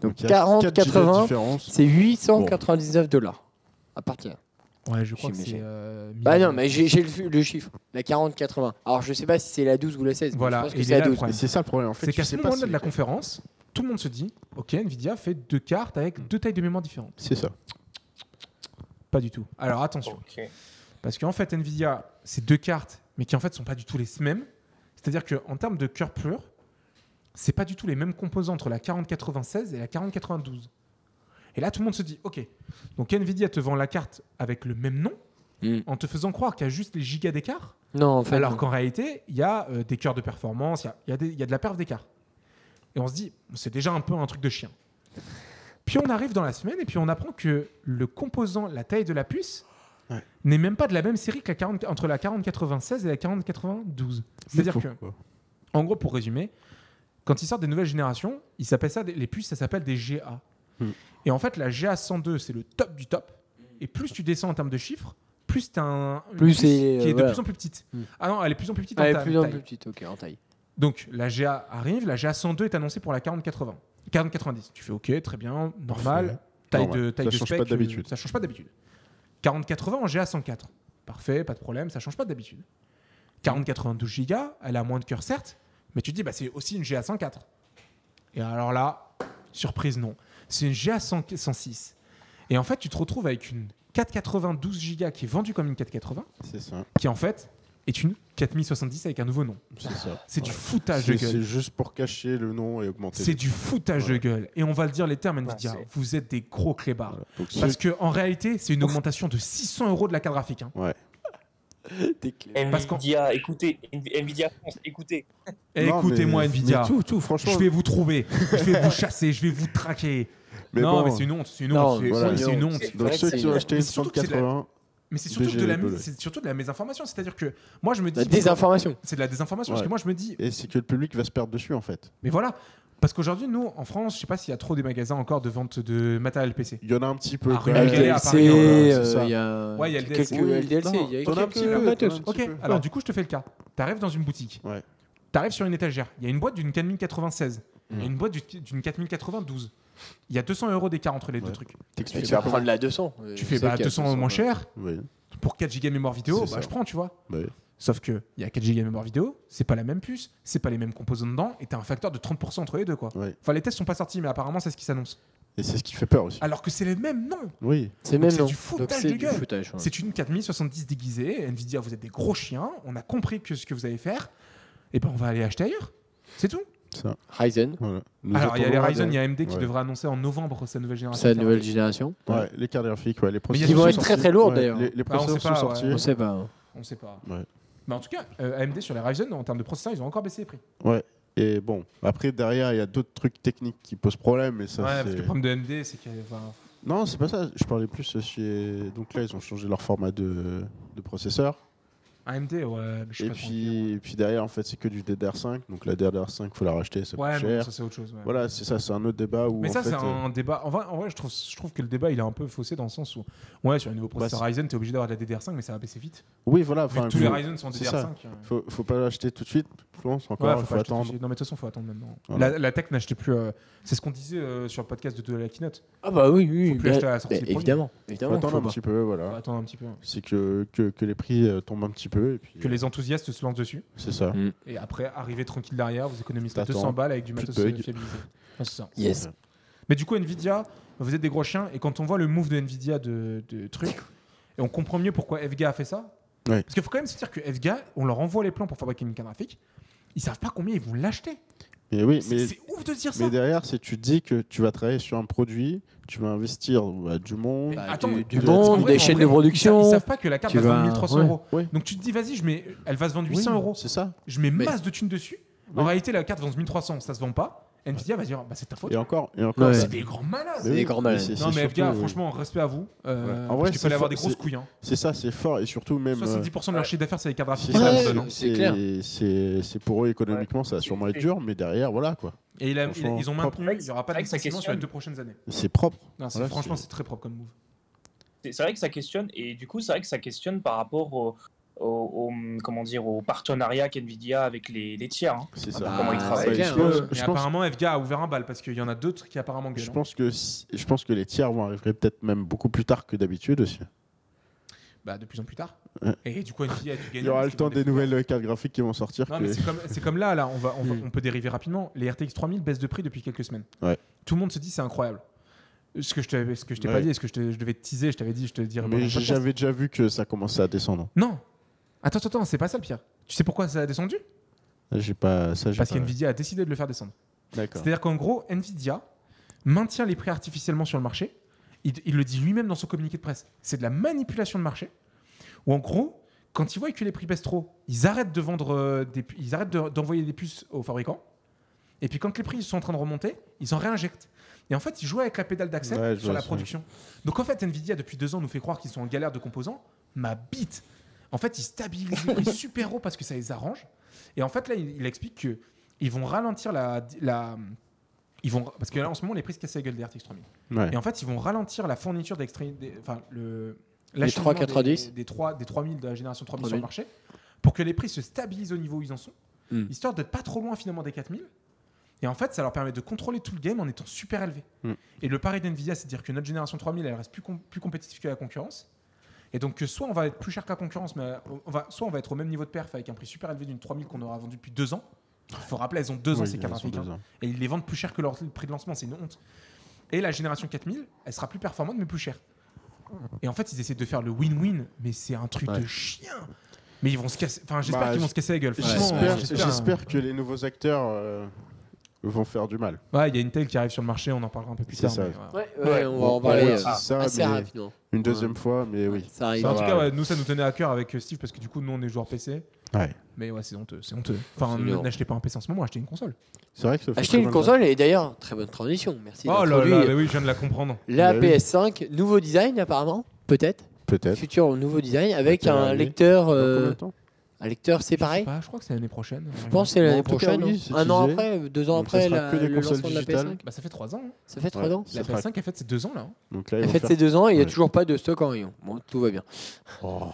Speaker 1: Donc
Speaker 2: il y a
Speaker 1: 40,
Speaker 2: quatre gigas de
Speaker 1: 80,
Speaker 2: différence.
Speaker 1: c'est 899 dollars à partir.
Speaker 3: Ouais, je crois que
Speaker 1: J'imagine.
Speaker 3: c'est. euh,
Speaker 1: Bah
Speaker 3: mille-
Speaker 1: non, mais j'ai j'ai le, le chiffre. La 40-80. Alors je sais pas si c'est la 12 ou la 16. mais
Speaker 3: Voilà,
Speaker 1: Je pense
Speaker 3: et
Speaker 1: que c'est la
Speaker 3: là, le
Speaker 1: 12.
Speaker 2: Et
Speaker 3: problème.
Speaker 2: c'est ça le problème. En fait,
Speaker 3: C'est
Speaker 2: tu
Speaker 3: qu'à ce
Speaker 2: sais pas
Speaker 3: moment-là
Speaker 2: si-
Speaker 3: de la conférence, tout le monde se dit Ok, Nvidia fait deux cartes avec deux tailles de mémoire différentes.
Speaker 2: C'est ça.
Speaker 3: Pas du tout. Alors attention,
Speaker 5: Ok.
Speaker 3: parce qu'en fait, Nvidia, c'est deux cartes, mais qui en fait sont pas du tout les mêmes. C'est-à-dire qu'en termes de cœur pur, c'est pas du tout les mêmes composants entre la 4096 et la 4092. Et là, tout le monde se dit Ok, donc Nvidia te vend la carte avec le même nom,
Speaker 1: Mm.
Speaker 3: en te faisant croire qu'il y a juste les gigas d'écart.
Speaker 1: Non, en fait. hein.
Speaker 3: Alors
Speaker 1: Alors,
Speaker 3: qu'en réalité, il y a euh, des cœurs de performance, il y a- il y, a des- il y a de la perf d'écart. Et on se dit, c'est déjà un peu un truc de chien. Puis on arrive dans la semaine et puis on apprend que le composant, la taille de la puce,
Speaker 2: Ouais.
Speaker 3: n'est même pas de la même série que la 40, entre la 4096 et la 4092. C'est-à-dire que,
Speaker 2: Pourquoi
Speaker 3: en gros, pour résumer, quand ils sortent des nouvelles générations, ils s'appellent ça, des- les puces, ça s'appelle des GA.
Speaker 2: Hmm.
Speaker 3: Et en fait, la GA 102, c'est le top du top. Et plus tu descends en termes de chiffres, plus tu as un, une
Speaker 1: Plus
Speaker 3: puce qui
Speaker 1: c'est-
Speaker 3: est de
Speaker 1: voilà.
Speaker 3: plus en plus petite.
Speaker 1: Hmm.
Speaker 3: Ah non, elle est de plus en plus petite en
Speaker 1: elle est
Speaker 3: ta-
Speaker 1: plus, en
Speaker 3: taille.
Speaker 1: plus petite, ok, en taille.
Speaker 3: Donc la GA arrive, la GA 102 est annoncée pour la 4080. 4090. Tu fais OK, très bien, normal. Taille de
Speaker 2: Normal.
Speaker 3: taille
Speaker 2: Ça
Speaker 3: de
Speaker 2: change
Speaker 3: spec,
Speaker 2: pas d'habitude.
Speaker 3: euh, Ça change pas d'habitude. 4080 en GA 104. Parfait, pas de problème, ça change pas d'habitude. 4092 Go, elle a moins de cœur certes, mais tu te dis bah c'est aussi une GA 104. Et alors là, surprise non, c'est une GA 100 106. Et en fait, tu te retrouves avec une 492 Go qui est vendue comme une 480
Speaker 2: C'est ça.
Speaker 3: qui en fait est une 4070 avec un nouveau nom.
Speaker 2: C'est ça.
Speaker 3: C'est du
Speaker 2: Ouais.
Speaker 3: foutage de
Speaker 2: C'est
Speaker 3: gueule.
Speaker 2: c'est juste pour cacher le nom et augmenter.
Speaker 3: C'est du foutage de
Speaker 2: Voilà.
Speaker 3: gueule. Et on va le dire, les termes, Nvidia,
Speaker 5: c'est-
Speaker 3: vous êtes des gros clébards.
Speaker 2: Voilà. Donc, ceux-
Speaker 3: Parce que en réalité, c'est une augmentation de 600 euros de la carte graphique. hein. Parce qu'en-
Speaker 5: Nvidia, écoutez, Nvi- Nvidia France, écoutez.
Speaker 2: Non,
Speaker 3: eh, Écoutez-moi,
Speaker 2: mais-
Speaker 3: Nvidia.
Speaker 2: mais Tout, tout, franchement.
Speaker 3: Je vais vous trouver, je vais vous chasser, je vais vous traquer.
Speaker 2: Mais
Speaker 3: non,
Speaker 2: bon.
Speaker 3: mais c'est une honte, c'est une
Speaker 1: Non,
Speaker 3: honte, c'est
Speaker 2: voilà.
Speaker 3: c'est une honte.
Speaker 5: C'est-
Speaker 2: Donc
Speaker 1: Ouais,
Speaker 2: ceux
Speaker 1: c'est-
Speaker 2: qui ont acheté
Speaker 3: mais
Speaker 2: une
Speaker 3: surtout que c'est de la-
Speaker 2: 180,
Speaker 3: Mais c'est surtout,
Speaker 2: DG
Speaker 3: de la
Speaker 2: Apple.
Speaker 3: mis- c'est surtout de la mésinformation. C'est-à-dire que moi, je me dis.
Speaker 1: La désinformation.
Speaker 3: C'est de la désinformation. Parce
Speaker 2: Ouais.
Speaker 3: que moi, je me dis,
Speaker 2: et c'est que le public va se perdre dessus en fait.
Speaker 3: mais voilà. Parce qu'aujourd'hui, nous, en France, je sais pas s'il y a trop des magasins encore de vente de matériel PC.
Speaker 2: Il y en a un petit peu.
Speaker 3: Ah,
Speaker 2: quand
Speaker 3: La
Speaker 2: même.
Speaker 3: regarde, galère à
Speaker 1: LDLC,
Speaker 3: Paris,
Speaker 2: voilà, c'est
Speaker 1: euh,
Speaker 2: ça.
Speaker 1: il y a
Speaker 3: Ouais, il y a le
Speaker 1: quelques
Speaker 3: DLC.
Speaker 1: LDLC, il y a
Speaker 2: T'en as un
Speaker 1: quelques
Speaker 2: petit peu,
Speaker 1: matos.
Speaker 2: t'en as un
Speaker 3: Ok,
Speaker 2: petit peu.
Speaker 3: alors du coup, je te fais le cas. Tu arrives dans une boutique.
Speaker 2: Ouais.
Speaker 3: Tu arrives sur une étagère. Il y a une boîte d'une 4096.
Speaker 2: Mm.
Speaker 3: Il y a une boîte du- d'une 4092. Il y a 200 euros d'écart entre les deux
Speaker 2: Ouais.
Speaker 3: trucs.
Speaker 1: Tu
Speaker 2: T'expliques
Speaker 1: vas
Speaker 2: pas.
Speaker 1: prendre la euh, 200.
Speaker 3: Tu fais bah, 200 moins cher.
Speaker 2: Oui.
Speaker 3: Pour 4 Go de mémoire vidéo,
Speaker 2: C'est
Speaker 3: bah,
Speaker 2: ça.
Speaker 3: je prends, tu vois.
Speaker 2: Bah oui.
Speaker 3: Sauf que il y a 4 Go de mémoire vidéo, c'est pas la même puce, c'est pas les mêmes composants dedans, et t'as un facteur de 30% entre les deux, quoi.
Speaker 2: Ouais.
Speaker 3: Enfin, les tests sont pas sortis, mais apparemment, c'est ce qui s'annonce.
Speaker 2: Et c'est ce qui fait peur aussi.
Speaker 3: Alors que c'est le même nom.
Speaker 2: Oui.
Speaker 1: C'est même
Speaker 3: c'est
Speaker 1: non.
Speaker 3: du foutage
Speaker 1: Donc c'est
Speaker 3: de
Speaker 1: du
Speaker 3: gueule.
Speaker 1: foutage. ouais.
Speaker 3: C'est une 4070 déguisée. Nvidia, vous êtes des gros chiens. On a compris que ce que vous allez faire, eh ben, on va aller acheter ailleurs. C'est tout.
Speaker 2: Ça.
Speaker 1: Ryzen,
Speaker 2: Voilà. Nous
Speaker 3: Alors, il y a les
Speaker 2: attendons
Speaker 3: Ryzen, il y a AMD qui
Speaker 2: Ouais.
Speaker 3: devrait annoncer en novembre sa nouvelle génération.
Speaker 1: c'est la nouvelle génération.
Speaker 2: Ouais, les cartes graphiques, ouais, les
Speaker 3: il y a
Speaker 2: processeurs.
Speaker 3: Qui vont
Speaker 2: sont
Speaker 3: être
Speaker 1: très,
Speaker 2: sortis.
Speaker 1: très lourds,
Speaker 2: Ouais,
Speaker 1: d'ailleurs.
Speaker 2: Les, les
Speaker 3: Bah, on sait
Speaker 2: processeurs sont
Speaker 3: pas,
Speaker 2: sortis.
Speaker 1: On sait pas. hein.
Speaker 3: On sait pas.
Speaker 2: Ouais.
Speaker 3: Mais en tout cas, euh, AMD sur les Ryzen, en termes de processeurs, ils ont encore baissé les prix.
Speaker 2: Et bon, après derrière, il y a d'autres trucs techniques qui posent problème, mais ça.
Speaker 3: ouais, parce
Speaker 2: c'est-
Speaker 3: que le problème de AMD, c'est qu'il y a. enfin,
Speaker 2: Non, c'est pas ça. Je parlais plus chez. Donc là, ils ont changé leur format de, de processeur.
Speaker 3: AMD, ouais, mais je sais
Speaker 2: Et
Speaker 3: pas trop comment dire.
Speaker 2: puis, et puis derrière, en fait, c'est que du DDR5. Donc la DDR5, faut la racheter, ça
Speaker 3: Ouais,
Speaker 2: coûte
Speaker 3: mais bon,
Speaker 2: cher.
Speaker 3: ça, c'est autre chose. ouais.
Speaker 2: Voilà, c'est ça, c'est un autre débat où.
Speaker 3: Mais
Speaker 2: en
Speaker 3: ça,
Speaker 2: fait,
Speaker 3: c'est
Speaker 2: euh,
Speaker 3: un débat. En vrai, en vrai, je, trouve, je trouve que le débat, il est un peu faussé dans le sens où, ouais, sur les nouveaux processeurs Ryzen, t'es obligé d'avoir de la DDR5, mais ça va baisser vite.
Speaker 2: Oui, voilà.
Speaker 3: Vu que
Speaker 2: Bah, enfin,
Speaker 3: tous
Speaker 2: faut-
Speaker 3: les Ryzen sont en
Speaker 2: c'est ça.
Speaker 3: DDR5. euh,
Speaker 2: Faut, faut pas l'acheter tout de suite, je pense. Encore,
Speaker 3: Ouais,
Speaker 2: il
Speaker 3: faut
Speaker 2: faut,
Speaker 3: pas acheter tout de
Speaker 2: attendre.
Speaker 3: suite. Non, mais de toute façon, faut attendre maintenant.
Speaker 2: Voilà.
Speaker 3: La, la tech n'achetait plus. euh, c'est ce qu'on disait euh, sur le podcast de, de la keynote.
Speaker 1: Ah bah oui, oui.
Speaker 3: Faut plus
Speaker 1: bah,
Speaker 3: acheter à la sortie
Speaker 1: bah,
Speaker 3: des produits.
Speaker 1: évidemment.
Speaker 2: Faut
Speaker 1: Évidemment.
Speaker 2: attendre
Speaker 1: faut
Speaker 2: un
Speaker 1: pas.
Speaker 2: petit peu,
Speaker 3: Faut
Speaker 2: voilà.
Speaker 3: attendre un petit peu. hein.
Speaker 2: C'est que, que, que les prix euh, tombent un petit peu. Et puis, euh,
Speaker 3: Que les enthousiastes se lancent dessus.
Speaker 2: C'est ça.
Speaker 3: Et après, arrivez tranquille derrière, vous économisez
Speaker 2: T'attends.
Speaker 3: 200 balles avec du
Speaker 2: Plus de
Speaker 3: matos euh,
Speaker 2: bugs.
Speaker 3: fiabilisé. Enfin, c'est ça.
Speaker 1: Yes.
Speaker 3: Mais du coup, Nvidia, vous êtes des gros chiens. Et quand on voit le move de Nvidia de, de truc, et on comprend mieux pourquoi FGA a fait ça.
Speaker 2: Ouais.
Speaker 3: Parce qu'il faut quand même se dire que FGA, on leur envoie les plans pour fabriquer une carte graphique. Ils savent pas combien ils vont l'acheter.
Speaker 2: Mais oui,
Speaker 3: C'est
Speaker 2: mais
Speaker 3: c'est ouf de se dire ça.
Speaker 2: Mais derrière, c'est tu dis que tu vas travailler sur un produit, tu vas investir bah, du monde.
Speaker 3: Mais
Speaker 1: Bah,
Speaker 3: attends,
Speaker 1: du-
Speaker 3: mais-
Speaker 1: du
Speaker 3: parce qu'en
Speaker 1: monde,
Speaker 3: vrai,
Speaker 1: des
Speaker 3: en
Speaker 1: chaînes
Speaker 3: vrai,
Speaker 1: de production.
Speaker 3: Ils, sa- ils savent pas que la carte
Speaker 1: Tu
Speaker 3: va se vendre
Speaker 1: vas-
Speaker 3: 1300
Speaker 1: ouais.
Speaker 3: euros.
Speaker 2: Ouais.
Speaker 3: Donc tu te dis, vas-y, je mets, elle va se vendre 800
Speaker 2: Oui,
Speaker 3: euros.
Speaker 2: C'est ça.
Speaker 3: Je mets
Speaker 1: Mais-
Speaker 3: masse de thunes dessus. En
Speaker 2: Ouais.
Speaker 3: réalité, la carte vend 1300, ça se vend pas. Nvidia va dire bah, c'est ta faute.
Speaker 2: Et encore, et encore.
Speaker 1: Ouais.
Speaker 3: C'est des grands malades.
Speaker 1: C'est hein. des grands malades.
Speaker 2: c'est-
Speaker 3: Non mais
Speaker 2: c'est
Speaker 3: FGA,
Speaker 2: surtout, euh,
Speaker 3: franchement, respect à vous. Euh,
Speaker 2: Ouais. En
Speaker 3: parce
Speaker 2: vrai,
Speaker 3: qu'il
Speaker 2: c'est
Speaker 3: fallait avoir
Speaker 2: fort,
Speaker 3: des grosses
Speaker 2: c'est-
Speaker 3: couilles. Hein.
Speaker 2: C'est ça, c'est fort. Et surtout, même. euh,
Speaker 3: 70% de leur chiffre d'affaires, c'est hein. les cadres
Speaker 2: c'est
Speaker 3: graphiques.
Speaker 1: Ouais,
Speaker 2: ça,
Speaker 1: ouais,
Speaker 2: c'est-
Speaker 1: ouais, c'est
Speaker 2: c'est-
Speaker 1: clair.
Speaker 2: c'est- C'est pour eux économiquement, ça va sûrement être dur, mais derrière, voilà quoi.
Speaker 3: hein. Et il a- il-
Speaker 2: Franchement,
Speaker 3: ils ont
Speaker 2: propre.
Speaker 3: maintenu, il n'y aura pas de
Speaker 5: Avec sa
Speaker 3: licenciement sur
Speaker 5: question.
Speaker 3: les deux prochaines années.
Speaker 2: C'est propre.
Speaker 3: Non, c'est-
Speaker 2: Voilà,
Speaker 3: franchement,
Speaker 2: c'est-
Speaker 3: c'est très propre comme move.
Speaker 5: C'est c'est vrai que ça questionne, et du coup, c'est vrai que ça questionne par rapport au, au- au- comment dire, au partenariat qu'NVIDIA a avec les, les tiers. hein.
Speaker 2: C'est
Speaker 1: Ah
Speaker 2: ça.
Speaker 1: bah,
Speaker 5: Comment ils
Speaker 1: c'est
Speaker 5: travaillent,
Speaker 1: clair,
Speaker 2: je pense-
Speaker 1: hein.
Speaker 3: Et
Speaker 2: pense-
Speaker 3: apparemment, FGA euh, a ouvert un bal parce qu'il y en a d'autres qui apparemment gueulent.
Speaker 2: Je
Speaker 3: hein.
Speaker 2: pense que si- je pense que les tiers vont arriver peut-être même beaucoup plus tard que d'habitude aussi.
Speaker 3: Bah, de plus en plus tard.
Speaker 2: Ouais.
Speaker 3: Et du coup, Nvidia a dû gagner.
Speaker 2: Il y aura
Speaker 3: parce
Speaker 2: le
Speaker 3: qu'ils
Speaker 2: temps
Speaker 3: ont
Speaker 2: des nouvelles euh, cartes graphiques qui vont sortir.
Speaker 3: Non,
Speaker 2: que-
Speaker 3: mais c'est comme, c'est comme là, là, on, va, on, va-
Speaker 1: Mm.
Speaker 3: on peut dériver rapidement. Les RTX 3000 baissent de prix depuis quelques semaines.
Speaker 2: Ouais.
Speaker 3: Tout le monde se dit c'est incroyable. Ce que je t'avais- ce que je t'ai pas
Speaker 2: Ouais.
Speaker 3: dit, ce que je, te- je devais te teaser, je t'avais dit, je te dirais. pendant
Speaker 2: Mais
Speaker 3: le
Speaker 2: j-
Speaker 3: podcast.
Speaker 2: j'avais déjà vu que ça commençait à descendre.
Speaker 3: Non Attends, attends, attends, c'est pas ça le pire. Tu sais pourquoi ça a descendu
Speaker 2: Là, J'ai pas ça. j'ai
Speaker 3: Parce
Speaker 2: pas-
Speaker 3: qu'NVIDIA a décidé de le faire descendre.
Speaker 2: D'accord.
Speaker 3: C'est-à-dire qu'en gros, Nvidia maintient les prix artificiellement sur le marché. Il, il le dit lui-même dans son communiqué de presse. C'est de la manipulation de marché. Où en gros, quand ils voient que les prix baissent trop, ils arrêtent de vendre, euh, des, pu- ils arrêtent de- d'envoyer des puces aux fabricants. Et puis quand les prix sont en train de remonter, ils en réinjectent. Et en fait, ils jouent avec la pédale d'accès
Speaker 2: Ouais, je
Speaker 3: sur
Speaker 2: vois
Speaker 3: la
Speaker 2: ça.
Speaker 3: production. Donc en fait, Nvidia depuis deux ans nous fait croire qu'ils sont en galère de composants. Ma bite. En fait, ils stabilisent les prix super haut parce que ça les arrange. Et en fait, là, il, il explique que ils vont ralentir la, la ils vont parce que là en ce moment les prix se cassent la gueule des RTX 3000.
Speaker 2: Ouais.
Speaker 3: Et en fait, ils vont ralentir la fourniture d'extré des- enfin le
Speaker 1: Des 3,
Speaker 3: l'acheminement
Speaker 1: 90.
Speaker 3: des, des 3 des 3000 de la génération 3000 sur
Speaker 1: 3000.
Speaker 3: le marché pour que les prix se stabilisent au niveau où ils en sont,
Speaker 1: Mm.
Speaker 3: histoire d'être pas trop loin finalement des 4000. Et en fait, ça leur permet de contrôler tout le game en étant super élevé.
Speaker 2: Mm.
Speaker 3: Et le pari d'NVIDIA, c'est de dire que notre génération 3000, elle reste plus, com- plus compétitive que la concurrence. Et donc, que soit on va être plus cher que la concurrence, mais on va, soit on va être au même niveau de perf avec un prix super élevé d'une 3000 qu'on aura vendue depuis deux ans. Il faut rappeler, elles ont deux ans
Speaker 2: Oui,
Speaker 3: ces
Speaker 2: ils
Speaker 3: cartes
Speaker 2: sont
Speaker 3: graphiques. hein
Speaker 2: deux ans.
Speaker 3: et ils les vendent plus cher que leur prix de lancement, c'est une honte. Et la génération 4000, elle sera plus performante mais plus chère. Et en fait, ils essaient de faire le win-win, mais c'est un truc
Speaker 2: Ouais.
Speaker 3: de chien. Mais ils vont se casser. Enfin, j'espère
Speaker 2: Bah,
Speaker 3: qu'ils vont
Speaker 2: j-
Speaker 3: se casser la gueule. franchement,
Speaker 2: J'espère
Speaker 3: euh,
Speaker 2: j'espère que les nouveaux acteurs euh, vont faire du mal.
Speaker 3: hein. Ouais, il y a Intel qui arrive sur le marché, on en parlera un peu plus
Speaker 2: C'est
Speaker 3: tard.
Speaker 2: ça.
Speaker 3: mais ouais.
Speaker 1: Ouais,
Speaker 5: ouais,
Speaker 1: ouais, on va en
Speaker 2: Ouais,
Speaker 1: parler
Speaker 2: ouais,
Speaker 1: euh,
Speaker 2: c'est ça,
Speaker 1: assez
Speaker 2: Ah, mais
Speaker 1: rapidement.
Speaker 2: Une deuxième fois, mais oui.
Speaker 1: hein. Ça arrive.
Speaker 3: Enfin, en
Speaker 2: va.
Speaker 3: tout cas, ouais, nous, ça nous tenait à cœur avec euh, Steve parce que du coup, nous, on est joueurs PC.
Speaker 2: Ouais.
Speaker 3: Mais ouais, c'est honteux, c'est honteux. Enfin,
Speaker 1: C'est dur.
Speaker 3: n'achetez pas un PC en ce moment, achetez une console.
Speaker 2: C'est vrai que ça fait
Speaker 1: Acheter
Speaker 2: très
Speaker 1: une
Speaker 2: mal.
Speaker 1: console et d'ailleurs, très bonne transition. Merci.
Speaker 3: Oh là
Speaker 1: d'introduire.
Speaker 3: là, mais oui, je viens de la comprendre.
Speaker 1: La
Speaker 2: Bah oui.
Speaker 1: PS5, nouveau design apparemment, peut-être.
Speaker 2: Peut-être.
Speaker 1: Futur nouveau design avec
Speaker 2: Dans quelle
Speaker 1: un
Speaker 2: année
Speaker 1: lecteur.
Speaker 2: Dans
Speaker 1: euh,
Speaker 2: combien de temps
Speaker 1: un lecteur
Speaker 3: Je sais
Speaker 1: séparé.
Speaker 3: pas, je crois que c'est l'année prochaine.
Speaker 1: Je pense que c'est l'année
Speaker 2: En tout cas,
Speaker 1: prochaine.
Speaker 2: oui,
Speaker 1: hein.
Speaker 2: c'est
Speaker 1: un an
Speaker 2: teasé.
Speaker 1: après, deux ans
Speaker 2: Donc, ça
Speaker 1: après
Speaker 2: sera
Speaker 1: la-
Speaker 2: que des
Speaker 1: le
Speaker 2: consoles
Speaker 1: lancement de la
Speaker 2: digitales.
Speaker 1: PS5.
Speaker 3: Bah, ça fait 3 ans. hein.
Speaker 1: Ça fait trois
Speaker 2: Ouais.
Speaker 1: ans.
Speaker 2: Ça
Speaker 3: La
Speaker 2: fera-
Speaker 3: PS5, elle fête ses 2 ans là. hein.
Speaker 2: Donc là, ils
Speaker 1: Elle
Speaker 2: vont
Speaker 1: fait
Speaker 2: faire-
Speaker 1: ses deux ans et il n'y a
Speaker 2: Ouais.
Speaker 1: toujours pas de stock en rayon. Bon, tout va bien.
Speaker 2: Oh,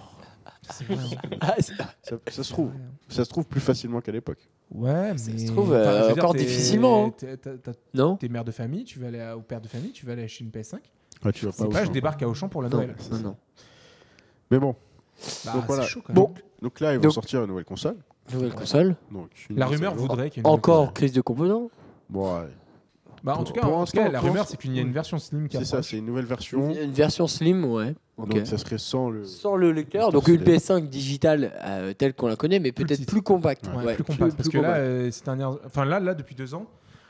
Speaker 3: C'est vrai, hein.
Speaker 1: Ah, c'est-
Speaker 2: ça, ça se trouve, ça se trouve plus facilement qu'à l'époque.
Speaker 3: Ouais, mais.
Speaker 1: Ça se trouve,
Speaker 3: Enfin, je veux
Speaker 1: euh, encore
Speaker 3: t'es-
Speaker 1: difficilement, hein.
Speaker 3: t'es- t'as- t'as-
Speaker 1: non
Speaker 3: T'es mère de famille, tu vas aller à- au père de famille, tu vas aller acheter une PS5.
Speaker 2: Ouais, tu vas
Speaker 3: C'est
Speaker 2: au
Speaker 3: pas, je
Speaker 2: fond.
Speaker 3: débarque à Auchan pour la
Speaker 1: Non,
Speaker 3: Noël.
Speaker 1: non, non.
Speaker 2: Mais bon,
Speaker 3: Bah,
Speaker 2: Donc voilà.
Speaker 3: c'est chaud quand même.
Speaker 1: Bon,
Speaker 2: donc là, ils vont
Speaker 1: Donc-
Speaker 2: sortir une nouvelle console.
Speaker 1: nouvelle console.
Speaker 2: Donc, une
Speaker 3: La
Speaker 2: mise à
Speaker 3: rumeur
Speaker 2: jour.
Speaker 3: voudrait qu'il y ait une
Speaker 1: Encore crise de composants.
Speaker 2: Bon, ouais.
Speaker 3: Bah, en tout cas,
Speaker 2: Pour
Speaker 3: en tout cas,
Speaker 2: l'instant,
Speaker 3: la
Speaker 2: pour
Speaker 3: rumeur,
Speaker 2: l'instant,
Speaker 3: c'est qu'il y a une
Speaker 2: oui.
Speaker 3: version slim qui
Speaker 2: c'est ça,
Speaker 3: approche.
Speaker 2: c'est une nouvelle version.
Speaker 1: Une version slim, ouais. Ok.
Speaker 2: Donc ça serait sans le.
Speaker 1: Sans le lecteur, donc
Speaker 2: Sans
Speaker 1: une
Speaker 2: le-
Speaker 1: PS5 digitale euh, telle qu'on la connaît, mais
Speaker 3: Plus
Speaker 1: peut-être
Speaker 3: petite.
Speaker 1: plus compacte.
Speaker 3: Ouais,
Speaker 1: Ouais,
Speaker 3: plus compact. Parce
Speaker 1: plus
Speaker 3: que là,
Speaker 1: compacte.
Speaker 3: euh, ces dernières- enfin là, là, depuis deux ans,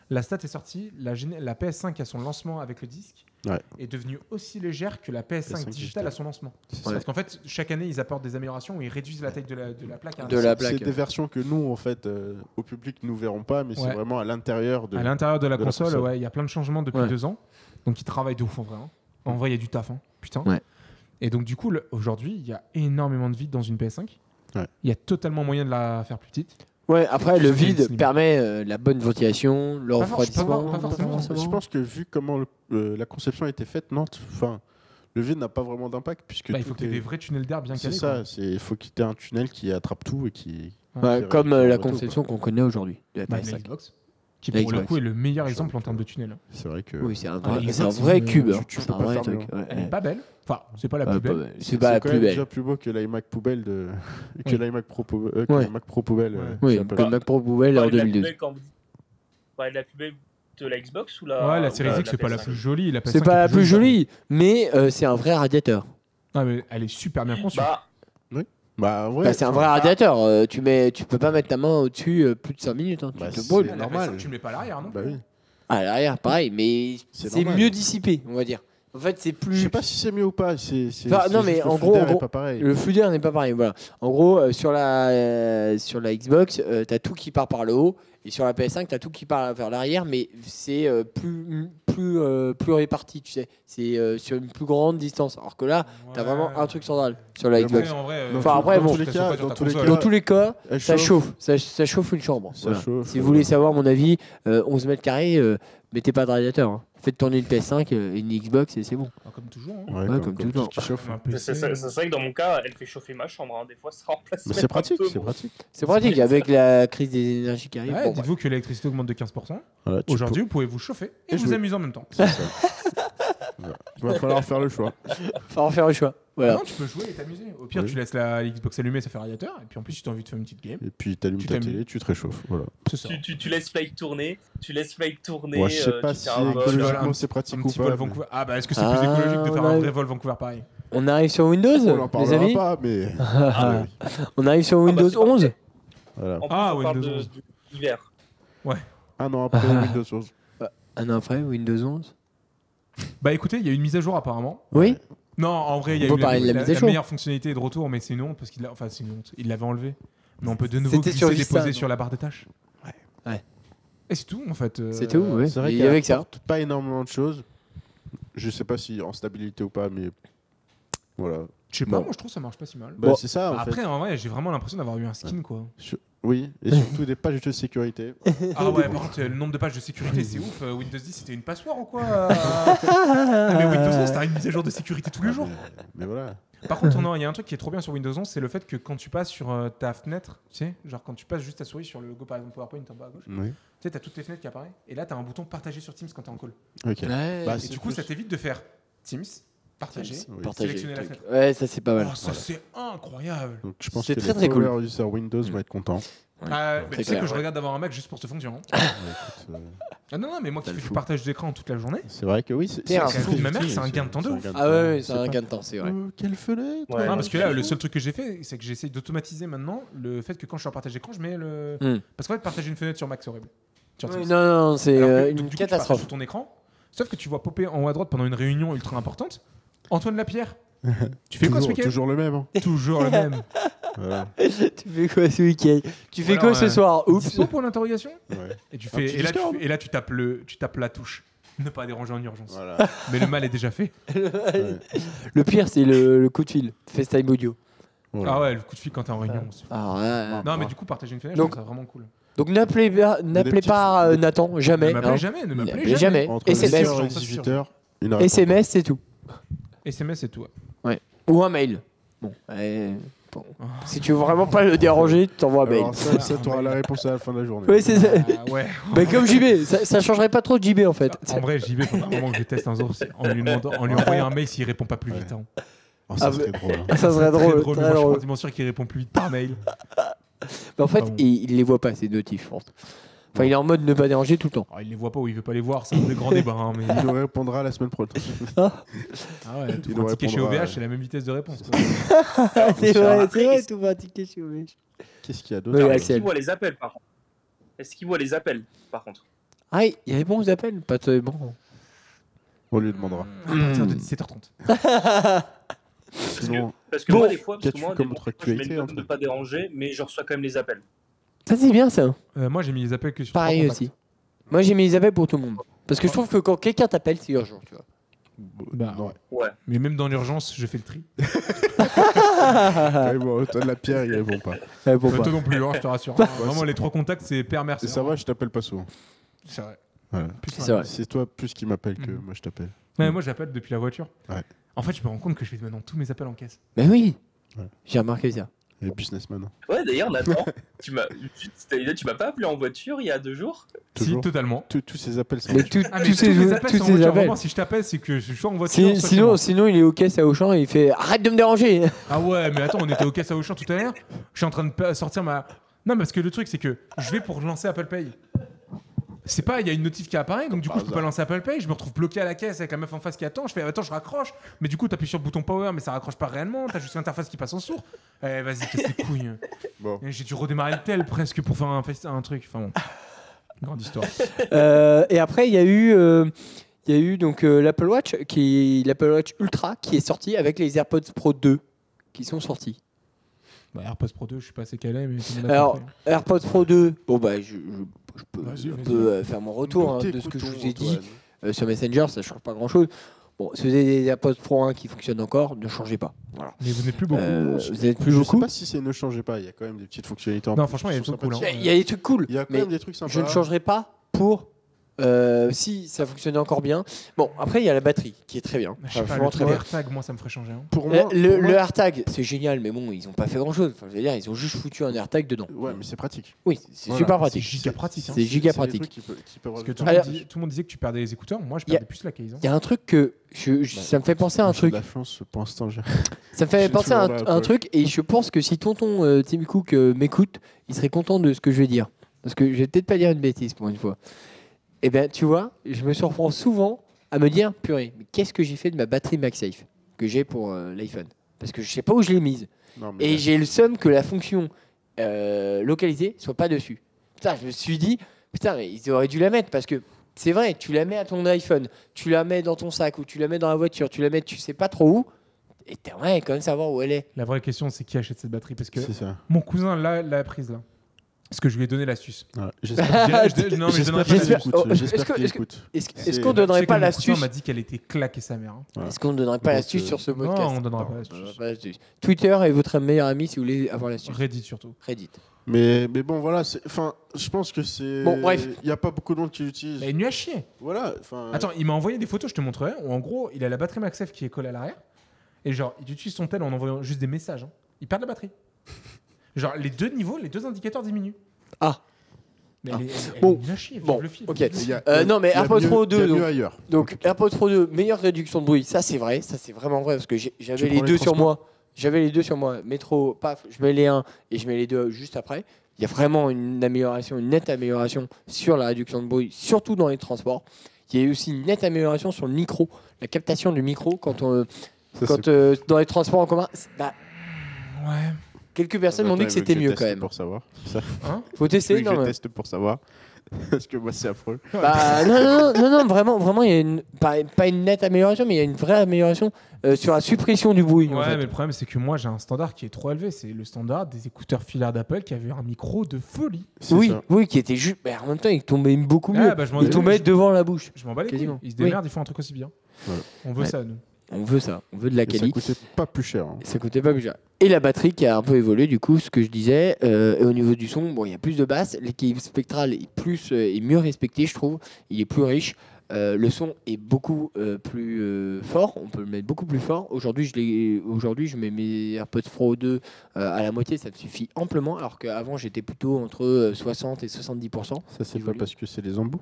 Speaker 3: la stat est sortie. La, gén- la PS5 à son lancement avec le disque
Speaker 2: Ouais.
Speaker 3: est devenue aussi légère que la PS5,
Speaker 2: PS5
Speaker 3: digitale,
Speaker 2: digitale.
Speaker 3: à son lancement.
Speaker 2: C'est
Speaker 1: Ouais.
Speaker 3: Parce qu'en fait, chaque année, ils apportent des améliorations où ils réduisent la taille de la, de la plaque. à
Speaker 1: De
Speaker 3: l'intérieur.
Speaker 1: la
Speaker 2: C'est
Speaker 1: plaque.
Speaker 2: des versions que nous, en fait, euh, au public, nous verrons pas, mais
Speaker 3: Ouais.
Speaker 2: c'est vraiment à l'intérieur de.
Speaker 3: À l'intérieur de la
Speaker 2: de la
Speaker 3: console, ouais, il
Speaker 2: console.
Speaker 3: y a plein de changements depuis
Speaker 1: Ouais.
Speaker 3: deux ans. Donc ils travaillent de ouf en vrai. hein. En vrai, il y a du taf, hein. putain.
Speaker 1: Ouais.
Speaker 3: Et donc du coup, le- aujourd'hui, il y a énormément de vide dans une PS5.
Speaker 2: Ouais.
Speaker 3: Il y a totalement moyen de la faire plus petite.
Speaker 1: Ouais, après,
Speaker 3: Plus
Speaker 1: le
Speaker 3: une
Speaker 1: vide
Speaker 3: slim.
Speaker 1: permet euh, la bonne ventilation, le
Speaker 3: Pas for-
Speaker 1: refroidissement. euh,
Speaker 3: pas- pas forcément.
Speaker 2: Je pense que vu comment le- euh, la conception a été faite, non, t- enfin, le vide n'a pas vraiment d'impact puisque
Speaker 3: Bah, il
Speaker 2: tout
Speaker 3: faut que tu
Speaker 2: est-
Speaker 3: aies des vrais tunnels d'air bien
Speaker 2: C'est
Speaker 3: calés.
Speaker 2: ça, c'est- il faut quitter un tunnel qui attrape tout et qui.
Speaker 1: Ouais,
Speaker 2: C'est
Speaker 1: comme
Speaker 2: vrai,
Speaker 1: euh,
Speaker 2: c'est
Speaker 1: la
Speaker 2: un bateau,
Speaker 1: conception qu'on connaît aujourd'hui de la
Speaker 3: Bah,
Speaker 1: PS5.
Speaker 3: la Xbox, qui
Speaker 1: La
Speaker 3: pour le
Speaker 1: Xbox.
Speaker 3: coup est le meilleur
Speaker 2: Je
Speaker 3: exemple en
Speaker 2: vois.
Speaker 3: termes de tunnel.
Speaker 2: C'est vrai que.
Speaker 1: Oui, c'est un
Speaker 3: Ah,
Speaker 1: vrai,
Speaker 3: les
Speaker 1: c'est un
Speaker 3: Xbox,
Speaker 1: vrai
Speaker 3: euh,
Speaker 1: cube.
Speaker 2: tu-
Speaker 1: hein.
Speaker 2: tu peux
Speaker 1: C'est un
Speaker 2: pas
Speaker 1: vrai
Speaker 2: faire
Speaker 1: truc. ouais,
Speaker 3: Elle est
Speaker 1: ouais.
Speaker 3: pas belle. Enfin, c'est pas la
Speaker 1: Ouais,
Speaker 3: plus
Speaker 1: Ah, pas
Speaker 3: belle.
Speaker 1: belle. C'est pas la
Speaker 2: quand
Speaker 1: plus
Speaker 2: même
Speaker 1: belle.
Speaker 2: déjà plus beau que l'iMac poubelle de que
Speaker 3: Oui.
Speaker 2: l'iMac Pro pou- euh, que
Speaker 1: Ouais.
Speaker 2: l'iMac Pro poubelle. euh,
Speaker 3: Ouais.
Speaker 1: Oui, Bah,
Speaker 2: qui s'appelle.
Speaker 1: comme Mac Pro Bouvel en
Speaker 5: Parler de la
Speaker 1: 2012.
Speaker 5: poubelle quand vous dites- parler de la poubelle de la Xbox ou la.
Speaker 3: Ouais, la
Speaker 1: Ah,
Speaker 5: ou
Speaker 3: série X, c'est pas la
Speaker 5: PS5.
Speaker 3: plus jolie. la
Speaker 1: C'est
Speaker 3: PS5
Speaker 1: pas
Speaker 3: est
Speaker 1: la plus jolie, mais euh, c'est un vrai radiateur.
Speaker 3: Ah, mais elle est super bien conçue.
Speaker 5: Bah,
Speaker 2: Bah, en vrai,
Speaker 1: Bah, c'est un vrai radiateur. euh, tu mets, tu peux pas mettre ta main au-dessus euh, plus de 5 minutes. hein, tu
Speaker 2: Bah,
Speaker 1: te
Speaker 2: c'est-
Speaker 1: brûles.
Speaker 3: La
Speaker 2: normal.
Speaker 3: PS5, tu ne mets pas à l'arrière, non
Speaker 2: bah oui.
Speaker 1: À l'arrière, pareil, mais
Speaker 2: C'est
Speaker 1: c'est
Speaker 2: normal.
Speaker 1: mieux dissipé, on va dire. En fait, c'est
Speaker 2: Je
Speaker 1: plus.
Speaker 2: sais pas si c'est mieux ou pas. C'est. c'est-
Speaker 1: Bah,
Speaker 2: c'est
Speaker 1: non, mais
Speaker 2: juste le
Speaker 1: en
Speaker 2: flux
Speaker 1: gros,
Speaker 2: d'air
Speaker 1: en
Speaker 2: est
Speaker 1: gros,
Speaker 2: pas pareil.
Speaker 1: Le flux d'air n'est pas pareil. Voilà. En gros, euh, sur la euh, sur la Xbox, euh, t'as tout qui part par le haut Et sur la PS5, tu as tout qui part vers l'arrière, mais c'est euh, plus, plus, euh, plus réparti, tu sais. C'est euh, sur une plus grande distance. Alors que là, tu as vraiment un truc central sur la
Speaker 2: Mais
Speaker 1: Xbox.
Speaker 3: En vrai, euh,
Speaker 1: Enfin, après,
Speaker 3: je
Speaker 1: bon.
Speaker 3: te laisse
Speaker 2: Dans
Speaker 3: pas sur ta
Speaker 2: tous les
Speaker 3: console.
Speaker 2: cas-
Speaker 1: Dans tous les cas,
Speaker 2: Elle
Speaker 1: ça chauffe. Ça, ça chauffe une chambre.
Speaker 2: Ça
Speaker 1: Voilà.
Speaker 2: chauffe,
Speaker 1: Si
Speaker 2: euh,
Speaker 1: vous voulez savoir mon avis, euh, 11 mètres carrés, euh, mettez pas de radiateur. hein. Faites tourner une PS5 et euh, une Xbox et c'est bon.
Speaker 3: Ah, Comme toujours. hein.
Speaker 2: Ouais,
Speaker 1: Ouais,
Speaker 2: comme,
Speaker 1: comme
Speaker 2: comme
Speaker 1: tout le
Speaker 2: tout ce qui chauffe.
Speaker 3: Comme un
Speaker 5: C'est-
Speaker 3: PC,
Speaker 5: C'est c'est- c'est vrai que dans mon cas, elle fait chauffer ma chambre. hein. Des fois, ça remplace.
Speaker 2: Mais c'est pratique, c'est pratique.
Speaker 1: C'est pratique avec la crise des énergies qui arrive.
Speaker 3: Ouais,
Speaker 1: bon, bah,
Speaker 3: Dites-vous que l'électricité augmente de 15%.
Speaker 2: Voilà, tu
Speaker 3: Aujourd'hui, vous pouvez vous chauffer et,
Speaker 2: Et
Speaker 3: vous
Speaker 2: jouer.
Speaker 3: amuser en même temps.
Speaker 2: peux- c'est ça. Voilà. Il va falloir faire le choix.
Speaker 1: bah, faut en faire le choix. Voilà.
Speaker 3: Non, tu peux jouer et t'amuser. Au pire,
Speaker 2: Oui.
Speaker 3: tu laisses la Xbox allumée, ça fait radiateur. Et puis en plus, si t'as envie de faire une petite game,
Speaker 2: Et puis t'allumes
Speaker 3: Tu
Speaker 2: ta
Speaker 3: t'amuses.
Speaker 2: télé, tu te réchauffes. Voilà.
Speaker 3: c'est ça.
Speaker 5: Tu, tu, tu laisses Flight tourner, tu laisses Flight tourner.
Speaker 2: Moi, je sais
Speaker 5: euh,
Speaker 2: pas
Speaker 5: tu
Speaker 2: si
Speaker 5: fais un vol,
Speaker 3: écologique.
Speaker 2: écologiquement c'est
Speaker 3: Un
Speaker 2: pratique ou
Speaker 3: petit vol
Speaker 2: pas. mais-
Speaker 3: Vancouver. Ah bah est-ce que c'est
Speaker 1: Ah,
Speaker 3: plus écologique de faire
Speaker 1: on a
Speaker 3: un
Speaker 1: eu-
Speaker 3: vrai vol Vancouver Paris
Speaker 1: On arrive sur Windows,
Speaker 2: On en
Speaker 1: les
Speaker 2: parlera
Speaker 1: amis.
Speaker 2: pas, mais
Speaker 5: Ah,
Speaker 1: On arrive sur
Speaker 5: bah,
Speaker 1: Windows
Speaker 5: c'est
Speaker 1: 11.
Speaker 5: parfait.
Speaker 2: voilà.
Speaker 5: En plus,
Speaker 3: Ah,
Speaker 5: on
Speaker 3: oui,
Speaker 5: parle
Speaker 3: deux
Speaker 5: de-
Speaker 3: ans.
Speaker 5: de l'hiver.
Speaker 2: un an après
Speaker 1: Ah.
Speaker 2: Windows 11.
Speaker 1: Un an Ah après, Windows 11.
Speaker 3: Bah écoutez, il y a une mise à jour apparemment.
Speaker 1: Oui.
Speaker 3: Non, en vrai, il y a
Speaker 1: peut
Speaker 3: eu la,
Speaker 1: parler de la
Speaker 3: la-
Speaker 1: mise à
Speaker 3: la
Speaker 1: jour.
Speaker 3: meilleure fonctionnalité est de retour, mais c'est une honte parce qu'il l'a- enfin c'est une honte. Il l'avait enlevé. Mais on peut de nouveau
Speaker 1: C'était sur
Speaker 3: glisser
Speaker 1: Vista,
Speaker 3: déposer
Speaker 1: non
Speaker 3: sur la barre des tâches.
Speaker 1: Ouais. Ouais.
Speaker 3: Et c'est tout en fait. euh,
Speaker 1: C'était où ouais.
Speaker 2: C'est vrai
Speaker 1: Il y
Speaker 2: qu'elle
Speaker 1: avait que ça.
Speaker 2: apporte pas énormément de choses. Je sais pas si en stabilité ou pas, mais voilà.
Speaker 3: Je sais pas,
Speaker 2: Bon.
Speaker 3: moi je trouve que ça marche pas si mal.
Speaker 2: Bah,
Speaker 1: Bon.
Speaker 2: c'est ça en
Speaker 3: Bah,
Speaker 2: fait.
Speaker 3: Après, en vrai, j'ai vraiment l'impression d'avoir eu un skin quoi.
Speaker 2: Sur- Oui, et surtout des pages de sécurité.
Speaker 3: Ah ouais, par contre, euh, le nombre de pages de sécurité, c'est ouf. Euh, Windows 10, c'était une passoire ou quoi euh Non, Mais Windows 11, t'as une mise à jour de sécurité tous les jours.
Speaker 2: Mais, mais voilà.
Speaker 3: Par contre, non, il y a un truc qui est trop bien sur Windows 11, c'est le fait que quand tu passes sur euh, ta fenêtre, tu sais, genre quand tu passes juste ta souris sur le logo, par exemple PowerPoint en bas à gauche, tu
Speaker 2: Oui.
Speaker 3: sais, t'as toutes tes fenêtres qui apparaissent, et là, t'as un bouton partager sur Teams quand t'es en call.
Speaker 2: Ok.
Speaker 1: Ouais.
Speaker 2: Bah,
Speaker 3: Et
Speaker 2: c'est
Speaker 3: du coup,
Speaker 2: plus-
Speaker 3: ça t'évite de faire Teams, partager.
Speaker 1: Teams,
Speaker 2: oui.
Speaker 1: partager
Speaker 3: sélectionner
Speaker 1: le
Speaker 3: la
Speaker 1: truc.
Speaker 3: fenêtre.
Speaker 1: Ouais, ça c'est pas mal.
Speaker 3: Oh, ça, c'est incroyable
Speaker 2: Donc je pense que
Speaker 1: C'est
Speaker 2: les
Speaker 1: très, très cool.
Speaker 2: followers sur Windows vont être contents.
Speaker 3: Ah, mais
Speaker 1: c'est
Speaker 3: Tu sais
Speaker 1: clair,
Speaker 3: que je
Speaker 1: ouais.
Speaker 3: regarde d'avoir un Mac juste pour cette fonction. hein.
Speaker 2: Ouais, écoute, euh,
Speaker 3: Ah non, non, mais moi
Speaker 1: Ça
Speaker 3: qui
Speaker 1: le
Speaker 3: fais du
Speaker 1: fout.
Speaker 3: partage d'écran toute la journée,
Speaker 2: c'est vrai que oui, c'est
Speaker 1: T'es un
Speaker 2: c'est-
Speaker 1: fou
Speaker 2: c'est
Speaker 1: de ma
Speaker 2: utile,
Speaker 3: mère, c'est un gain de temps de
Speaker 2: c'est
Speaker 3: ouf.
Speaker 2: gain
Speaker 1: Ah ouais, ouais,
Speaker 2: temps,
Speaker 1: c'est un
Speaker 2: pas-
Speaker 1: gain de temps, c'est vrai.
Speaker 2: Euh, quelle fenêtre
Speaker 5: Ouais.
Speaker 3: Non,
Speaker 2: euh,
Speaker 3: parce que là,
Speaker 2: quel
Speaker 3: le
Speaker 2: fou.
Speaker 3: seul truc que j'ai fait, c'est que j'essaye d'automatiser maintenant le fait que quand je suis en partage d'écran, je mets le.
Speaker 1: Hmm.
Speaker 3: Parce qu'en fait, partager une fenêtre sur Mac, c'est horrible. Sur
Speaker 1: Ouais,
Speaker 3: Teams.
Speaker 1: Non, non, c'est
Speaker 3: Alors que-
Speaker 1: euh,
Speaker 3: donc,
Speaker 1: une
Speaker 3: du coup, tu partages
Speaker 1: catastrophe.
Speaker 3: sur ton écran, sauf que tu vois popper en haut à droite pendant une réunion ultra importante Antoine Lapierre. tu fais quoi ce
Speaker 2: Toujours-
Speaker 3: week-end
Speaker 2: Toujours le même. hein.
Speaker 3: Toujours le même.
Speaker 2: Voilà,
Speaker 1: tu fais quoi ce week-end Tu fais
Speaker 3: Ou
Speaker 1: quoi
Speaker 3: alors,
Speaker 1: ce
Speaker 3: euh,
Speaker 1: soir Oups
Speaker 3: Dispo pour l'interrogation
Speaker 2: ouais.
Speaker 3: Et tu
Speaker 2: Un
Speaker 3: fais
Speaker 2: petit
Speaker 3: et là tu,
Speaker 2: Discord.
Speaker 3: et là tu tapes le tu tapes la touche. Ne pas déranger en urgence.
Speaker 2: Voilà.
Speaker 3: Mais le mal est déjà fait.
Speaker 2: Ouais.
Speaker 1: Le pire, c'est le, le coup de fil. FaceTime audio.
Speaker 2: Voilà.
Speaker 3: Ah ouais, le coup de fil quand t'es en réunion. c'est fou.
Speaker 1: Alors, là,
Speaker 3: Non mais du coup partager une fenêtre,
Speaker 1: Donc-
Speaker 3: c'est vraiment cool.
Speaker 1: Donc n'appelez pas, n'appelez
Speaker 2: petites-
Speaker 1: pas euh, Nathan,
Speaker 3: ne
Speaker 1: jamais.
Speaker 3: m'appelez
Speaker 1: hein.
Speaker 3: jamais, ne
Speaker 1: Ne
Speaker 3: m'appelez
Speaker 1: m'appelez
Speaker 3: jamais.
Speaker 1: jamais.
Speaker 2: Entre
Speaker 1: SMS.
Speaker 2: 18h et 18h, une heure.
Speaker 1: SMS, c'est tout.
Speaker 3: SMS et tout. ouais.
Speaker 1: Ou un mail. Bon, euh, bon. Si tu veux vraiment pas le déranger, tu t'envoies un mail.
Speaker 2: Alors ça, ça t'auras la réponse à la fin de la journée.
Speaker 1: Ouais, Ah c'est ça.
Speaker 3: Ah ouais.
Speaker 1: Bah, comme JB, ça, ça changerait pas trop de JB en fait.
Speaker 3: En vrai, j'y vais pour vraiment que je teste un jour c'est- en lui, demandant- en lui envoyant un mail s'il répond pas plus vite. hein.
Speaker 2: Oh, ça
Speaker 1: Ah,
Speaker 2: serait
Speaker 1: mais-
Speaker 2: drôle. hein.
Speaker 1: Ça serait
Speaker 3: Très
Speaker 1: drôle.
Speaker 3: drôle,
Speaker 1: très
Speaker 3: mais moi, je suis
Speaker 1: drôle.
Speaker 3: quasiment sûr qu'il répond plus vite par mail.
Speaker 1: Mais en fait,
Speaker 3: Pardon.
Speaker 1: il, il les voit pas, ces notifs, je pense. Enfin, il est en mode ne pas déranger tout le temps.
Speaker 3: Alors, Ah, il les voit pas ou il veut pas les voir, c'est un des grands débats. hein, mais...
Speaker 2: Il nous répondra la semaine prochaine.
Speaker 3: Ah ouais, tout
Speaker 2: Il nous
Speaker 3: pratiqué chez
Speaker 2: répondra,
Speaker 3: OVH,
Speaker 2: ouais.
Speaker 3: c'est la même vitesse de réponse. quoi.
Speaker 1: Ah, c'est vrai,
Speaker 5: vrai, Après,
Speaker 1: c'est
Speaker 5: c'est vrai,
Speaker 1: vrai,
Speaker 5: est-ce-
Speaker 1: tout va tiquer chez OVH.
Speaker 2: Qu'est-ce qu'il y a
Speaker 1: Oui,
Speaker 2: d'autre
Speaker 5: Alors,
Speaker 1: ouais,
Speaker 5: Est-ce
Speaker 1: Axel.
Speaker 5: qu'il voit les appels par contre Est-ce qu'il voit les appels par contre
Speaker 1: Ah, il répond aux appels Pas très bon.
Speaker 2: On lui demandera.
Speaker 3: À partir de 17h30.
Speaker 5: Parce que,
Speaker 2: Sinon,
Speaker 5: parce que
Speaker 1: Bon,
Speaker 5: moi, des fois, parce que
Speaker 2: qu'as-tu
Speaker 5: moi, des
Speaker 2: comme
Speaker 5: fois,
Speaker 2: autre
Speaker 5: je mets
Speaker 2: actualité,
Speaker 5: le
Speaker 2: en
Speaker 5: button de
Speaker 2: fait
Speaker 5: pas déranger, mais je reçois quand même les appels.
Speaker 1: Ça, c'est bien ça.
Speaker 3: Euh, moi, j'ai mis les appels que sur
Speaker 1: Pareil
Speaker 3: trois
Speaker 1: aussi.
Speaker 3: contacts.
Speaker 1: Moi, j'ai mis les appels pour tout le monde. Parce que je trouve que quand quelqu'un t'appelle, c'est urgent, tu vois.
Speaker 3: Bah,
Speaker 2: non,
Speaker 5: Ouais.
Speaker 3: Mais même dans l'urgence, je fais le tri.
Speaker 1: Ah.
Speaker 2: quand même, Antoine la pierre, il répond pas.
Speaker 1: Ouais, bon,
Speaker 3: Euh,
Speaker 1: bah.
Speaker 3: toi non plus, hein, je te rassure. Vraiment, les trois contacts, c'est père, mère,
Speaker 2: Et
Speaker 3: sœur.
Speaker 2: ça va, je t'appelle pas souvent.
Speaker 3: C'est vrai.
Speaker 2: Voilà.
Speaker 3: Plus,
Speaker 1: C'est
Speaker 3: ouais.
Speaker 1: vrai.
Speaker 2: C'est toi plus qui m'appelle que
Speaker 3: Mhm.
Speaker 2: moi je t'appelle.
Speaker 3: Ouais, moi, j'appelle depuis la voiture.
Speaker 2: Ouais.
Speaker 3: En fait, je me rends compte que je fais maintenant tous mes appels en caisse.
Speaker 1: Mais oui
Speaker 2: Ouais.
Speaker 1: J'ai remarqué ça.
Speaker 2: Et businessman. hein.
Speaker 5: Ouais, d'ailleurs, Nathan, tu m'as tu- tu m'as pas appelé en voiture il y a deux jours
Speaker 3: Si,
Speaker 2: Toujours.
Speaker 3: totalement.
Speaker 2: Tous- Tous ces appels, c'est
Speaker 1: Mais tout-
Speaker 3: Ah, mais
Speaker 1: tous ces,
Speaker 3: mes appels,
Speaker 1: tous
Speaker 3: sont en
Speaker 1: ces
Speaker 3: voiture.
Speaker 1: appels.
Speaker 3: Vraiment, si je t'appelle, c'est que je suis en
Speaker 1: Si-
Speaker 3: voiture. soit chez
Speaker 1: sinon,
Speaker 3: moi.
Speaker 1: sinon, il est au caisse à Auchan et il fait Arrête de me déranger
Speaker 3: Ah ouais, mais attends, on était au caisse à Auchan tout à l'heure. Je suis en train de pa- sortir ma. Non, mais parce que le truc, c'est que je vais pour lancer Apple Pay. C'est pas, il y a une notif qui apparaît, donc du coup, je peux pas lancer Apple Pay. Je me retrouve bloqué à la caisse avec la meuf en face qui attend. Je fais, attends, je raccroche. Mais du coup, t'appuies sur le bouton power, mais ça raccroche pas réellement. T'as juste l'interface qui passe en sourd. Eh, vas-y, casse les couilles.
Speaker 2: Bon.
Speaker 3: Et J'ai dû redémarrer le tel presque pour faire un, fest- un truc. Enfin bon. Grande histoire.
Speaker 1: Euh, et après, il y a eu, euh, il y a eu donc euh, l'Apple Watch, qui l'Apple Watch Ultra, qui est sorti avec les AirPods Pro 2, qui sont sortis.
Speaker 3: Bah, AirPods Pro 2, je suis pas assez calé, mais tout le monde a
Speaker 1: Alors,
Speaker 3: compris.
Speaker 1: AirPods Pro 2, bon bah je, je- je peux,
Speaker 3: Vas-y,
Speaker 1: je
Speaker 3: vas-y.
Speaker 1: peux, euh, faire mon retour hein, de ce que je vous ai dit euh, sur Messenger, ça change pas grand chose. Bon, si vous avez des AirPods Pro 1 qui fonctionnent encore, ne changez pas. Voilà.
Speaker 3: Mais vous n'êtes plus beaucoup.
Speaker 1: Euh,
Speaker 2: je-
Speaker 1: vous n'êtes plus
Speaker 2: Je sais
Speaker 1: beaucoup.
Speaker 2: pas si c'est ne changez pas, il y a quand même des petites fonctionnalités en
Speaker 3: Non,
Speaker 2: plus
Speaker 3: franchement,
Speaker 2: qui
Speaker 3: il y a
Speaker 2: sont
Speaker 3: des trucs cool, hein.
Speaker 1: Il y a-
Speaker 2: sympathiques.
Speaker 1: il y a des trucs cool.
Speaker 2: Il y a quand
Speaker 1: mais
Speaker 2: même des trucs sympas.
Speaker 1: Je ne changerai pas pour euh, si ça fonctionnait encore bien. Bon, après, il y a la batterie qui est très bien.
Speaker 3: Bah, Je sais pas,
Speaker 1: Franchement,
Speaker 3: le
Speaker 1: très
Speaker 3: trois
Speaker 1: bien.
Speaker 3: AirTag, moi, ça me ferait changer. hein.
Speaker 2: Pour
Speaker 1: Euh,
Speaker 2: moi,
Speaker 1: Le,
Speaker 2: pour
Speaker 1: le
Speaker 2: moi-
Speaker 1: AirTag, c'est génial, mais bon, ils n'ont pas fait grand chose. Enfin, je veux dire, ils ont juste foutu un AirTag dedans.
Speaker 2: Ouais, mais c'est pratique.
Speaker 1: Oui, c'est
Speaker 2: Voilà,
Speaker 1: super
Speaker 3: C'est
Speaker 1: pratique.
Speaker 3: giga pratique. hein.
Speaker 1: C'est giga
Speaker 2: des trucs
Speaker 1: pratique.
Speaker 2: qui peuvent- qui peuvent
Speaker 3: Parce que tout
Speaker 2: rajouter
Speaker 3: le, monde
Speaker 1: Alors-
Speaker 3: dis- tout le monde disait que tu perdais les écouteurs. Moi, je
Speaker 1: Il y a-
Speaker 3: perdais plus la case. hein.
Speaker 1: Il y a un truc que je- je-
Speaker 2: Bah,
Speaker 1: ça me fait penser à un
Speaker 2: J'ai de
Speaker 1: truc.
Speaker 2: la chance pour l'instant. j'ai-
Speaker 1: Ça me fait
Speaker 2: j'ai
Speaker 1: penser à un,
Speaker 2: toujours la
Speaker 1: un
Speaker 2: Apple.
Speaker 1: truc, et je pense que si tonton euh, Tim Cook euh, m'écoute, il serait content de ce que je vais dire. Parce que je vais peut-être pas dire une bêtise pour une fois. Eh bien, tu vois, je me surprends souvent à me dire, purée, mais qu'est-ce que j'ai fait de ma batterie MagSafe que j'ai pour euh, l'iPhone Parce que je sais pas où je l'ai mise.
Speaker 2: Non, mais
Speaker 1: Et
Speaker 2: là,
Speaker 1: j'ai le seum que la fonction euh, localisée soit pas dessus. Putain, je me suis dit, putain, mais ils auraient dû la mettre parce que c'est vrai, tu la mets à ton iPhone, tu la mets dans ton sac ou tu la mets dans la voiture, tu la mets tu sais pas trop où, et t'aimerais quand même savoir où elle est.
Speaker 3: La vraie question, c'est qui achète cette batterie Parce que
Speaker 2: C'est ça.
Speaker 3: mon cousin l'a l'a prise là. Parce que je lui ai donné l'astuce.
Speaker 2: Ouais, J'espère
Speaker 1: Ah,
Speaker 3: Je- je- non, mais je donnerai
Speaker 2: j'espère
Speaker 3: pas
Speaker 1: j'espère-
Speaker 3: l'astuce.
Speaker 2: qu'il écoute.
Speaker 1: oh, est-ce
Speaker 2: J'espère
Speaker 1: que-
Speaker 2: qu'il
Speaker 1: est-ce que-
Speaker 2: écoute.
Speaker 1: Est-ce
Speaker 2: C'est-
Speaker 1: est-ce qu'on
Speaker 2: tu
Speaker 1: donnerait
Speaker 3: Tu sais que
Speaker 1: pas
Speaker 3: mon
Speaker 1: l'astuce
Speaker 3: cousin m'a dit qu'elle était claquée sa mère. hein.
Speaker 2: Voilà.
Speaker 1: Est-ce qu'on donnerait pas
Speaker 2: Donc,
Speaker 1: l'astuce
Speaker 2: euh,
Speaker 1: sur ce podcast
Speaker 3: Non, on donnera pas
Speaker 1: On donnera
Speaker 3: l'astuce.
Speaker 1: pas l'astuce. Twitter est votre meilleur ami si vous voulez avoir l'astuce.
Speaker 3: Reddit surtout.
Speaker 1: Reddit.
Speaker 2: Mais, mais bon, voilà, c'est- enfin, je pense que c'est.
Speaker 1: Bon, bref.
Speaker 2: Il n'y a pas beaucoup de monde qui l'utilise.
Speaker 3: Mais nul à chier.
Speaker 2: Voilà, enfin.
Speaker 3: Attends, il m'a envoyé des photos, je te montrerai. Où en gros, il a la batterie MaxF qui est collée à l'arrière. Et genre, il utilise son tel en envoyant juste des messages. hein. Il perd la batterie. Genre, les deux niveaux, les deux indicateurs diminuent.
Speaker 1: Ah.
Speaker 3: Mais
Speaker 1: Ah.
Speaker 3: elle est, elle est
Speaker 1: Bon.
Speaker 3: nulle à chier, vive
Speaker 1: Bon,
Speaker 3: le film.
Speaker 1: ok.
Speaker 3: vive le
Speaker 2: il
Speaker 3: film.
Speaker 2: y a-
Speaker 1: Euh,
Speaker 2: il y a-
Speaker 1: non, mais
Speaker 2: il y a
Speaker 1: AirPods
Speaker 2: mieux-
Speaker 1: Pro
Speaker 2: il y a
Speaker 1: 2,
Speaker 2: mieux
Speaker 1: donc.
Speaker 2: ailleurs.
Speaker 1: Donc AirPods Pro 2, meilleure réduction de bruit, ça c'est vrai, ça c'est vraiment vrai parce que j'ai-
Speaker 2: Tu
Speaker 1: j'avais
Speaker 2: prends
Speaker 1: les
Speaker 2: les
Speaker 1: deux sur
Speaker 2: transports.
Speaker 1: moi, j'avais les deux sur moi, métro, paf, je mets les un et je mets les deux juste après. Il y a vraiment une amélioration, une nette amélioration sur la réduction de bruit, surtout dans les transports. Il y a eu aussi une nette amélioration sur le micro, la captation du micro quand on,
Speaker 2: Ça,
Speaker 1: quand euh, dans les transports en commun. c'est- bah,
Speaker 3: Ouais.
Speaker 1: quelques personnes
Speaker 2: Attends,
Speaker 1: m'ont dit
Speaker 2: il
Speaker 1: que
Speaker 2: veut
Speaker 1: c'était
Speaker 2: Ah, bah, je
Speaker 1: mieux
Speaker 2: teste
Speaker 1: quand même.
Speaker 2: Pour savoir. Ça, il
Speaker 3: Hein
Speaker 1: Faut
Speaker 2: veut
Speaker 1: tester,
Speaker 2: que
Speaker 1: non
Speaker 2: je
Speaker 1: mais-
Speaker 2: teste pour savoir. Parce que moi, c'est affreux.
Speaker 1: Bah, non, non, non, non, non, vraiment, vraiment, il y a une, pas, pas une nette amélioration, mais il y a une vraie amélioration euh, sur la suppression du bruit. en
Speaker 3: Ouais,
Speaker 1: fait.
Speaker 3: mais le problème, c'est que moi, j'ai un standard qui est trop élevé. C'est le standard des écouteurs filaires d'Apple qui avait un micro de folie.
Speaker 2: C'est
Speaker 1: Oui,
Speaker 2: ça.
Speaker 1: oui, qui était juste. mais en même temps, il tombait beaucoup mieux.
Speaker 3: Ah, bah, je m'en
Speaker 1: il
Speaker 3: dis-
Speaker 1: tombait devant la bouche.
Speaker 3: Je m'en bats les couilles.
Speaker 1: Quasiment.
Speaker 3: Ils se démerdent, ils font un truc aussi bien.
Speaker 2: Voilà.
Speaker 3: On veut
Speaker 1: Ouais.
Speaker 3: ça, nous.
Speaker 1: On veut ça, on veut de la
Speaker 2: Et Ça
Speaker 1: qualité.
Speaker 2: coûtait pas plus cher. hein.
Speaker 1: Ça coûtait pas plus cher. Et la batterie qui a un peu évolué, du coup, ce que je disais. euh, et au niveau du son, bon, il y a plus de basses. L'équilibre spectral est, plus, euh, est mieux respecté, je trouve. Il est plus riche. Euh, le son est beaucoup euh, plus euh, fort. On peut le mettre beaucoup plus fort. Aujourd'hui, je, l'ai- aujourd'hui, je mets mes AirPods Pro 2 euh, à la moitié. Ça me suffit amplement. Alors qu'avant, j'étais plutôt entre euh, 60 et 70%.
Speaker 2: Ça, c'est pas
Speaker 1: Évolue.
Speaker 2: parce que c'est les embouts.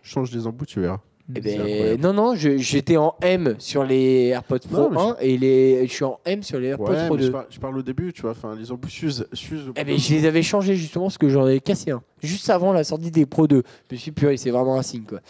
Speaker 2: Change les embouts, tu verras.
Speaker 1: Eh
Speaker 2: C'est
Speaker 1: ben,
Speaker 2: incroyable.
Speaker 1: non, non, je- j'étais en M sur les AirPods Pro
Speaker 2: Non, mais je-
Speaker 1: 1 et les, je suis en M sur les AirPods
Speaker 2: Ouais,
Speaker 1: Pro
Speaker 2: mais je
Speaker 1: 2.
Speaker 2: parle, je parle au début, tu vois. Enfin, les embouts s'usent. s'usent au bout
Speaker 1: Eh ben,
Speaker 2: d'un
Speaker 1: je les avais changés justement parce que j'en avais cassé un. Juste avant la sortie des Pro 2. Je me suis dit, purée, c'est vraiment un signe quoi.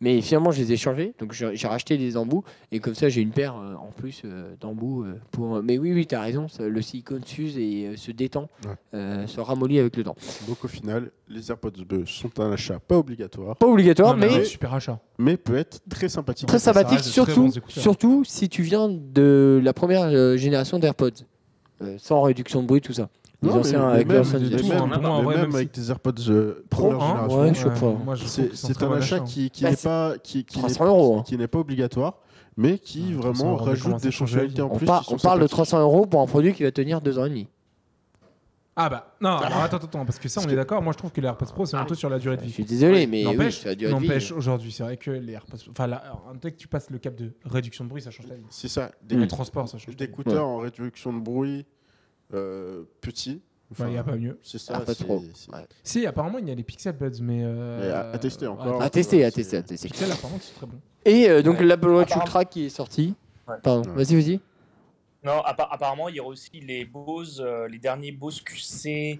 Speaker 1: Mais finalement, je les ai changés. Donc, j'ai j'ai racheté des embouts et comme ça, j'ai une paire euh, en plus euh, d'embouts. euh, pour... Mais oui, oui, t'as raison. ça- le silicone s'use et euh, se détend,
Speaker 2: Ouais.
Speaker 1: euh, se ramollit avec le temps.
Speaker 2: moment. Donc, au final, les AirPods Bleu sont un achat pas obligatoire,
Speaker 1: Pas obligatoire,
Speaker 3: Non, mais
Speaker 1: mais.
Speaker 3: un super achat.
Speaker 2: mais peut être très sympathique.
Speaker 1: Très
Speaker 3: Ça reste
Speaker 1: sympathique,
Speaker 3: de très
Speaker 1: surtout,
Speaker 3: bons écouteurs.
Speaker 1: surtout si tu viens de la première euh, génération d'AirPods. Euh, sans réduction de bruit, tout ça. Les
Speaker 2: Non, mais-
Speaker 1: anciens
Speaker 2: mais
Speaker 1: avec
Speaker 2: même-
Speaker 1: leurs anciens
Speaker 2: mais
Speaker 1: éditions.
Speaker 2: même-
Speaker 3: Tout en un,
Speaker 2: mais
Speaker 3: en vrai,
Speaker 2: même
Speaker 3: même
Speaker 2: avec des AirPods euh,
Speaker 3: Pro,
Speaker 2: première
Speaker 3: hein,
Speaker 2: génération,
Speaker 1: ouais, je sais pas.
Speaker 3: Moi, je trouve
Speaker 2: c'est
Speaker 3: que un
Speaker 2: c'est
Speaker 3: très
Speaker 2: un
Speaker 3: bon
Speaker 2: achat
Speaker 3: hein.
Speaker 2: qui, qui
Speaker 1: Bah,
Speaker 2: n'est
Speaker 1: c'est
Speaker 2: pas qui, qui n'est-
Speaker 1: 300 euros. hein.
Speaker 2: qui n'est pas obligatoire, mais qui
Speaker 3: Ouais, 300
Speaker 2: vraiment
Speaker 3: euros, mais comment
Speaker 2: rajoute
Speaker 3: ça
Speaker 2: des
Speaker 3: change la
Speaker 2: fonctionnalités
Speaker 3: vie
Speaker 2: en
Speaker 1: On,
Speaker 2: plus.
Speaker 1: par-
Speaker 2: qui sont
Speaker 1: on parle de
Speaker 2: sympathiques.
Speaker 1: 300 euros pour un produit qui va tenir deux ans et demi.
Speaker 3: Ah bah, non, alors attends, attends, attends, parce que ça, on
Speaker 2: Parce
Speaker 3: est d'accord. Moi, je trouve que les AirPods Pro, c'est plutôt sur la durée de
Speaker 1: Ah, Je
Speaker 3: vie.
Speaker 1: suis désolé, mais oui,
Speaker 3: N'empêche,
Speaker 1: ça a duré de vie. hein.
Speaker 3: n'empêche, aujourd'hui, c'est vrai que les AirPods. Enfin, là, alors, dès que tu passes le cap de réduction de bruit, ça change ta vie.
Speaker 2: C'est ça, des,
Speaker 1: Hmm.
Speaker 3: Les transports, ça change.
Speaker 2: des écouteurs en réduction de bruit euh, petits.
Speaker 3: Il n'y a pas mieux.
Speaker 2: C'est ça.
Speaker 1: AirPods
Speaker 2: c'est-
Speaker 1: Pro.
Speaker 2: c'est-
Speaker 1: Ouais.
Speaker 3: Si, apparemment, il y a les Pixel Buds, mais. euh,
Speaker 2: Mais à- à tester encore.
Speaker 1: À tester, à
Speaker 2: c'est-
Speaker 1: tester, à tester.
Speaker 3: Pixel, apparemment, c'est très bon.
Speaker 1: Et euh, donc
Speaker 5: Ouais.
Speaker 1: l'Apple Watch
Speaker 5: Apparemment-
Speaker 1: Ultra qui est sorti.
Speaker 5: Ouais.
Speaker 1: Pardon,
Speaker 2: Ouais.
Speaker 1: vas-y, vas-y.
Speaker 5: Non, appa- apparemment, il y aura aussi les Bose, euh, les derniers Bose QC,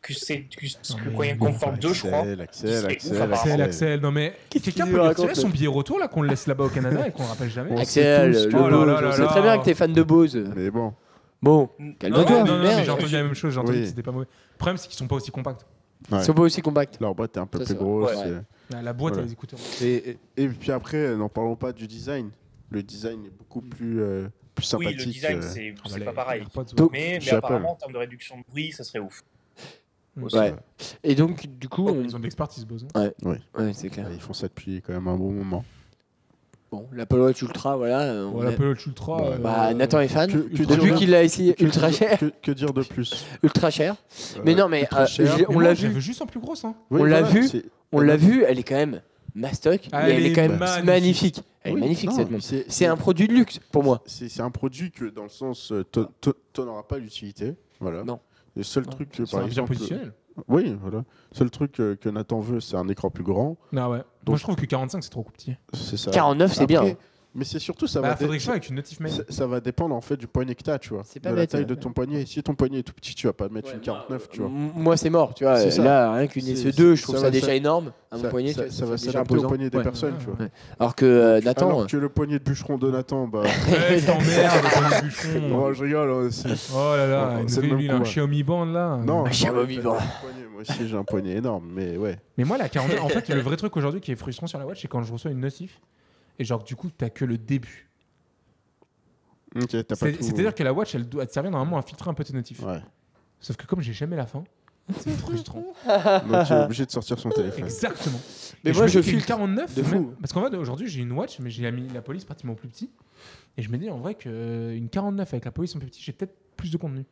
Speaker 5: QC, QC
Speaker 3: mais
Speaker 5: Quiet
Speaker 3: bon,
Speaker 5: Comfort 2, je crois.
Speaker 2: Axel, Axel,
Speaker 5: C'est ouf,
Speaker 2: Axel,
Speaker 5: apparemment.
Speaker 3: Axel,
Speaker 2: Axel.
Speaker 3: Axel, non mais.
Speaker 1: Qu'est-ce
Speaker 3: Quelqu'un
Speaker 1: qu'il
Speaker 3: peut
Speaker 1: nous
Speaker 3: lui retirer
Speaker 1: raconte
Speaker 3: son billet retour là qu'on le laisse là-bas au Canada et qu'on le rappelle jamais
Speaker 2: On sait
Speaker 1: Axel,
Speaker 2: tous
Speaker 1: le
Speaker 2: que-
Speaker 3: Oh là
Speaker 1: Bose.
Speaker 3: là là
Speaker 1: On sait
Speaker 3: là.
Speaker 1: très bien que t'es fan de Bose.
Speaker 2: Mais bon,
Speaker 1: Bon,
Speaker 5: Non,
Speaker 1: Calme-toi,
Speaker 5: non,
Speaker 3: non,
Speaker 1: merde.
Speaker 3: non, mais j'ai entendu la même chose, j'ai entendu
Speaker 2: Oui.
Speaker 3: que c'était pas mauvais. Le problème, c'est qu'ils sont pas aussi compacts.
Speaker 1: ils
Speaker 2: Ouais.
Speaker 1: sont pas aussi compacts.
Speaker 2: leur boîte est un peu
Speaker 1: Ça,
Speaker 2: plus
Speaker 1: c'est vrai.
Speaker 2: grosse.
Speaker 1: Ouais.
Speaker 2: euh,
Speaker 3: La la boîte,
Speaker 2: Voilà.
Speaker 3: elle les Ah, écouteurs.
Speaker 1: Mm.
Speaker 2: Et, et- et puis après, euh, n'en parlons pas du design. Le design est beaucoup plus euh, plus
Speaker 5: Oui, le
Speaker 2: sympathique.
Speaker 5: design,
Speaker 2: euh,
Speaker 5: c'est
Speaker 3: Ah bah,
Speaker 5: c'est
Speaker 3: les-
Speaker 5: pas pareil.
Speaker 3: les AirPods,
Speaker 1: Donc-
Speaker 3: ouais.
Speaker 5: Mais, mais
Speaker 2: Chez Apple.
Speaker 5: apparemment, en termes de réduction de bruit, ça serait ouf.
Speaker 3: Mm.
Speaker 5: Aussi.
Speaker 1: Ouais. Et donc, du coup, on-
Speaker 3: Ils ont de l'expertise, Boson.
Speaker 1: ouais, c'est clair.
Speaker 2: ouais, ils font ça depuis quand même un bon moment.
Speaker 1: Bon, l'Apple Watch Ultra, voilà. on
Speaker 3: Voilà,
Speaker 1: a-
Speaker 3: Apple Watch Ultra.
Speaker 2: Bah,
Speaker 3: euh,
Speaker 1: Bah, Nathan est fan.
Speaker 2: que- que
Speaker 1: Depuis
Speaker 2: dire de-
Speaker 1: qu'il l'a essayé
Speaker 2: Que
Speaker 1: ultra
Speaker 2: dire-
Speaker 1: cher,
Speaker 2: que, que dire de plus
Speaker 1: ultra cher. Mais
Speaker 2: Euh,
Speaker 1: non, mais
Speaker 2: ultra
Speaker 1: euh,
Speaker 2: cher.
Speaker 1: j'ai-
Speaker 3: mais
Speaker 1: on
Speaker 3: moi,
Speaker 1: l'a
Speaker 3: je la
Speaker 1: vu,
Speaker 3: veux juste en plus grosse. Hein.
Speaker 2: Oui,
Speaker 1: on l'a vu.
Speaker 2: c'est-
Speaker 1: on l'a vu, elle est quand même mastoc,
Speaker 3: Ah,
Speaker 1: mais elle
Speaker 3: elle
Speaker 1: est quand
Speaker 3: est
Speaker 1: même magnifique.
Speaker 3: magnifique.
Speaker 1: Elle
Speaker 2: oui,
Speaker 1: est magnifique
Speaker 2: non,
Speaker 1: cette montre.
Speaker 2: c'est-
Speaker 1: C'est un produit de luxe pour moi.
Speaker 2: C'est c'est un produit que, dans le sens, euh, t'en- t'en t'en auras pas l'utilité. Voilà.
Speaker 1: Non.
Speaker 2: Le seul
Speaker 3: Non,
Speaker 2: truc que,
Speaker 3: C'est
Speaker 2: par
Speaker 3: un bien
Speaker 2: exemple.
Speaker 3: positionnel.
Speaker 2: Oui, voilà. Seul truc euh, que Nathan veut, c'est un écran plus grand.
Speaker 3: Ah ouais. Moi, je trouve que 45, c'est trop petit.
Speaker 2: C'est ça.
Speaker 1: 49, c'est bien.
Speaker 2: Après, Mais c'est surtout, ça
Speaker 3: Bah,
Speaker 2: va.
Speaker 3: faudrait
Speaker 2: dé-
Speaker 3: que je sois avec une notif mail.
Speaker 2: Ça, ça va dépendre en fait du poignet que t'as, tu vois.
Speaker 1: C'est pas
Speaker 2: de
Speaker 1: bête,
Speaker 2: la taille
Speaker 1: ouais.
Speaker 2: de ton poignet. Si ton poignet est tout petit, tu vas pas mettre
Speaker 1: Ouais,
Speaker 2: une 49, tu vois.
Speaker 1: Euh, M- Moi, c'est mort, tu vois.
Speaker 2: C'est ça.
Speaker 1: Là, rien qu'une
Speaker 2: C'est-
Speaker 1: SE2, je
Speaker 2: ça
Speaker 1: trouve
Speaker 2: va,
Speaker 1: ça,
Speaker 2: ça-
Speaker 1: déjà énorme à mon
Speaker 2: ça,
Speaker 1: poignet.
Speaker 2: ça-
Speaker 1: tu-
Speaker 2: ça va
Speaker 1: déjà
Speaker 2: s'adapter au
Speaker 1: imposant.
Speaker 2: poignet des
Speaker 1: Ouais.
Speaker 2: personnes, tu vois.
Speaker 1: Ouais. Alors que euh,
Speaker 2: Alors
Speaker 1: Nathan,
Speaker 2: que le poignet de bûcheron de Nathan, bah.
Speaker 3: Ouais, je t'emmerde, t'as eu du
Speaker 2: oh,
Speaker 3: bûcheron.
Speaker 2: je rigole. hein, c'est-
Speaker 3: Oh là
Speaker 2: Ouais,
Speaker 3: là, il nous
Speaker 2: c'est
Speaker 3: fait
Speaker 2: le même
Speaker 3: lui, il a un
Speaker 2: coup, ouais.
Speaker 3: Xiaomi Band là.
Speaker 2: Non,
Speaker 1: chien
Speaker 2: non,
Speaker 1: Bobby,
Speaker 2: j'ai
Speaker 1: bon.
Speaker 2: pas de poignet, Moi aussi, j'ai un poignet énorme, mais ouais.
Speaker 3: Mais moi, la 49, en fait, le vrai truc aujourd'hui qui est frustrant sur la watch, c'est quand je reçois une notif et genre, du coup, t'as que le début.
Speaker 2: Ok, t'as pas
Speaker 3: C'est-
Speaker 2: tout.
Speaker 3: C'est-à-dire que la watch, elle doit te servir normalement à filtrer un peu tes notifs.
Speaker 2: Ouais.
Speaker 3: Sauf que comme j'ai jamais la fin, c'est frustrant.
Speaker 2: Donc, il est obligé de sortir son téléphone.
Speaker 3: Exactement.
Speaker 1: Mais
Speaker 3: Et
Speaker 1: moi,
Speaker 3: me
Speaker 1: je
Speaker 3: dis,
Speaker 1: filtre
Speaker 3: le 49,
Speaker 1: de fou.
Speaker 3: même- parce qu'en fait, aujourd'hui, j'ai une watch, mais j'ai mis la police pratiquement plus petit. Et je me dis en vrai qu'une 49 avec la police en plus petit, j'ai peut-être plus de contenu.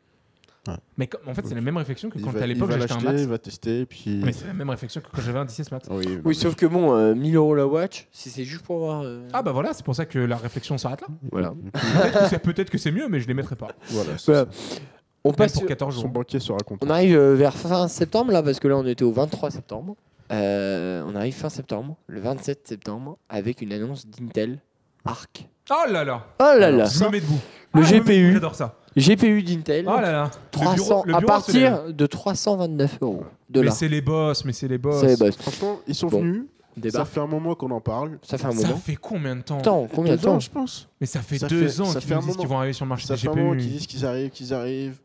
Speaker 2: Ouais.
Speaker 3: Mais comme- en fait, c'est
Speaker 2: Oui.
Speaker 3: la même réflexion que
Speaker 2: Il
Speaker 3: quand
Speaker 2: va-
Speaker 3: à
Speaker 2: il
Speaker 3: l'époque
Speaker 2: va
Speaker 3: j'achetais un
Speaker 2: l'acheter,
Speaker 3: Max.
Speaker 2: il va tester, puis.
Speaker 3: Mais c'est la même réflexion que quand j'avais un 16 Max.
Speaker 2: Oui,
Speaker 1: oui,
Speaker 2: mais-
Speaker 1: sauf que bon, euh, 1000 euros la watch, si c'est juste pour avoir. euh,
Speaker 3: Ah bah voilà, c'est pour ça que la réflexion s'arrête là.
Speaker 1: voilà.
Speaker 3: Peut-être que c'est- Peut-être que c'est mieux, mais je les mettrai pas.
Speaker 2: Voilà, c'est
Speaker 1: Voilà.
Speaker 2: ça.
Speaker 1: On
Speaker 3: Pas
Speaker 1: passe.
Speaker 3: pour
Speaker 1: sur-
Speaker 3: 14
Speaker 2: Son
Speaker 3: jours.
Speaker 2: banquier sera content.
Speaker 1: On arrive euh, vers fin septembre là parce que là on était au 23 septembre. Euh, on arrive fin septembre, le 27 septembre, avec une annonce d'Intel Arc.
Speaker 3: Oh là là
Speaker 1: Oh là là,
Speaker 2: Alors,
Speaker 3: Je me mets debout.
Speaker 1: Le
Speaker 3: Ah, je me mets
Speaker 1: GPU.
Speaker 3: debout, J'adore ça.
Speaker 1: GPU d'Intel,
Speaker 3: Oh là là.
Speaker 1: 300
Speaker 3: bureau- le
Speaker 1: à
Speaker 3: bureau se lève.
Speaker 1: partir de 329 euros de
Speaker 3: Mais
Speaker 1: là.
Speaker 3: c'est les boss, mais c'est les boss.
Speaker 1: C'est bah,
Speaker 2: Franchement, ils sont
Speaker 1: Bon,
Speaker 2: venus. Ça
Speaker 1: débat.
Speaker 2: fait un moment qu'on en parle.
Speaker 1: Ça fait un
Speaker 3: Ça
Speaker 1: moment.
Speaker 3: fait combien de temps
Speaker 1: Temps, combien de
Speaker 2: Deux ans,
Speaker 1: temps
Speaker 2: je pense.
Speaker 3: Mais ça fait
Speaker 2: Ça
Speaker 3: deux
Speaker 2: fait-
Speaker 3: ans
Speaker 2: ça
Speaker 3: qu'ils
Speaker 2: fait
Speaker 3: nous
Speaker 2: un
Speaker 3: disent qu'ils
Speaker 2: moment.
Speaker 3: vont arriver sur le marché
Speaker 2: Ça
Speaker 3: des
Speaker 2: fait un moment
Speaker 3: GPU.
Speaker 2: qu'ils disent qu'ils arrivent, qu'ils arrivent.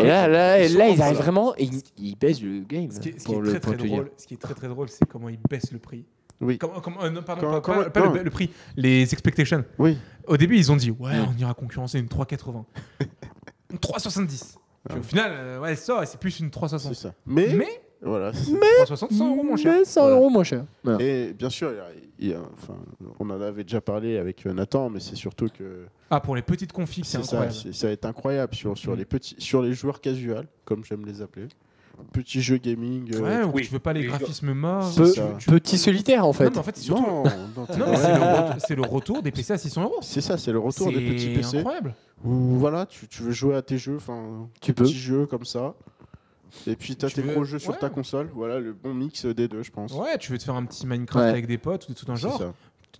Speaker 1: Et là, là,
Speaker 2: Ils sont
Speaker 1: là,
Speaker 2: en
Speaker 1: ils arrivent
Speaker 2: place.
Speaker 1: vraiment et ils, ils baissent le game.
Speaker 3: Ce qui est, ce qui
Speaker 1: pour
Speaker 3: est
Speaker 1: le
Speaker 3: très,
Speaker 1: pour
Speaker 3: très
Speaker 1: te dire.
Speaker 3: drôle, ce qui est très très drôle, c'est comment ils baissent le prix.
Speaker 2: Oui.
Speaker 3: Comment- comment- euh, non, pardon,
Speaker 2: Comment-
Speaker 3: pas,
Speaker 2: comment-
Speaker 3: pas- pas le-
Speaker 2: non.
Speaker 3: le, prix, les expectations.
Speaker 2: Oui.
Speaker 3: Au début, ils ont dit ouais,
Speaker 1: Mm.
Speaker 3: on ira concurrencer une 3,80, une 3,70. Puis Au
Speaker 2: Ouais.
Speaker 3: final, euh, ouais, ça, c'est plus une
Speaker 2: C'est
Speaker 3: 3,60.
Speaker 2: ça. Mais,
Speaker 3: Mais
Speaker 2: voilà. c'est-
Speaker 3: 3,60, 100 euros, mon cher.
Speaker 1: Mais 100
Speaker 2: Voilà.
Speaker 1: euros moins cher. Voilà.
Speaker 2: Et bien sûr, il y a- il y a- enfin, on en avait déjà parlé avec euh, Nathan, mais c'est surtout que
Speaker 3: Ah, pour les petites configs, c'est
Speaker 2: c'est ça,
Speaker 3: incroyable.
Speaker 2: c'est- ça va être incroyable sur, sur
Speaker 3: Mm.
Speaker 2: les petits, sur les joueurs casuals, comme j'aime les appeler, petits jeux gaming. euh,
Speaker 3: Ouais, ou
Speaker 5: Oui.
Speaker 3: tu veux pas les
Speaker 5: Et je-
Speaker 3: graphismes morts.
Speaker 1: Peu-
Speaker 3: tu veux- tu-
Speaker 1: Petit solitaire en
Speaker 3: Non,
Speaker 1: fait.
Speaker 3: mais en fait, c'est surtout.
Speaker 2: non, non, t'es
Speaker 3: Non,
Speaker 2: dans
Speaker 3: mais c'est
Speaker 2: la-
Speaker 3: le ret- c'est le retour des PC à 600 euros.
Speaker 2: c'est ça, c'est le retour des
Speaker 3: C'est
Speaker 2: petits PC
Speaker 3: incroyable.
Speaker 2: où voilà, tu, tu veux jouer à tes jeux, enfin,
Speaker 1: tu peux.
Speaker 2: petits jeux comme ça. Et puis t'as
Speaker 3: Tu
Speaker 2: tes
Speaker 3: veux-
Speaker 2: gros jeux sur
Speaker 3: ouais.
Speaker 2: ta console, voilà le bon mix des deux, je pense.
Speaker 3: Ouais, tu veux te faire un petit Minecraft
Speaker 1: Ouais.
Speaker 3: avec des potes ou des trucs d'un
Speaker 2: C'est
Speaker 3: genre.
Speaker 2: ça.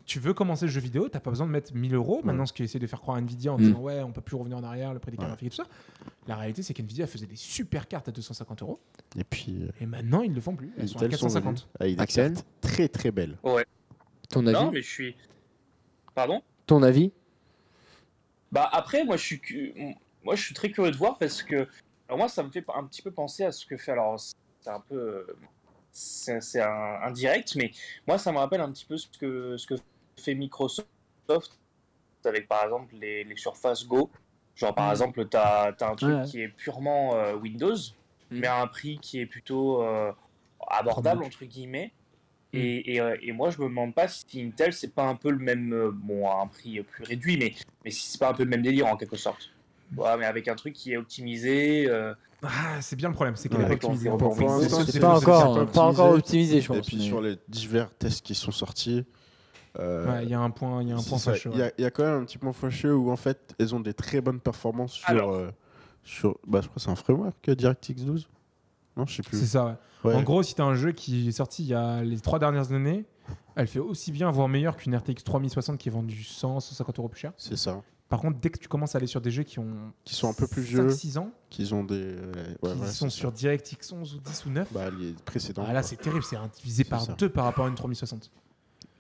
Speaker 3: tu veux commencer le jeu vidéo, t'as pas besoin de mettre 1000 euros. Maintenant, ce qui essaie de faire croire à Nvidia en
Speaker 1: Mm.
Speaker 3: disant ouais, on peut plus revenir en arrière, le prix des cartes
Speaker 2: Ouais.
Speaker 3: graphiques et tout ça. La réalité, c'est qu'Nvidia faisait des super cartes à 250 euros
Speaker 2: Et puis euh,
Speaker 3: et maintenant ils le font plus. Elles sont à
Speaker 2: Intel sont
Speaker 3: 450.
Speaker 2: venus avec des
Speaker 1: Axel
Speaker 2: cartes très très belles.
Speaker 1: Ton
Speaker 5: Non,
Speaker 1: avis
Speaker 5: mais je suis. Pardon
Speaker 1: Ton avis
Speaker 5: Bah après, moi je suis, cu- moi je suis très curieux de voir parce que alors moi ça me fait un petit peu penser à ce que fait alors c'est un peu euh, c'est c'est un- indirect, mais moi ça me rappelle un petit peu ce que ce que fait Microsoft avec par exemple les, les surfaces Go. Genre par
Speaker 1: Mm.
Speaker 5: exemple t'as as un truc
Speaker 1: Ouais.
Speaker 5: qui est purement euh, Windows,
Speaker 1: Mm.
Speaker 5: mais à un prix qui est plutôt euh, abordable entre guillemets.
Speaker 1: Mm.
Speaker 5: Et, et, euh, et moi, je me demande pas si Intel, c'est pas un peu le même, euh, bon, à un prix euh, plus réduit, mais mais si c'est pas un peu le même délire en quelque sorte. Ouais, mais avec un truc qui est optimisé. euh,
Speaker 3: Ah, c'est bien le problème, c'est qu'elle
Speaker 2: Ouais.
Speaker 3: est pas optimisée.
Speaker 5: Pour-
Speaker 3: encore.
Speaker 5: pour
Speaker 3: C'est-
Speaker 2: l'instant,
Speaker 3: c'est-
Speaker 2: c'est
Speaker 3: c'est-
Speaker 1: pas
Speaker 2: c'est pas
Speaker 1: encore, pas
Speaker 2: optimisé.
Speaker 1: encore optimisé, je
Speaker 2: Et
Speaker 1: pense.
Speaker 2: puis
Speaker 1: mais-
Speaker 2: sur les divers tests qui sont sortis, euh,
Speaker 3: Ouais, il y a un point, il y a un
Speaker 2: c'est
Speaker 3: point
Speaker 2: ça.
Speaker 3: fâcheux.
Speaker 2: Il y,
Speaker 3: ouais.
Speaker 2: a- il y a quand même un petit point fâcheux où en fait elles ont des très bonnes performances sur.
Speaker 5: Alors.
Speaker 2: euh, sur bah, je crois que c'est un framework euh, DirectX 12 Non, je sais
Speaker 3: C'est
Speaker 2: plus.
Speaker 3: ça. ouais.
Speaker 2: Ouais.
Speaker 3: En gros, si t'as un jeu qui est sorti il y a les trois dernières années, elle fait aussi bien, voire meilleure qu'une RTX 3060 qui est vendue 100, 150 euros plus cher.
Speaker 2: C'est ça.
Speaker 3: Par contre, dès que tu commences à aller sur des jeux qui ont
Speaker 2: Qui sont un peu plus
Speaker 3: 5,
Speaker 2: vieux,
Speaker 3: 6 ans,
Speaker 2: qu'ils ont des. euh, ouais,
Speaker 3: qui
Speaker 2: voilà,
Speaker 3: sont
Speaker 2: c'est
Speaker 3: sur
Speaker 2: ça.
Speaker 3: DirectX 11 ou 10 ou 9,
Speaker 2: Bah, les précédents.
Speaker 3: Ah là,
Speaker 2: quoi.
Speaker 3: c'est terrible, c'est divisé
Speaker 2: C'est
Speaker 3: par
Speaker 2: ça.
Speaker 3: deux par rapport à une 3060.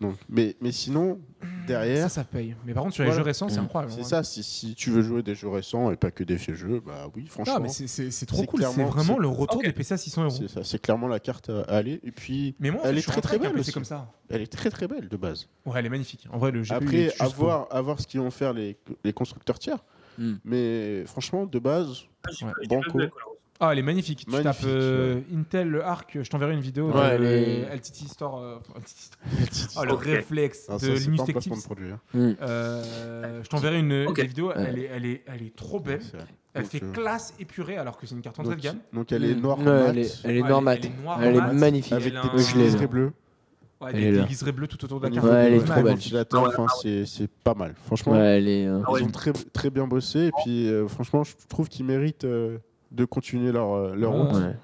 Speaker 2: Donc, mais, mais sinon, derrière,
Speaker 3: Ça, ça paye. Mais par contre, sur les
Speaker 2: Voilà. Mmh.
Speaker 3: jeux récents, c'est
Speaker 1: Mm.
Speaker 3: incroyable.
Speaker 2: c'est
Speaker 3: hein.
Speaker 2: ça. Si, si tu veux jouer des jeux récents et pas que des vieux jeux, bah oui, franchement.
Speaker 3: Ah, mais c'est- c'est c'est trop
Speaker 2: C'est
Speaker 3: cool. C'est
Speaker 2: clairement-
Speaker 3: vraiment
Speaker 2: c'est-
Speaker 3: le retour
Speaker 5: Ok.
Speaker 3: des PC à 600 euros.
Speaker 2: C'est ça, c'est clairement la carte à à aller. Et puis,
Speaker 3: Mais moi, en
Speaker 2: Elle
Speaker 3: fait,
Speaker 2: est
Speaker 3: je suis
Speaker 2: très, très
Speaker 3: rentré avec un
Speaker 2: belle
Speaker 3: PC
Speaker 2: aussi.
Speaker 3: comme ça.
Speaker 2: elle est très très belle de base.
Speaker 3: Ouais, elle est magnifique. En vrai, le GPU il est
Speaker 2: Après,
Speaker 3: juste
Speaker 2: à
Speaker 3: beau.
Speaker 2: voir, à voir ce qu'ils vont faire les, les constructeurs tiers.
Speaker 1: Hmm.
Speaker 2: Mais franchement, de base,
Speaker 5: J'ai
Speaker 3: Ouais.
Speaker 5: pas- j'ai pas
Speaker 2: Banco.
Speaker 5: vu la couleur.
Speaker 3: Ah, elle est magnifique. Tu
Speaker 2: Magnifique,
Speaker 3: tapes euh, Intel Arc, je t'enverrai une vidéo
Speaker 1: Ouais, elle
Speaker 3: de
Speaker 1: est-
Speaker 3: LTT Store. euh, enfin, LTT Store. Oh,
Speaker 2: Ah,
Speaker 3: le
Speaker 5: Ok.
Speaker 3: réflexe
Speaker 2: ça,
Speaker 3: de
Speaker 2: c'est
Speaker 3: Linus
Speaker 2: pas un
Speaker 3: Tech
Speaker 2: placement de
Speaker 3: Tips.
Speaker 2: produit. hein.
Speaker 1: Hmm.
Speaker 3: Euh, je t'enverrai une,
Speaker 5: Ok.
Speaker 3: des vidéos.
Speaker 1: Ouais.
Speaker 3: Elle, est, elle, est, elle est trop belle.
Speaker 2: C'est vrai.
Speaker 3: Elle
Speaker 2: Donc,
Speaker 3: fait
Speaker 2: euh,
Speaker 3: classe épurée alors que c'est une carte entrée de
Speaker 2: Donc,
Speaker 3: gamme.
Speaker 2: donc elle est
Speaker 5: Hmm.
Speaker 1: Mm.
Speaker 2: noire Ah
Speaker 1: Ouais,
Speaker 2: mat,
Speaker 1: elle est, elle est
Speaker 3: Ouais,
Speaker 1: noire
Speaker 3: elle
Speaker 1: mat.
Speaker 3: est noire
Speaker 1: Elle est
Speaker 3: mat.
Speaker 1: magnifique.
Speaker 2: avec
Speaker 3: elle
Speaker 2: des
Speaker 3: a
Speaker 1: petits
Speaker 2: petits
Speaker 1: laser.
Speaker 2: traits bleus.
Speaker 3: Ouais,
Speaker 1: Elle
Speaker 3: elle
Speaker 1: est là.
Speaker 3: est déguiserée bleue tout autour de
Speaker 2: Au
Speaker 3: la
Speaker 2: niveau
Speaker 3: carte.
Speaker 1: Ouais, elle est
Speaker 2: des
Speaker 1: trop belle.
Speaker 2: ventilateurs,
Speaker 5: Ah ouais,
Speaker 2: enfin, hein, c'est- c'est pas mal. Franchement,
Speaker 1: Ouais, elle est. euh,
Speaker 5: Ah ouais.
Speaker 2: ils ont très, très bien bossé. Et puis, euh, franchement, je trouve qu'ils méritent euh, de continuer leur, euh, leur
Speaker 3: Ouais.
Speaker 2: route.
Speaker 1: ouais.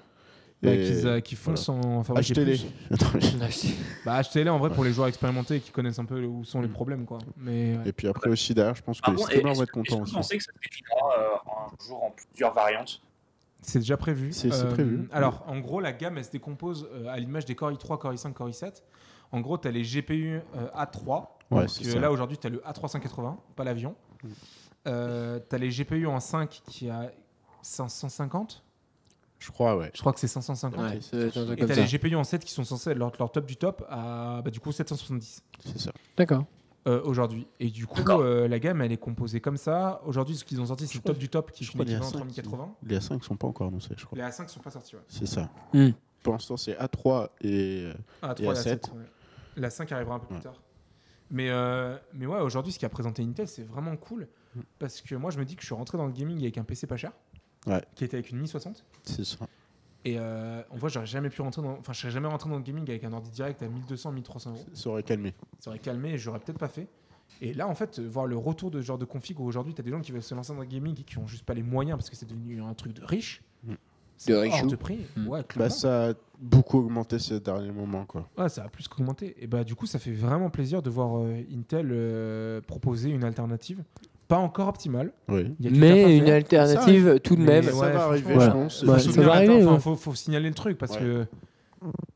Speaker 3: Bah,
Speaker 2: Et
Speaker 3: qu'ils, euh, qu'ils foncent en fabriquer
Speaker 2: Achetez-les.
Speaker 3: plus.
Speaker 2: Attends,
Speaker 3: Bah, achetez-les en vrai
Speaker 2: Ouais. Mm.
Speaker 3: pour les joueurs expérimentés qui connaissent un peu où sont les problèmes. Quoi. Mais, ouais.
Speaker 2: Et puis après aussi, derrière, je pense que
Speaker 5: Ah
Speaker 2: les
Speaker 5: bon, et
Speaker 2: streamers
Speaker 5: est-ce
Speaker 2: vont
Speaker 5: que-
Speaker 2: être contents
Speaker 5: Est-ce que
Speaker 2: aussi.
Speaker 5: vous pensez que ça se déclinera euh, un jour en plusieurs variantes
Speaker 3: C'est déjà prévu.
Speaker 2: C'est- c'est
Speaker 3: Euh,
Speaker 2: prévu.
Speaker 3: Alors, en gros, la gamme, elle se décompose euh, à l'image des Core i3, Core i5, Core i7. En gros, tu as les GPU euh, A3.
Speaker 2: Ouais,
Speaker 3: donc,
Speaker 2: c'est
Speaker 3: euh,
Speaker 2: ça.
Speaker 3: là, aujourd'hui, tu as le A380, pas l'avion.
Speaker 2: Mm.
Speaker 3: tu as les GPU en 5 qui a 550.
Speaker 2: Je crois, ouais.
Speaker 3: Je crois que c'est 550.
Speaker 1: Ouais, c'est un truc
Speaker 3: Et
Speaker 1: comme
Speaker 3: tu as
Speaker 1: ça.
Speaker 3: les GPU en 7 qui sont censés être leur, leur top du top à bah, du coup 770
Speaker 2: C'est ça.
Speaker 1: D'accord.
Speaker 3: euh, aujourd'hui. Et du coup,
Speaker 5: D'accord.
Speaker 3: euh, la gamme, elle est composée comme ça. Aujourd'hui, ce qu'ils ont sorti, c'est le
Speaker 2: crois-
Speaker 3: top du top qui
Speaker 2: je
Speaker 3: est
Speaker 2: crois qu'il y a
Speaker 3: en
Speaker 2: cinq qui-
Speaker 3: 3080.
Speaker 2: Les A5 ne sont pas encore annoncés, je crois.
Speaker 3: Les A5 sont pas sortis. Ouais.
Speaker 2: C'est ça.
Speaker 1: Hmm.
Speaker 2: Pour l'instant, c'est A3 et. euh,
Speaker 3: Ah,
Speaker 2: Et
Speaker 3: trois,
Speaker 2: à
Speaker 3: la
Speaker 2: sept.
Speaker 3: sept, ouais. La 5 arrivera un peu plus
Speaker 2: Ouais.
Speaker 3: tard. Mais, euh, mais ouais, aujourd'hui, ce qu'a présenté Intel, c'est vraiment cool.
Speaker 2: Mm.
Speaker 3: Parce que moi, je me dis que je suis rentré dans le gaming avec un PC pas cher.
Speaker 2: Ouais.
Speaker 3: Qui était avec une 1060.
Speaker 2: C'est ça.
Speaker 3: Et euh, on voit, j'aurais jamais pu rentrer dans. Enfin, je serais jamais rentré dans le gaming avec un ordi direct à 1200, 1300 euros.
Speaker 2: Ça aurait calmé.
Speaker 3: Ça aurait calmé et j'aurais peut-être pas fait. Et là, en fait, euh, voir le retour de ce genre de config où aujourd'hui, tu as des gens qui veulent se lancer dans le gaming et qui ont juste pas les moyens parce que c'est devenu un truc de riche.
Speaker 2: Mm.
Speaker 3: C'est
Speaker 1: De riche
Speaker 3: hors
Speaker 1: ou-
Speaker 3: de prix.
Speaker 1: Mm.
Speaker 3: Ouais,
Speaker 2: Bah,
Speaker 3: clairement.
Speaker 2: ça a beaucoup augmenté ces derniers moments, quoi.
Speaker 3: Ouais, ça a plus qu'augmenté. Et bah du coup, ça fait vraiment plaisir de voir euh, Intel euh, proposer une alternative. Pas encore optimale.
Speaker 2: Oui.
Speaker 3: Il y a du taf à
Speaker 1: Mais
Speaker 3: faire.
Speaker 1: une alternative tout de
Speaker 3: Mais
Speaker 1: même.
Speaker 2: ça
Speaker 3: ouais,
Speaker 2: va arriver,
Speaker 3: franchement,
Speaker 2: je
Speaker 1: voilà.
Speaker 2: pense.
Speaker 1: Ouais,
Speaker 3: Faut
Speaker 1: ça
Speaker 3: soutenir
Speaker 1: va
Speaker 3: la-
Speaker 1: arriver,
Speaker 3: enfin,
Speaker 1: ouais.
Speaker 3: faut, faut signaler le truc parce
Speaker 2: Ouais.
Speaker 3: que.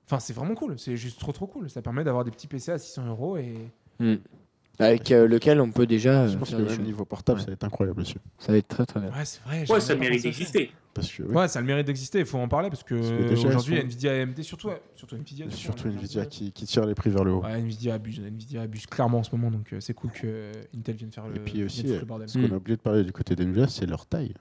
Speaker 3: Enfin, c'est vraiment cool. C'est juste trop trop cool. Ça permet d'avoir des petits PC à 600 euros et.
Speaker 1: Avec euh, lequel on peut déjà.
Speaker 2: Je
Speaker 1: euh,
Speaker 2: pense que
Speaker 1: faire des
Speaker 2: même
Speaker 1: choses.
Speaker 2: niveau portable,
Speaker 1: Ouais.
Speaker 2: ça va être incroyable, monsieur.
Speaker 1: Ça va être très très bien.
Speaker 3: Ouais, c'est vrai.
Speaker 5: Ouais,
Speaker 3: j'avais
Speaker 5: ça
Speaker 3: pas
Speaker 5: mérite
Speaker 3: pensé à
Speaker 5: d'exister.
Speaker 2: Parce que, oui,
Speaker 3: Ouais, ça a le mérite d'exister. Il faut en parler parce que
Speaker 2: Parce que
Speaker 3: euh,
Speaker 2: déjà, ils
Speaker 3: aujourd'hui,
Speaker 2: sont-
Speaker 3: Nvidia et AMD, surtout, ouais, surtout Nvidia. du coup,
Speaker 2: surtout
Speaker 3: on est
Speaker 2: Nvidia
Speaker 3: bien.
Speaker 2: qui, qui tire les prix vers le haut.
Speaker 3: Ouais, Nvidia abuse. Nvidia abuse clairement en ce moment. Donc, euh, c'est cool que euh, Intel vienne faire le.
Speaker 2: Et puis aussi,
Speaker 3: vienne foutre
Speaker 2: euh,
Speaker 3: le bordel.
Speaker 2: Ce qu'on a oublié de parler du côté d'Nvidia, c'est leur taille.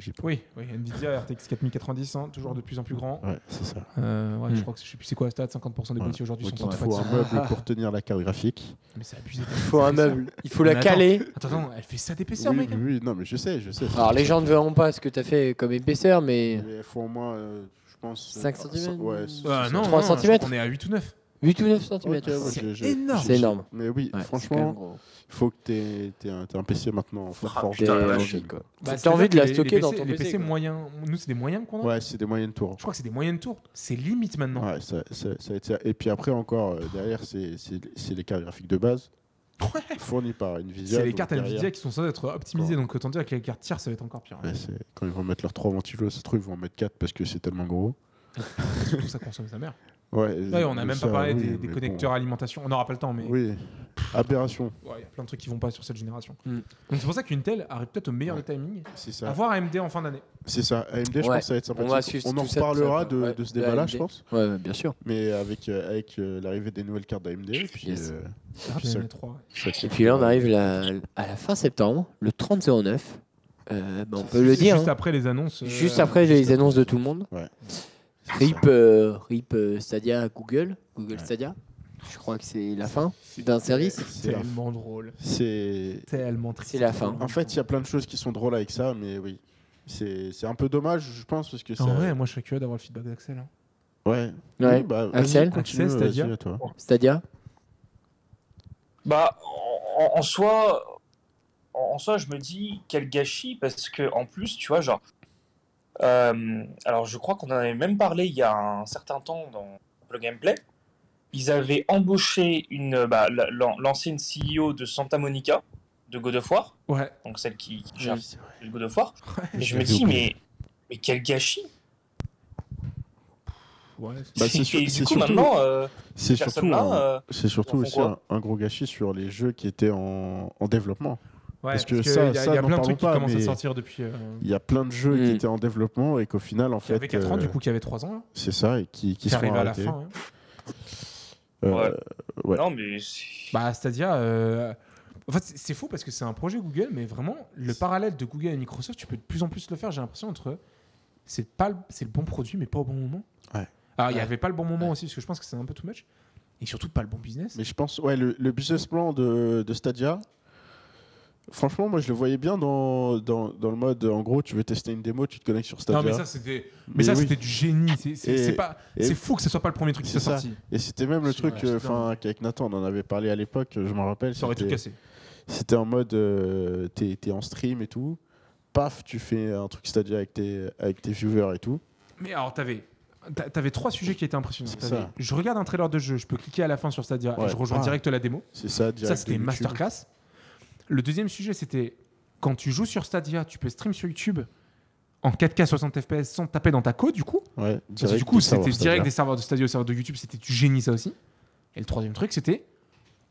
Speaker 2: J'ai pas-
Speaker 3: Oui, oui, Nvidia RTX 4090, hein, toujours de plus en plus grand.
Speaker 2: Ouais, c'est ça.
Speaker 3: Euh, ouais,
Speaker 1: Mm.
Speaker 3: Je crois que je sais plus c'est quoi la stat, 50% des
Speaker 2: Ouais.
Speaker 3: boîtiers aujourd'hui
Speaker 2: Donc,
Speaker 3: sont
Speaker 2: il faut un
Speaker 3: compatibles.
Speaker 2: meuble pour tenir la carte graphique.
Speaker 3: Mais c'est abusé.
Speaker 1: Il faut un meuble. Il faut la
Speaker 3: Mais attends.
Speaker 1: caler.
Speaker 3: Attends, attends, elle fait ça d'épaisseur,
Speaker 2: Oui,
Speaker 3: mec. hein
Speaker 2: oui, oui, non, mais je sais, je sais.
Speaker 1: Alors les gens ne verront pas ce que t'as fait comme épaisseur, mais
Speaker 2: Mais Il faut au moins, euh, je pense. euh,
Speaker 1: Cinq
Speaker 2: ah,
Speaker 1: centimètres,
Speaker 2: Ouais,
Speaker 1: euh,
Speaker 2: c'est-
Speaker 3: Ah,
Speaker 2: c'est-
Speaker 3: non,
Speaker 1: Trois
Speaker 3: non,
Speaker 2: c'est-
Speaker 3: je crois
Speaker 1: centimètres.
Speaker 3: qu'on est à 8 ou 9.
Speaker 1: 8 ou 9 cm.
Speaker 2: Ok, ouais,
Speaker 3: C'est
Speaker 2: je- je-
Speaker 3: énorme.
Speaker 2: je-
Speaker 1: C'est énorme.
Speaker 2: Mais oui, franchement, il faut que t'aies- t'aies un, t'aies un PC maintenant en
Speaker 5: Ah,
Speaker 2: forgé.
Speaker 5: putain, la vache.
Speaker 1: T'as envie de la stocker dans ton
Speaker 3: Bah, Les
Speaker 1: PC.
Speaker 3: PC
Speaker 1: quoi.
Speaker 3: moyens, nous c'est des moyens qu'on a.
Speaker 2: Ouais, c'est des moyennes tours.
Speaker 3: Je crois que c'est des moyennes tours. C'est limite maintenant.
Speaker 2: Ouais, ça, ça- ça va être ça. Et puis après, encore, euh, derrière, c'est c'est- c'est les cartes graphiques de base
Speaker 3: Ouais.
Speaker 2: fournies par Nvidia.
Speaker 3: C'est les
Speaker 2: donc
Speaker 3: cartes
Speaker 2: derrière-
Speaker 3: Nvidia qui sont censées être optimisées.
Speaker 2: Bon.
Speaker 3: Donc autant dire que les cartes tiers, ça va être encore pire.
Speaker 2: Ouais, c'est- quand ils vont mettre leurs 3 ventilos, ça se trouve, ils vont en mettre 4 parce que c'est tellement gros.
Speaker 3: Et Surtout, ça consomme sa mère.
Speaker 2: Ouais,
Speaker 3: Ouais, on n'a
Speaker 2: mais
Speaker 3: même
Speaker 2: ça,
Speaker 3: pas parlé
Speaker 2: oui,
Speaker 3: des, des
Speaker 2: mais bon.
Speaker 3: connecteurs alimentation. On n'aura pas le temps, mais.
Speaker 2: Oui, aberration,
Speaker 3: Ouais, Il y a plein de trucs qui vont pas sur cette génération.
Speaker 1: Mm.
Speaker 3: Donc c'est pour ça qu'Intel arrive peut-être au meilleur
Speaker 2: Ouais.
Speaker 3: des timings.
Speaker 2: c'est ça.
Speaker 3: À voir AMD en fin d'année.
Speaker 2: C'est ça. AMD, je
Speaker 1: Ouais.
Speaker 2: pense que ça va être sympathique.
Speaker 1: On va suivre
Speaker 2: en
Speaker 1: tout ça,
Speaker 2: reparlera
Speaker 1: tout ça,
Speaker 2: de,
Speaker 1: ouais.
Speaker 2: de ce
Speaker 1: De
Speaker 2: débat-là,
Speaker 1: AMD.
Speaker 2: je pense.
Speaker 1: Ouais, ouais, bien sûr.
Speaker 2: Mais avec, euh, avec euh, l'arrivée des nouvelles cartes d'AMD.
Speaker 1: Yes.
Speaker 3: Ah, puis
Speaker 2: euh, ça-
Speaker 3: il y en a trois, ouais.
Speaker 1: Et puis là, on arrive la- à la fin septembre, le 3009. Euh, bah, on peut le
Speaker 3: Juste
Speaker 1: dire. hein.
Speaker 3: après les annonces. euh,
Speaker 1: Juste après les
Speaker 2: juste
Speaker 1: annonces de
Speaker 2: après.
Speaker 1: tout le monde.
Speaker 2: Ouais.
Speaker 1: RIP, euh, RIP euh, Stadia Google, Google
Speaker 2: Ouais.
Speaker 1: Stadia. Je crois que c'est la fin d'un service.
Speaker 2: C'est la-
Speaker 3: Tellement drôle.
Speaker 2: C'est.
Speaker 3: Tellement triste.
Speaker 1: C'est la fin.
Speaker 2: En fait, il y a plein de choses qui sont drôles avec ça, mais oui. C'est c'est un peu dommage, je pense, parce que ça.
Speaker 3: En vrai, hein. moi je serais curieux d'avoir le feedback d'Axel. hein.
Speaker 2: Ouais.
Speaker 1: Ouais.
Speaker 2: Oui, bah, vas-y,
Speaker 1: Axel
Speaker 2: continue,
Speaker 3: Axel, c'est-à-dire
Speaker 2: vas-y, à toi.
Speaker 1: Stadia.
Speaker 5: Bah, en, en- en soi, en, en soi, je me dis quel gâchis parce que en plus, tu vois, genre, euh, alors je crois qu'on en avait même parlé il y a un certain temps dans le gameplay. Ils avaient embauché une, bah, la- l'an- l'ancienne CEO de Santa Monica de God of War,
Speaker 3: Ouais.
Speaker 5: donc celle qui, qui gère le God of War. Et je me
Speaker 2: J'avais
Speaker 5: dis,
Speaker 2: oublié.
Speaker 5: mais, mais quel gâchis
Speaker 3: Ouais, c'est-
Speaker 2: Bah, c'est
Speaker 5: Et
Speaker 2: sûr-
Speaker 5: du
Speaker 2: c'est
Speaker 5: coup,
Speaker 2: surtout-
Speaker 5: maintenant, euh,
Speaker 2: C'est
Speaker 5: Personne
Speaker 2: surtout, hein.
Speaker 5: là,
Speaker 2: un,
Speaker 5: euh,
Speaker 2: c'est surtout
Speaker 5: font
Speaker 2: aussi
Speaker 5: quoi
Speaker 2: un, un gros gâchis sur les jeux qui étaient en, en développement.
Speaker 3: Ouais,
Speaker 2: parce que
Speaker 3: parce que
Speaker 2: ça-
Speaker 3: y a,
Speaker 2: ça,
Speaker 3: y a plein de
Speaker 2: n'en parlons
Speaker 3: trucs
Speaker 2: pas,
Speaker 3: qui commencent à
Speaker 2: mais-
Speaker 3: sortir depuis. euh,
Speaker 2: Il y a plein de jeux qui
Speaker 1: Mm.
Speaker 2: étaient en développement et qu'au final, en
Speaker 3: qui
Speaker 2: fait,
Speaker 3: avait 4 ans,
Speaker 2: euh,
Speaker 3: du coup, qui avait 3 ans, hein,
Speaker 2: c'est ça, et qui, qui
Speaker 3: qui
Speaker 2: se font
Speaker 3: arrivait à la
Speaker 2: arrêter.
Speaker 3: fin. hein.
Speaker 2: Euh, Ouais.
Speaker 5: non, mais c'est-
Speaker 3: Bah, Stadia. euh, En fait, c'est- c'est fou parce que c'est un projet Google, mais vraiment, le parallèle de Google et Microsoft, tu peux de plus en plus le faire, j'ai l'impression, entre c'est pas le- c'est le bon produit, mais pas au bon moment.
Speaker 2: Ouais.
Speaker 3: Alors, il n'y
Speaker 2: Ouais.
Speaker 3: avait pas le bon moment
Speaker 2: Ouais.
Speaker 3: aussi, parce que je pense que c'est un peu too much. Et surtout, pas le bon business.
Speaker 2: Mais je pense, ouais, le, le business plan de, de Stadia, franchement, moi, je le voyais bien dans, dans, dans le mode, en gros, tu veux tester une démo, tu te connectes sur Stadia.
Speaker 3: non, mais ça, c'était mais ça,
Speaker 2: oui.
Speaker 3: c'était du génie. C'est- C'est
Speaker 2: Et-
Speaker 3: c'est pas-
Speaker 2: et-
Speaker 3: c'est fou que ce soit pas le premier truc qui
Speaker 2: C'est
Speaker 3: soit
Speaker 2: ça.
Speaker 3: sorti.
Speaker 2: Et c'était même le
Speaker 3: C'est
Speaker 2: truc,
Speaker 3: vrai, c'est
Speaker 2: enfin, qu'avec Nathan, on en avait parlé à l'époque, je me rappelle.
Speaker 3: Ça aurait tout
Speaker 2: c'était-
Speaker 3: cassé.
Speaker 2: C'était en mode, euh, t'es t'es en stream et tout. Paf, tu fais un truc Stadia avec tes, avec tes viewers et tout.
Speaker 3: Mais alors, t'avais. t'a- T'avais trois sujets qui étaient impressionnants.
Speaker 2: C'est
Speaker 3: T'avais-
Speaker 2: ça.
Speaker 3: Je regarde un trailer de jeu, je peux cliquer à la fin sur Stadia et
Speaker 2: Ouais.
Speaker 3: je rejoins
Speaker 2: Ah.
Speaker 3: direct la démo.
Speaker 2: C'est ça, direct.
Speaker 3: Ça,
Speaker 2: de
Speaker 3: c'était
Speaker 2: YouTube.
Speaker 3: masterclass. Le deuxième sujet, c'était quand tu joues sur Stadia, tu peux stream sur YouTube en 4K 60 FPS sans te taper dans ta côte, du coup.
Speaker 2: Ouais,
Speaker 3: Parce que
Speaker 2: direct
Speaker 3: du coup,
Speaker 2: de savoir
Speaker 3: c'était direct
Speaker 2: Stadia.
Speaker 3: des serveurs de Stadia aux serveurs de YouTube, c'était du génie, ça aussi. Et le troisième truc, c'était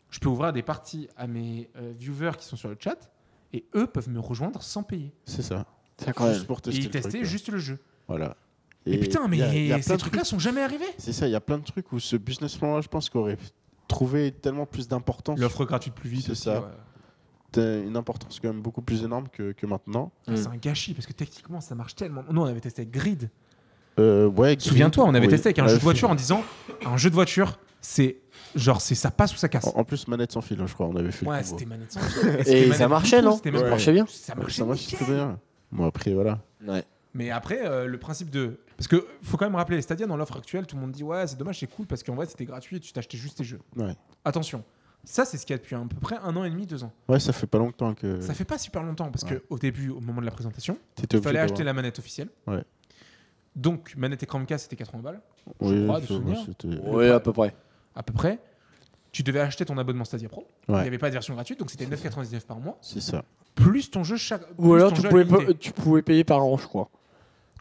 Speaker 3: je peux ouvrir des parties à mes euh, viewers qui sont sur le chat et eux peuvent me rejoindre sans payer.
Speaker 2: C'est ça.
Speaker 1: C'est incroyable.
Speaker 2: Juste pour
Speaker 3: Et
Speaker 2: tester.
Speaker 3: ils
Speaker 2: le truc,
Speaker 3: testaient
Speaker 2: ouais.
Speaker 3: juste le jeu.
Speaker 2: Voilà.
Speaker 3: Et, putain, mais
Speaker 2: il y a- il y a plein
Speaker 3: ces
Speaker 2: de
Speaker 3: trucs-là sont jamais arrivés.
Speaker 2: C'est ça, il y a plein de trucs où ce business plan-là, je pense, qu'aurait trouvé tellement plus d'importance.
Speaker 3: L'offre gratuite plus vite.
Speaker 2: C'est
Speaker 3: aussi,
Speaker 2: ça.
Speaker 3: ouais.
Speaker 2: T'as Une importance quand même beaucoup plus énorme que, que maintenant.
Speaker 1: Mm.
Speaker 3: C'est un gâchis parce que techniquement, ça marche tellement. Nous, on avait testé avec Grid.
Speaker 2: Euh, ouais,
Speaker 3: Souviens-toi, on avait
Speaker 2: oui.
Speaker 3: testé avec un
Speaker 2: Ouais,
Speaker 3: jeu de
Speaker 2: c'est-
Speaker 3: voiture en disant un jeu de voiture, c'est genre c'est ça passe ou ça casse.
Speaker 2: En, en plus, manette sans fil, hein, je crois, on avait fait. Oh, le
Speaker 3: ouais,
Speaker 2: combo.
Speaker 3: c'était manette sans
Speaker 1: Et ça marchait, non
Speaker 3: Ça
Speaker 1: Ça marchait bien.
Speaker 3: Ça
Speaker 2: Ouais,
Speaker 3: marchait.
Speaker 2: Ça marche
Speaker 3: nickel.
Speaker 2: très bien. Bon, après, voilà.
Speaker 1: Ouais.
Speaker 3: Mais après, euh, le principe de. Parce que faut quand même rappeler, Stadia, dans l'offre actuelle, tout le monde dit Ouais, c'est dommage, c'est cool parce qu'en vrai, c'était gratuit, tu t'achetais juste tes jeux.
Speaker 2: Ouais.
Speaker 3: Attention, ça, c'est ce qu'il y a depuis à peu près un an et demi, deux ans.
Speaker 2: Ouais, ça fait pas longtemps que
Speaker 3: Ça fait pas super longtemps parce que
Speaker 2: ouais.
Speaker 3: au début, au moment de la présentation,
Speaker 2: t'étais
Speaker 3: il
Speaker 2: obligé
Speaker 3: fallait
Speaker 2: d'avoir-
Speaker 3: acheter la manette officielle.
Speaker 2: Ouais.
Speaker 3: Donc, manette et Chromecast, c'était 80 balles.
Speaker 2: Oui,
Speaker 3: je crois, de
Speaker 2: ça,
Speaker 3: souvenir.
Speaker 2: moi, c'était-
Speaker 1: Ouais, à peu près.
Speaker 3: à peu près, tu devais acheter ton abonnement Stadia Pro. Il
Speaker 2: Ouais.
Speaker 3: n'y avait pas de version gratuite, donc c'était 9,99 par mois,
Speaker 2: C'est ça.
Speaker 3: plus ton jeu chaque.
Speaker 1: Ou
Speaker 3: plus
Speaker 1: alors
Speaker 3: ton
Speaker 1: tu
Speaker 3: jeu
Speaker 1: pouvais,
Speaker 3: limité.
Speaker 1: pa- tu pouvais payer par an, je crois.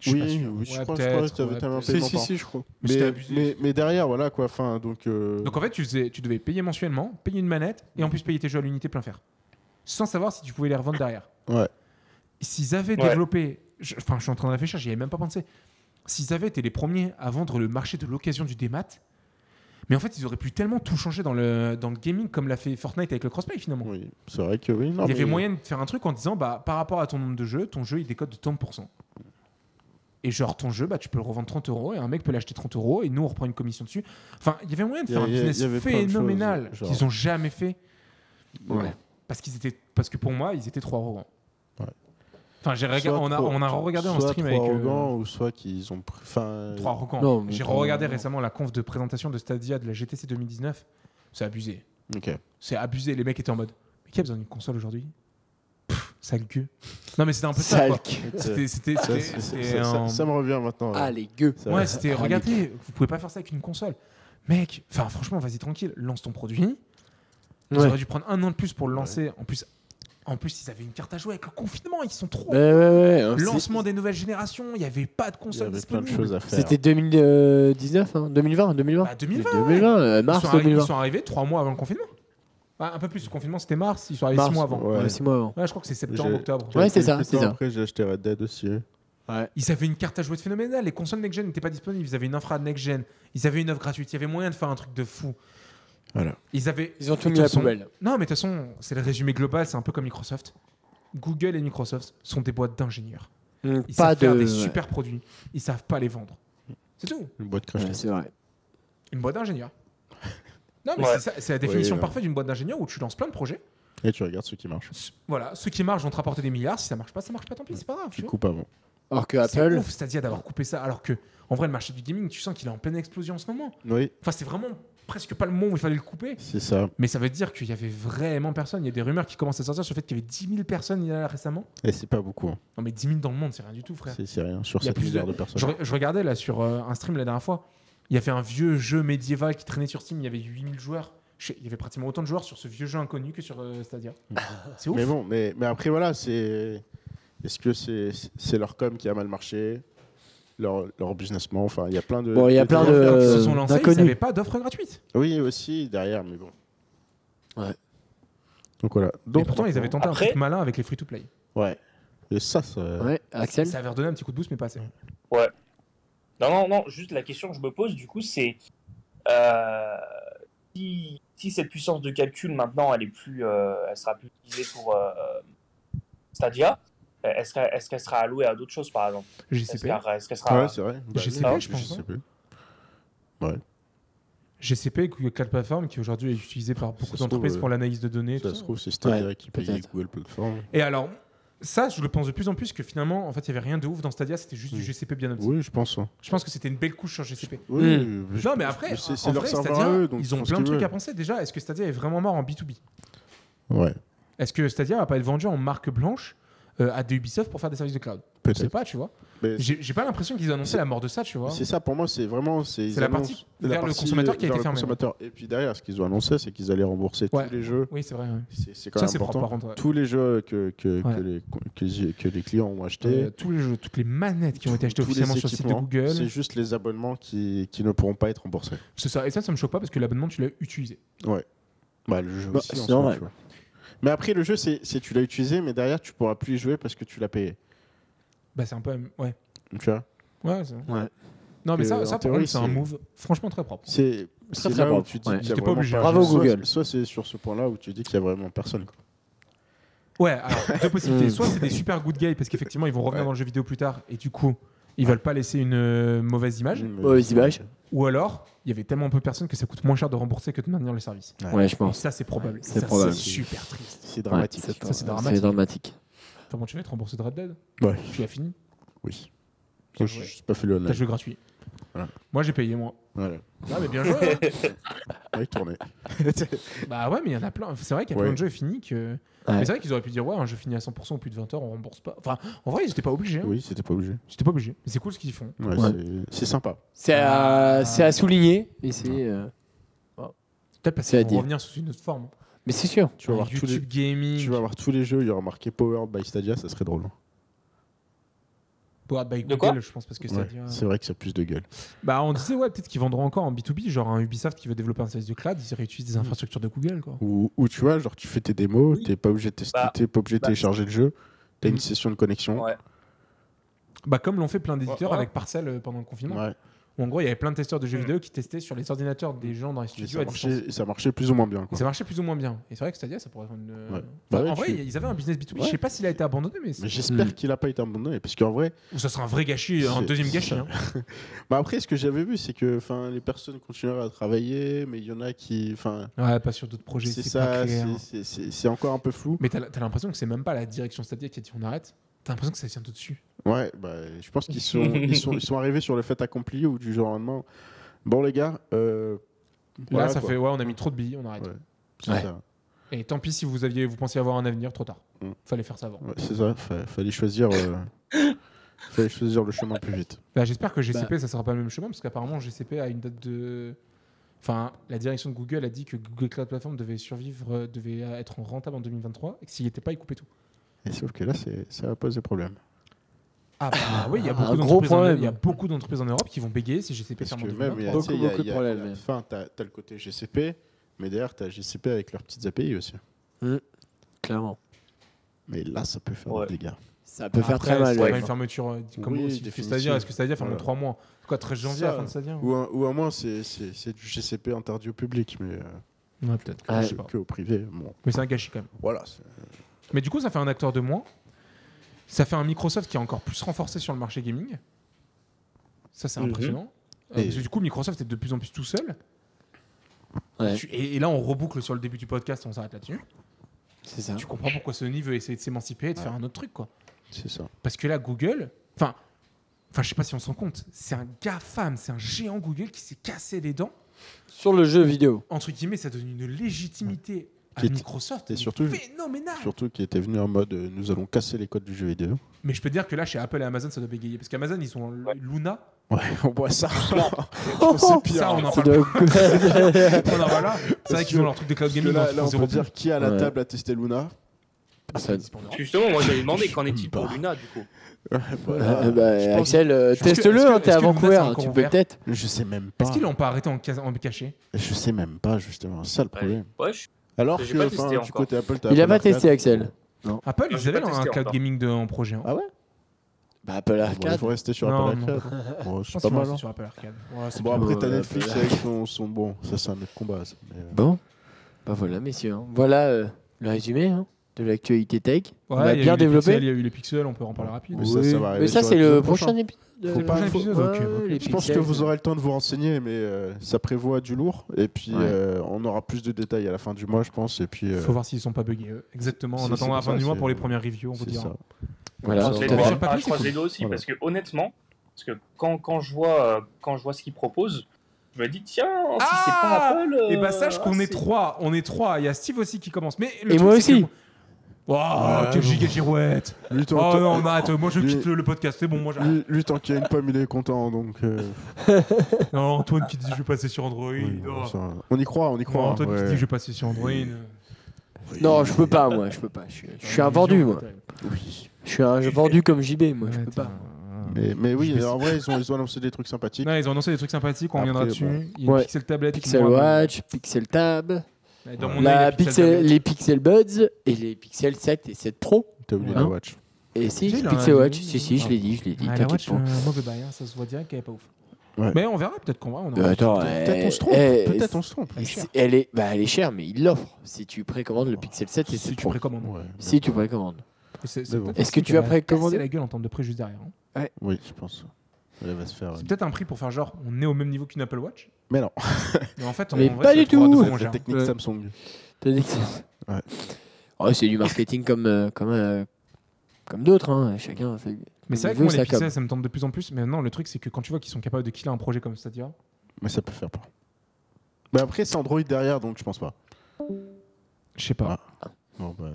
Speaker 3: Je suis pas
Speaker 2: Oui,
Speaker 3: sûr.
Speaker 2: oui, je
Speaker 3: Ouais,
Speaker 2: crois, je crois
Speaker 3: peut-être,
Speaker 2: que t'avais-
Speaker 3: ouais,
Speaker 2: t'avais un
Speaker 3: peut-être.
Speaker 2: paiement par-
Speaker 1: je crois.
Speaker 3: Mais c'était
Speaker 2: Mais,
Speaker 3: abusé.
Speaker 2: mais- mais derrière, voilà quoi. Enfin, donc. euh,
Speaker 3: Donc en fait, tu, faisais, tu devais payer mensuellement, payer une manette, et en plus payer tes jeux à l'unité plein fer. Sans savoir si tu pouvais les revendre derrière.
Speaker 2: Ouais.
Speaker 3: S'ils avaient
Speaker 5: Ouais.
Speaker 3: développé. je- Enfin, je suis en train de réfléchir, j'y avais même pas pensé. S'ils avaient été les premiers à vendre le marché de l'occasion du démat, mais en fait, ils auraient pu tellement tout changer dans le, dans le gaming comme l'a fait Fortnite avec le crossplay finalement.
Speaker 2: Oui, c'est vrai que oui. Non,
Speaker 3: il y avait
Speaker 2: mais-
Speaker 3: moyen de faire un truc en disant bah, par rapport à ton nombre de jeux, ton jeu il décode de tant de pourcents. Et genre ton jeu, bah, tu peux le revendre 30 euros et un mec peut l'acheter 30 euros et nous on reprend une commission dessus. Enfin, il y avait moyen de
Speaker 2: Il y
Speaker 3: faire
Speaker 2: a-
Speaker 3: un
Speaker 2: il y a- il y avait
Speaker 3: business
Speaker 2: plein de choses,
Speaker 3: phénoménal
Speaker 2: genre.
Speaker 3: qu'ils ont jamais fait
Speaker 1: Ouais.
Speaker 3: parce qu'ils étaient parce que pour moi ils étaient trop arrogants.
Speaker 2: Ouais.
Speaker 3: Enfin, j'ai
Speaker 2: Soit
Speaker 3: regardé, on a
Speaker 2: trop-
Speaker 3: on a regardé en
Speaker 2: soit
Speaker 3: stream
Speaker 2: trop
Speaker 3: avec euh,
Speaker 2: arrogant ou soit qu'ils ont pr- enfin
Speaker 3: trop arrogant.
Speaker 1: Non, mais
Speaker 3: J'ai
Speaker 1: trop
Speaker 3: regardé
Speaker 1: arrogant.
Speaker 3: récemment la conf de présentation de Stadia de la GTC 2019. C'est abusé.
Speaker 2: ok
Speaker 3: C'est abusé. Les mecs étaient en mode mais qui a besoin d'une console aujourd'hui Pff, Sale queue. Non mais c'était un peu ça. quoi.
Speaker 1: Sale.
Speaker 3: C'était- C'était
Speaker 2: ça,
Speaker 3: c'était-
Speaker 2: c'est- c'est-
Speaker 3: c'était
Speaker 2: ça- ça-
Speaker 3: un-
Speaker 2: ça me revient maintenant
Speaker 1: Ah, les gueux.
Speaker 2: Ça-
Speaker 3: Ouais, c'était
Speaker 1: Ah,
Speaker 3: regardez, vous pouvez pas faire ça avec une console. Mec, enfin franchement, vas-y tranquille, lance ton produit. Ils
Speaker 1: Ouais.
Speaker 3: auraient dû prendre un an de plus pour le lancer. En plus, en plus, ils avaient une carte à jouer avec le confinement, ils sont trop.
Speaker 1: Ouais, ouais, ouais. hein,
Speaker 3: Lancement des nouvelles générations, il y avait pas de
Speaker 2: Bah, il y
Speaker 3: console
Speaker 2: avait plein de
Speaker 3: disponible.
Speaker 2: choses à faire
Speaker 1: C'était 2019, hein, 2020, 2020.
Speaker 3: Bah, 2020, ouais.
Speaker 1: 2020, euh,
Speaker 3: Ils
Speaker 1: mars
Speaker 3: sont, arrivés,
Speaker 1: 2020.
Speaker 3: ils sont arrivés trois mois avant le confinement. Ah, un peu plus, le confinement c'était mars, ils sont arrivés
Speaker 1: Mars,
Speaker 3: six mois avant.
Speaker 2: ouais.
Speaker 1: Ouais, hein. six mois avant.
Speaker 3: Ouais, je crois que c'est septembre,
Speaker 2: J'ai-
Speaker 3: octobre.
Speaker 1: Ouais, c'est ça,
Speaker 2: Quelques
Speaker 1: c'est
Speaker 2: temps
Speaker 1: ça.
Speaker 2: après j'ai acheté Red Dead aussi
Speaker 3: Ils avaient une carte à jouer de phénoménale. Les consoles next-gen n'étaient pas disponibles. Ils avaient une infra next-gen. Ils avaient une offre gratuite. Il y avait moyen de faire un truc de fou.
Speaker 2: Voilà.
Speaker 3: Ils avaient.
Speaker 1: Ils ont tout
Speaker 3: De
Speaker 1: mis
Speaker 3: toute
Speaker 1: à la
Speaker 3: façon-
Speaker 1: poubelle.
Speaker 3: Non, mais de toute façon, c'est le résumé global. C'est un peu comme Microsoft. Google et Microsoft sont des boîtes d'ingénieurs.
Speaker 1: Mm,
Speaker 3: Ils
Speaker 1: Pas
Speaker 3: savent faire
Speaker 1: de.
Speaker 3: des
Speaker 1: ouais.
Speaker 3: super produits. Ils savent pas les vendre. C'est tout.
Speaker 2: une boîte crash
Speaker 1: Ouais, c'est vrai.
Speaker 3: Une boîte d'ingénieurs. Non, mais
Speaker 5: Ouais.
Speaker 3: c'est ça- c'est la définition
Speaker 2: ouais.
Speaker 3: parfaite d'une boîte d'ingénieurs où tu lances plein de projets.
Speaker 2: et tu regardes ce qui marche
Speaker 3: S- Voilà, ceux qui marchent vont te rapporter des milliards. Si ça marche pas, ça marche pas, tant pis, c'est pas grave. tu
Speaker 2: tu
Speaker 3: vois.
Speaker 2: coupes avant
Speaker 1: Alors que
Speaker 3: C'est
Speaker 1: Apple.
Speaker 3: ouf, c'est-à-dire d'avoir coupé ça, alors que en vrai, le marché du gaming, tu sens qu'il est en pleine explosion en ce moment.
Speaker 2: oui
Speaker 3: Enfin, c'est vraiment presque pas le moment où il fallait le couper.
Speaker 2: c'est ça
Speaker 3: Mais ça veut dire qu'il y avait vraiment personne. Il y a des rumeurs qui commencent à sortir sur le fait qu'il y avait 10 000 personnes il y a récemment.
Speaker 2: et c'est pas beaucoup hein.
Speaker 3: Non, mais 10 000 dans le monde, c'est rien du tout, frère.
Speaker 2: c'est c'est rien sur
Speaker 3: Il y a
Speaker 2: 7
Speaker 3: plus de-
Speaker 2: milliards de personnes
Speaker 3: Je, re- je regardais là sur euh, un stream la dernière fois. Il y avait un vieux jeu médiéval qui traînait sur Steam. Il y avait 8000 joueurs. Je sais, il y avait pratiquement autant de joueurs sur ce vieux jeu inconnu que sur euh, Stadia. c'est ouf.
Speaker 2: mais bon mais mais après voilà c'est est-ce que c'est c'est leur com qui a mal marché leur, leur business plan. Enfin, il y a plein de.
Speaker 1: Bon, il y a plein de-
Speaker 3: Ils se
Speaker 1: Euh,
Speaker 3: sont lancés, ils
Speaker 1: d'inconnus.
Speaker 3: n'avaient pas d'offre gratuite.
Speaker 2: Oui, aussi derrière, mais bon.
Speaker 1: Ouais.
Speaker 2: Donc voilà.
Speaker 3: Et
Speaker 2: Donc,
Speaker 3: pourtant, ils avaient tenté un
Speaker 5: Après-
Speaker 3: truc malin avec les free-to-play.
Speaker 2: Ouais. Et ça, ça.
Speaker 1: Ouais, Axel
Speaker 3: Ça avait redonné un petit coup de boost, mais pas assez.
Speaker 5: Non, non, non, juste la question que je me pose, du coup, c'est euh, si, si cette puissance de calcul, maintenant, elle est plus, euh, elle sera plus utilisée pour euh, Stadia, euh, est-ce qu'elle est-ce qu'elle sera allouée à d'autres choses, par exemple Est-ce
Speaker 3: JCP.
Speaker 5: qu'elle est-ce qu'elle sera...
Speaker 2: Ouais, c'est vrai. Bah,
Speaker 3: GCP,
Speaker 2: non,
Speaker 3: je pense, hein.
Speaker 2: sais
Speaker 3: ouais.
Speaker 2: plus.
Speaker 3: GCP, Google Cloud Platform, qui aujourd'hui est utilisé par beaucoup
Speaker 2: se trouve,
Speaker 3: d'entreprises
Speaker 2: euh,
Speaker 3: pour l'analyse de données. tout
Speaker 2: Ça
Speaker 3: ça.
Speaker 2: se trouve, c'est Stadia
Speaker 1: Ouais,
Speaker 2: qui paye
Speaker 1: peut-être.
Speaker 2: Google Platform.
Speaker 3: Et alors, ça, je le pense de plus en plus que finalement, en fait, il n'y avait rien de ouf dans Stadia, c'était juste du
Speaker 2: Mm.
Speaker 3: GCP bien optimisé.
Speaker 2: Oui, je pense. hein.
Speaker 3: Je pense que c'était une belle couche sur GCP.
Speaker 2: Oui, je-
Speaker 3: Hmm. Non, mais après,
Speaker 2: c'est- c'est
Speaker 3: en
Speaker 2: leur
Speaker 3: vrai,
Speaker 2: serveur
Speaker 3: Stadia,
Speaker 2: à eux, donc
Speaker 3: ils ont
Speaker 2: ils font ce
Speaker 3: plein de
Speaker 2: qu'ils
Speaker 3: trucs à
Speaker 2: veulent.
Speaker 3: penser. Déjà, est-ce que Stadia est vraiment mort en B2B
Speaker 2: Ouais,
Speaker 3: Est-ce que Stadia va pas être vendu en marque blanche euh, à des Ubisoft pour faire des services de cloud Je sais
Speaker 2: peut-être.
Speaker 3: pas, tu vois.
Speaker 2: Mais
Speaker 3: J'ai j'ai pas l'impression qu'ils ont annoncé
Speaker 2: C'est-
Speaker 3: la mort de ça, tu vois.
Speaker 2: C'est ça, pour moi, c'est vraiment. C'est ils
Speaker 3: la
Speaker 2: annoncent-
Speaker 3: partie vers le consommateur qui a
Speaker 2: vers
Speaker 3: été
Speaker 2: le
Speaker 3: fermée.
Speaker 2: consommateur. Et puis derrière, ce qu'ils ont annoncé, c'est qu'ils allaient rembourser
Speaker 3: Ouais.
Speaker 2: tous les jeux.
Speaker 3: Oui, c'est vrai. ouais.
Speaker 2: C'est c'est quand
Speaker 3: Ça,
Speaker 2: même
Speaker 3: c'est propre,
Speaker 2: important.
Speaker 3: par contre. ouais.
Speaker 2: Tous les jeux que, que, que
Speaker 3: Ouais.
Speaker 2: les, que, que les clients ont achetés.
Speaker 3: Euh, tous les jeux, toutes les manettes qui ont été achetées
Speaker 2: tous- tous les
Speaker 3: officiellement sur le site de
Speaker 2: équipements, C'est
Speaker 3: Google.
Speaker 2: juste les abonnements qui, qui ne pourront pas être remboursés.
Speaker 3: C'est ça. Et ça, ça me choque pas parce que l'abonnement, tu l'as utilisé.
Speaker 2: Bah, le jeu
Speaker 1: Bah,
Speaker 2: aussi,
Speaker 1: c'est
Speaker 2: en soi,
Speaker 1: normal.
Speaker 2: tu vois. Mais après, le jeu, c'est c'est tu l'as utilisé, mais derrière, tu pourras plus y jouer parce que tu l'as payé.
Speaker 3: Bah, c'est un peu. Ouais.
Speaker 2: Tu vois
Speaker 3: Ouais, c'est-
Speaker 1: Ouais.
Speaker 3: Non, mais
Speaker 2: Euh,
Speaker 3: ça,
Speaker 2: en
Speaker 3: ça par
Speaker 2: théorie,
Speaker 3: contre, c'est un
Speaker 2: c'est-
Speaker 3: move franchement très propre.
Speaker 2: C'est c'est
Speaker 1: très
Speaker 2: là où
Speaker 1: propre,
Speaker 2: tu dis
Speaker 1: ouais.
Speaker 2: qu'il y a
Speaker 3: J'étais pas
Speaker 2: vraiment
Speaker 3: obligé, hein.
Speaker 1: Bravo,
Speaker 2: soit-
Speaker 1: Google.
Speaker 2: Soit c'est sur ce point-là où tu dis qu'il y a vraiment personne. quoi.
Speaker 3: Ouais, alors deux possibilités.
Speaker 1: Mm.
Speaker 3: Soit c'est des super good guys parce qu'effectivement ils vont revenir
Speaker 2: Ouais.
Speaker 3: dans le jeu vidéo plus tard et du coup ils veulent pas laisser une euh, mauvaise image.
Speaker 2: Mais-
Speaker 1: Ouais, les images.
Speaker 3: Ou alors il y avait tellement peu de personnes que ça coûte moins cher de rembourser que de maintenir le service.
Speaker 1: Ouais, je
Speaker 3: Et
Speaker 1: pense.
Speaker 3: ça c'est probable.
Speaker 1: Ouais, c'est
Speaker 3: Ça, c'est
Speaker 1: probable.
Speaker 3: super triste.
Speaker 2: C'est dramatique.
Speaker 1: Ouais,
Speaker 3: Ça, c'est
Speaker 1: C'est
Speaker 3: dramatique.
Speaker 1: dramatique.
Speaker 3: Comment tu vas être remboursé de Red Dead
Speaker 2: Ouais.
Speaker 3: Tu as fini
Speaker 2: Oui.
Speaker 3: Bien
Speaker 2: Moi,
Speaker 3: joué.
Speaker 2: je j'ai pas fait le
Speaker 3: T'as
Speaker 2: online.
Speaker 3: joué gratuit.
Speaker 2: Voilà.
Speaker 3: Moi j'ai payé moi.
Speaker 2: Voilà.
Speaker 3: Ah mais bien joué. Ah hein.
Speaker 2: Ouais, tourné.
Speaker 3: bah ouais mais il y en a plein. C'est vrai qu'il y a
Speaker 2: Ouais.
Speaker 3: plein de jeux finis que.
Speaker 1: Ouais.
Speaker 3: Mais c'est vrai qu'ils auraient pu dire ouais un jeu fini à 100% ou plus de 20 heures on rembourse pas. Enfin en vrai ils étaient pas obligés. hein.
Speaker 2: Oui, c'était pas obligé.
Speaker 3: Ils étaient pas obligés. Mais c'est cool ce qu'ils font.
Speaker 2: Ouais,
Speaker 1: Ouais.
Speaker 2: c'est- C'est sympa.
Speaker 1: C'est à, c'est à souligner. mais c'est, euh,
Speaker 3: Peut-être parce
Speaker 1: C'est à
Speaker 3: qu'ils vont
Speaker 1: dire.
Speaker 3: revenir sous une autre forme.
Speaker 1: Mais c'est sûr.
Speaker 2: Tu vas
Speaker 3: Avec
Speaker 2: voir tous les.
Speaker 3: Ah, YouTube Gaming.
Speaker 2: Tu vas avoir tous les jeux, il y aura marqué Powered by Stadia, ça serait drôle. hein.
Speaker 3: Powered by
Speaker 5: De
Speaker 3: Google,
Speaker 5: quoi
Speaker 3: je pense, parce que
Speaker 2: Ouais,
Speaker 3: Stadia-
Speaker 2: C'est vrai que ça a plus de gueule.
Speaker 3: Bah, on disait, ouais, peut-être qu'ils vendront encore en B2B, genre un Ubisoft qui veut développer un service de cloud, ils réutilisent des
Speaker 2: Mm.
Speaker 3: infrastructures de Google, quoi.
Speaker 2: Ou, ou tu vois, genre tu fais tes démos, t'es pas obligé de, tester-
Speaker 5: Bah,
Speaker 2: t'es pas obligé de
Speaker 5: bah.
Speaker 2: télécharger le jeu, t'as
Speaker 3: Mm.
Speaker 2: une session de connexion.
Speaker 5: Ouais.
Speaker 3: Bah, comme l'ont fait plein d'éditeurs
Speaker 5: Ouais, ouais.
Speaker 3: avec Parcel euh, pendant le confinement.
Speaker 2: Ouais.
Speaker 3: Où, en gros, il y avait plein de testeurs de jeux
Speaker 5: Mm.
Speaker 3: vidéo qui testaient sur les ordinateurs des gens dans les
Speaker 2: Et
Speaker 3: studios
Speaker 2: ça,
Speaker 3: à distance.
Speaker 2: marchait, ça marchait plus ou moins bien.
Speaker 3: Et
Speaker 2: Quoi.
Speaker 3: ça marchait plus ou moins bien. Et c'est vrai que Stadia, ça pourrait être une. euh,
Speaker 2: Ouais.
Speaker 3: enfin,
Speaker 2: Bah ouais,
Speaker 3: en vrai,
Speaker 2: tu-
Speaker 3: ils avaient un business B2B.
Speaker 2: Ouais.
Speaker 3: Je sais pas s'il a été abandonné, mais, c'est-
Speaker 2: Mais j'espère
Speaker 1: Mm.
Speaker 2: qu'il a pas été abandonné, parce qu'en vrai,
Speaker 3: Ou ça sera un vrai gâchis, un
Speaker 2: C'est-
Speaker 3: deuxième
Speaker 2: c'est
Speaker 3: gâchis.
Speaker 2: ça.
Speaker 3: hein.
Speaker 2: bah après ce que j'avais vu, c'est que enfin, les personnes continueraient à travailler, mais il y en a qui, enfin,
Speaker 3: Ouais, pas sur d'autres projets.
Speaker 2: c'est
Speaker 3: C'est pas
Speaker 2: ça,
Speaker 3: clair.
Speaker 2: c'est- c'est c'est- c'est encore un peu flou.
Speaker 3: Mais t'as t'as l'impression que c'est même pas la direction Stadia qui a dit on arrête. T'as l'impression que ça vient tout dessus.
Speaker 2: Ouais, bah, je pense qu'ils sont, ils sont, ils sont arrivés sur le fait accompli ou du genre au lendemain. Bon les gars, euh,
Speaker 3: Là,
Speaker 2: voilà,
Speaker 3: ça
Speaker 2: quoi.
Speaker 3: fait ouais, on a mis trop de billes, on arrête.
Speaker 2: Ouais. c'est
Speaker 1: Ouais.
Speaker 2: ça.
Speaker 3: Et tant pis si vous aviez, vous pensiez avoir un avenir, trop tard.
Speaker 2: Mm.
Speaker 3: Fallait faire ça avant.
Speaker 2: Ouais, c'est ça, fa- fallait choisir, euh, fallait choisir le chemin plus vite.
Speaker 3: Bah, J'espère que GCP, ça sera pas le même chemin, parce qu'apparemment GCP a une date de. Enfin, la direction de Google a dit que Google Cloud Platform devait survivre, euh, devait être en rentable en 2023, et que s'il n'y était pas, il coupait tout.
Speaker 2: Et sauf que là, c'est- ça pose des problèmes.
Speaker 3: Ah bah oui, il y a
Speaker 1: Un
Speaker 3: beaucoup
Speaker 1: gros
Speaker 3: d'entreprises en-
Speaker 1: problème.
Speaker 3: il y a beaucoup d'entreprises en Europe qui vont bégayer si GCP
Speaker 2: Parce
Speaker 3: ferme
Speaker 2: que
Speaker 3: en
Speaker 2: même, il y a-
Speaker 3: 2023.
Speaker 2: tu
Speaker 1: Beaucoup,
Speaker 2: sais, il y a-
Speaker 1: beaucoup de
Speaker 2: il y a-
Speaker 1: problèmes,
Speaker 2: à la
Speaker 1: mais-
Speaker 2: fin, t'as t'as le côté GCP, mais derrière, t'as GCP avec leurs petites API aussi.
Speaker 1: Clairement.
Speaker 2: Mais là, ça peut faire
Speaker 5: Ouais.
Speaker 2: des dégâts.
Speaker 1: Ça peut faire très
Speaker 3: Après,
Speaker 1: mal.
Speaker 3: c'est pas
Speaker 1: ouais.
Speaker 3: une fermeture euh, comme
Speaker 2: Oui,
Speaker 3: vous, si tu fais
Speaker 2: définitive.
Speaker 3: Stadia, est-ce que Stadia ferme
Speaker 2: Voilà.
Speaker 3: 3 mois Quoi, 13 janvier, à la fin de hein. Stadia
Speaker 2: Ou, un- ou à moins, c'est c'est- c'est du GCP interdit au public, mais euh,
Speaker 3: Ouais, peut-être.
Speaker 1: Ouais.
Speaker 3: je sais pas.
Speaker 2: que au privé. Bon,
Speaker 3: Mais c'est un gâchis quand même.
Speaker 2: voilà. c'est-
Speaker 3: Mais du coup, ça fait un acteur de moins. Ça fait un Microsoft qui est encore plus renforcé sur le marché gaming. Ça, c'est
Speaker 5: Mhm.
Speaker 3: impressionnant. Euh,
Speaker 2: Et-
Speaker 3: parce que du coup, Microsoft est de plus en plus tout seul.
Speaker 1: Ouais,
Speaker 3: Tu- Et, et là, on reboucle sur le début du podcast, on s'arrête là-dessus.
Speaker 1: c'est ça.
Speaker 3: Tu comprends pourquoi Sony veut essayer de s'émanciper et de
Speaker 2: Ah. Ouais.
Speaker 3: faire un autre truc, quoi.
Speaker 2: C'est ça.
Speaker 3: Parce que là, Google, enfin, enfin, je sais pas si on s'en compte, c'est un gars femme, c'est un géant Google qui s'est cassé les dents.
Speaker 1: Sur le jeu vidéo.
Speaker 3: Entre guillemets, ça donne une légitimité à
Speaker 2: Qui est-
Speaker 3: Microsoft.
Speaker 2: et
Speaker 3: mais
Speaker 2: surtout-
Speaker 3: phénoménale.
Speaker 2: Surtout qu'il était venu en mode euh, nous allons casser les codes du jeu vidéo.
Speaker 3: Mais je peux te dire que là, chez Apple et Amazon, ça doit bégayer. Parce qu'Amazon, ils sont en
Speaker 5: Ouais.
Speaker 3: Luna.
Speaker 2: Ouais, on voit ça.
Speaker 1: Oh,
Speaker 2: c'est pire.
Speaker 3: Ça, on en
Speaker 1: Ça
Speaker 3: parle
Speaker 1: doit-
Speaker 3: Bon, non, voilà. C'est vrai
Speaker 2: Parce
Speaker 3: qu'ils
Speaker 2: que-
Speaker 3: ont leur truc de cloud
Speaker 2: Parce que
Speaker 3: gaming.
Speaker 2: là,
Speaker 3: donc ils
Speaker 2: là,
Speaker 3: font
Speaker 2: on
Speaker 3: zéro
Speaker 2: peut dire qui à la
Speaker 1: Ouais.
Speaker 2: table a testé Luna
Speaker 1: personne.
Speaker 4: Justement, moi j'allais demander qu'en est-il pour
Speaker 2: Bah.
Speaker 4: Luna du coup
Speaker 1: Euh, bah,
Speaker 2: je pense-
Speaker 1: Axel, euh,
Speaker 3: je pense que-
Speaker 1: teste-le,
Speaker 3: est-ce que-
Speaker 1: hein, t'es
Speaker 3: est-ce
Speaker 1: à
Speaker 3: que Luna,
Speaker 1: Vancouver,
Speaker 3: c'est
Speaker 1: hein,
Speaker 3: encore
Speaker 1: tu peux
Speaker 3: ouvert
Speaker 1: peut-être.
Speaker 2: Je sais même pas.
Speaker 3: Est-ce qu'ils l'ont pas arrêté en, cas- en caché
Speaker 2: Je sais même pas, justement. C'est ça le problème.
Speaker 4: Ouais, je-
Speaker 2: Alors
Speaker 4: J'ai
Speaker 2: que,
Speaker 4: pas
Speaker 2: enfin,
Speaker 4: testé
Speaker 2: du
Speaker 4: encore.
Speaker 2: côté Apple, t'as
Speaker 1: Il a
Speaker 2: Apple
Speaker 1: pas testé
Speaker 2: Arcade.
Speaker 1: Axel.
Speaker 3: Apple,
Speaker 4: Ah,
Speaker 3: ils
Speaker 4: j'ai
Speaker 3: avaient
Speaker 4: pas
Speaker 3: un
Speaker 4: testé
Speaker 3: cloud
Speaker 4: encore.
Speaker 3: gaming de- en projet. hein.
Speaker 2: Ah,
Speaker 1: Bah, Apple
Speaker 2: Bon, il
Speaker 1: Arcade.
Speaker 2: faut rester sur
Speaker 3: Non,
Speaker 2: Apple
Speaker 3: non.
Speaker 2: Arcade. Bon,
Speaker 3: Je pense
Speaker 2: c'est pas
Speaker 3: qu'ils vont
Speaker 2: mal.
Speaker 3: rester
Speaker 2: hein.
Speaker 3: sur Apple Arcade. Ouais, c'est
Speaker 2: Bon,
Speaker 3: bien.
Speaker 2: après,
Speaker 1: Bon,
Speaker 2: t'as
Speaker 1: voilà,
Speaker 2: Netflix
Speaker 1: voilà.
Speaker 2: avec son, son bon. Ça, c'est un autre combat. ça. Mais, euh,
Speaker 1: Bon, bah voilà, messieurs. hein. Voilà euh, le résumé hein, de l'actualité tech. On
Speaker 3: Ouais,
Speaker 1: a
Speaker 3: il y a
Speaker 1: bien
Speaker 3: eu les
Speaker 1: développé.
Speaker 3: pixels, Il y a eu les pixels, on peut en parler rapide.
Speaker 2: Mais ça, ça va
Speaker 1: Mais
Speaker 2: arriver
Speaker 1: ça,
Speaker 2: sur
Speaker 1: c'est le
Speaker 2: l'épisode
Speaker 1: prochain
Speaker 2: prochain.
Speaker 1: épisode.
Speaker 2: Faut
Speaker 1: Euh,
Speaker 2: pas-
Speaker 1: ouais,
Speaker 2: faut-
Speaker 3: ok, ok.
Speaker 1: les
Speaker 2: Je pense que
Speaker 1: pixels.
Speaker 2: vous aurez le temps de vous renseigner, mais euh, ça prévoit du lourd. Et puis,
Speaker 1: Ouais.
Speaker 2: euh, on aura plus de détails à la fin du mois, je pense. Et puis,
Speaker 3: Il
Speaker 2: euh,
Speaker 3: faut voir s'ils sont pas buggés. eux. Exactement, on
Speaker 2: c'est-
Speaker 3: attend
Speaker 2: c'est
Speaker 3: à la
Speaker 2: pour
Speaker 3: fin
Speaker 2: ça,
Speaker 3: du mois pour
Speaker 2: c'est-
Speaker 3: les premières reviews, on hein. vous
Speaker 2: c'est
Speaker 3: dira.
Speaker 2: ça.
Speaker 1: Voilà,
Speaker 2: Je
Speaker 1: tout
Speaker 5: Je
Speaker 1: à
Speaker 5: vais
Speaker 1: fait.
Speaker 5: voir
Speaker 3: Sur le papier,
Speaker 5: à
Speaker 3: Ah, c'est
Speaker 5: croiser
Speaker 3: cool.
Speaker 5: les doigts aussi,
Speaker 2: Voilà.
Speaker 5: parce que honnêtement, parce que quand, quand je vois, euh, quand je vois ce qu'ils proposent, je me dis, tiens, si c'est pas
Speaker 3: Ah
Speaker 5: Apple.
Speaker 3: Et bah,
Speaker 5: euh,
Speaker 3: sache qu'on
Speaker 5: ah,
Speaker 3: est
Speaker 5: c'est-
Speaker 3: trois. On est trois. Il y a Steve aussi qui commence. Mais le
Speaker 1: Et
Speaker 3: truc,
Speaker 1: moi
Speaker 3: c'est que
Speaker 1: aussi.
Speaker 3: moi- Waouh,
Speaker 2: Ouais,
Speaker 3: quel
Speaker 2: non.
Speaker 3: giga girouette
Speaker 2: Lui,
Speaker 3: Oh
Speaker 2: tant
Speaker 3: non,
Speaker 2: tant-
Speaker 3: on arrête. Moi, je
Speaker 2: lui-
Speaker 3: quitte le, le podcast. C'est bon, moi, j'arrête.
Speaker 2: lui- lui, tant qu'il y a une pomme, il est content. Donc, euh,
Speaker 3: Non, Antoine qui dit je vais passer sur Android.
Speaker 2: oui,
Speaker 3: Oh.
Speaker 2: bon, ça- on y croit, on y
Speaker 3: Non,
Speaker 2: croit.
Speaker 3: Antoine qui
Speaker 2: ouais.
Speaker 3: dit je vais passer sur Android.
Speaker 1: Non, je peux pas, moi. Je peux pas. Je suis- je suis un vendu, moi. Je suis un vendu comme JB, moi. Je peux pas.
Speaker 2: Mais, mais
Speaker 3: Je
Speaker 2: oui,
Speaker 3: vais-
Speaker 2: en vrai, ils ont, ils ont annoncé des trucs sympathiques.
Speaker 3: Non, ils ont annoncé des trucs sympathiques, on
Speaker 2: Après,
Speaker 3: reviendra
Speaker 2: bon.
Speaker 3: dessus. Il y a une
Speaker 1: Ouais.
Speaker 3: Pixel Tablet. qui
Speaker 1: Pixel
Speaker 3: me rend-
Speaker 1: Watch, Pixel Tab,
Speaker 3: Dans mon œil, il y a
Speaker 1: la
Speaker 3: Tablet.
Speaker 1: Pixel, les Pixel Buds et les Pixel 7 et 7 Pro.
Speaker 2: T'as oublié
Speaker 1: Hein
Speaker 2: la watch.
Speaker 1: Et si,
Speaker 3: Tu sais, il a
Speaker 1: Pixel
Speaker 3: un-
Speaker 1: Watch, si, si, je l'ai dit, je l'ai dit,
Speaker 3: Ah, la
Speaker 1: t'inquiète
Speaker 3: Watch,
Speaker 1: pas.
Speaker 3: euh, mauvais bail, hein, ça se voit direct qu'elle est pas ouf.
Speaker 2: Ouais.
Speaker 3: Mais on verra, peut-être qu'on va. On
Speaker 1: Euh,
Speaker 3: aura-
Speaker 1: attends,
Speaker 2: Peut-être
Speaker 1: euh,
Speaker 2: on se trompe.
Speaker 1: eh,
Speaker 2: Peut-être on se trompe.
Speaker 3: Elle est chère.
Speaker 1: c'est- Elle est, bah, elle est chère, mais il l'offre si tu précommandes le Pixel 7 et 7
Speaker 3: Si tu
Speaker 1: Pro.
Speaker 3: précommandes.
Speaker 2: Ouais.
Speaker 1: Si tu précommandes.
Speaker 3: C'est- c'est
Speaker 2: Mais bon.
Speaker 3: peut-être
Speaker 1: Est-ce que
Speaker 3: aussi
Speaker 1: tu
Speaker 3: qu'elle
Speaker 1: as
Speaker 3: va
Speaker 1: précommandé
Speaker 3: casser la gueule en termes de prix juste derrière. hein.
Speaker 2: Oui, je pense. Elle va se faire. euh,
Speaker 3: C'est peut-être un prix pour faire genre, on est au même niveau qu'une Apple Watch.
Speaker 2: Mais non,
Speaker 3: Mais en fait,
Speaker 1: Mais
Speaker 3: en vrai,
Speaker 1: pas
Speaker 3: ça
Speaker 1: du
Speaker 3: te fera
Speaker 1: tout.
Speaker 3: de
Speaker 2: c'est
Speaker 3: bons
Speaker 2: la
Speaker 3: gères.
Speaker 2: technique
Speaker 1: Ouais.
Speaker 2: Samsung.
Speaker 1: T'as dit que
Speaker 2: Ouais.
Speaker 1: Oh, c'est du marketing comme, euh, comme, euh, comme d'autres. Hein. Chacun fait.
Speaker 3: Mais c'est vrai
Speaker 1: Il
Speaker 3: que
Speaker 1: veut
Speaker 3: moi, les
Speaker 1: sa com.
Speaker 3: pixels, ça me tente de plus en plus. Mais non, le truc, c'est que quand tu vois qu'ils sont capables de killer un projet comme Stadia,
Speaker 2: Mais ça peut faire peur. Mais après, c'est Android derrière, donc je pense pas.
Speaker 3: je sais pas.
Speaker 2: Bon, bah,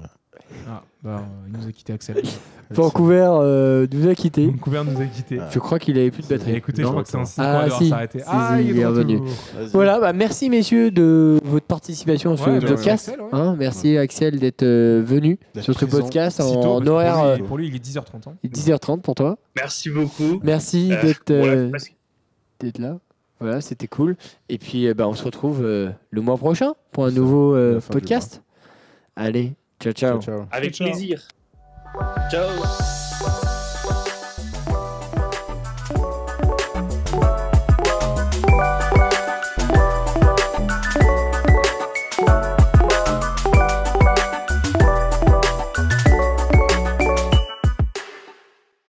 Speaker 3: Ah, bah, euh, il nous a quitté, Axel.
Speaker 1: Vancouver euh, nous a quittés.
Speaker 3: Vancouver nous a quitté.
Speaker 2: Ah.
Speaker 1: Je crois qu'il avait plus de
Speaker 3: Et
Speaker 1: batterie.
Speaker 3: écoutez,
Speaker 1: Non
Speaker 3: je crois que c'est un signe qu'on
Speaker 1: Ah,
Speaker 3: va devoir
Speaker 1: si.
Speaker 3: s'arrêter.
Speaker 1: Si,
Speaker 3: Ah,
Speaker 1: si,
Speaker 3: il
Speaker 1: il
Speaker 3: est
Speaker 1: est
Speaker 3: de
Speaker 1: revenu.
Speaker 3: retour.
Speaker 2: vas-y.
Speaker 1: Voilà, bah, merci messieurs de votre participation à ce
Speaker 3: Ouais, bah,
Speaker 1: podcast.
Speaker 3: Axel, ouais.
Speaker 1: Hein, merci Axel d'être euh, venu
Speaker 2: D'être
Speaker 1: sur ce
Speaker 2: présent
Speaker 1: podcast
Speaker 3: Sitôt,
Speaker 1: en
Speaker 3: parce que
Speaker 1: horaire
Speaker 3: pour
Speaker 1: euh,
Speaker 3: lui, Pour lui, il est 10h30. hein.
Speaker 1: 10h30 pour toi.
Speaker 5: Merci beaucoup.
Speaker 1: Merci
Speaker 5: Euh,
Speaker 1: d'être
Speaker 5: ouais,
Speaker 1: euh,
Speaker 5: parce que-
Speaker 1: d'être là. Voilà, c'était cool. Et puis euh, bah, on se retrouve euh, le mois prochain pour un nouveau euh,
Speaker 2: la fin du
Speaker 1: podcast. Allez, ciao.
Speaker 2: Ciao.
Speaker 5: Avec
Speaker 3: Ciao, ciao.
Speaker 5: plaisir. Ciao.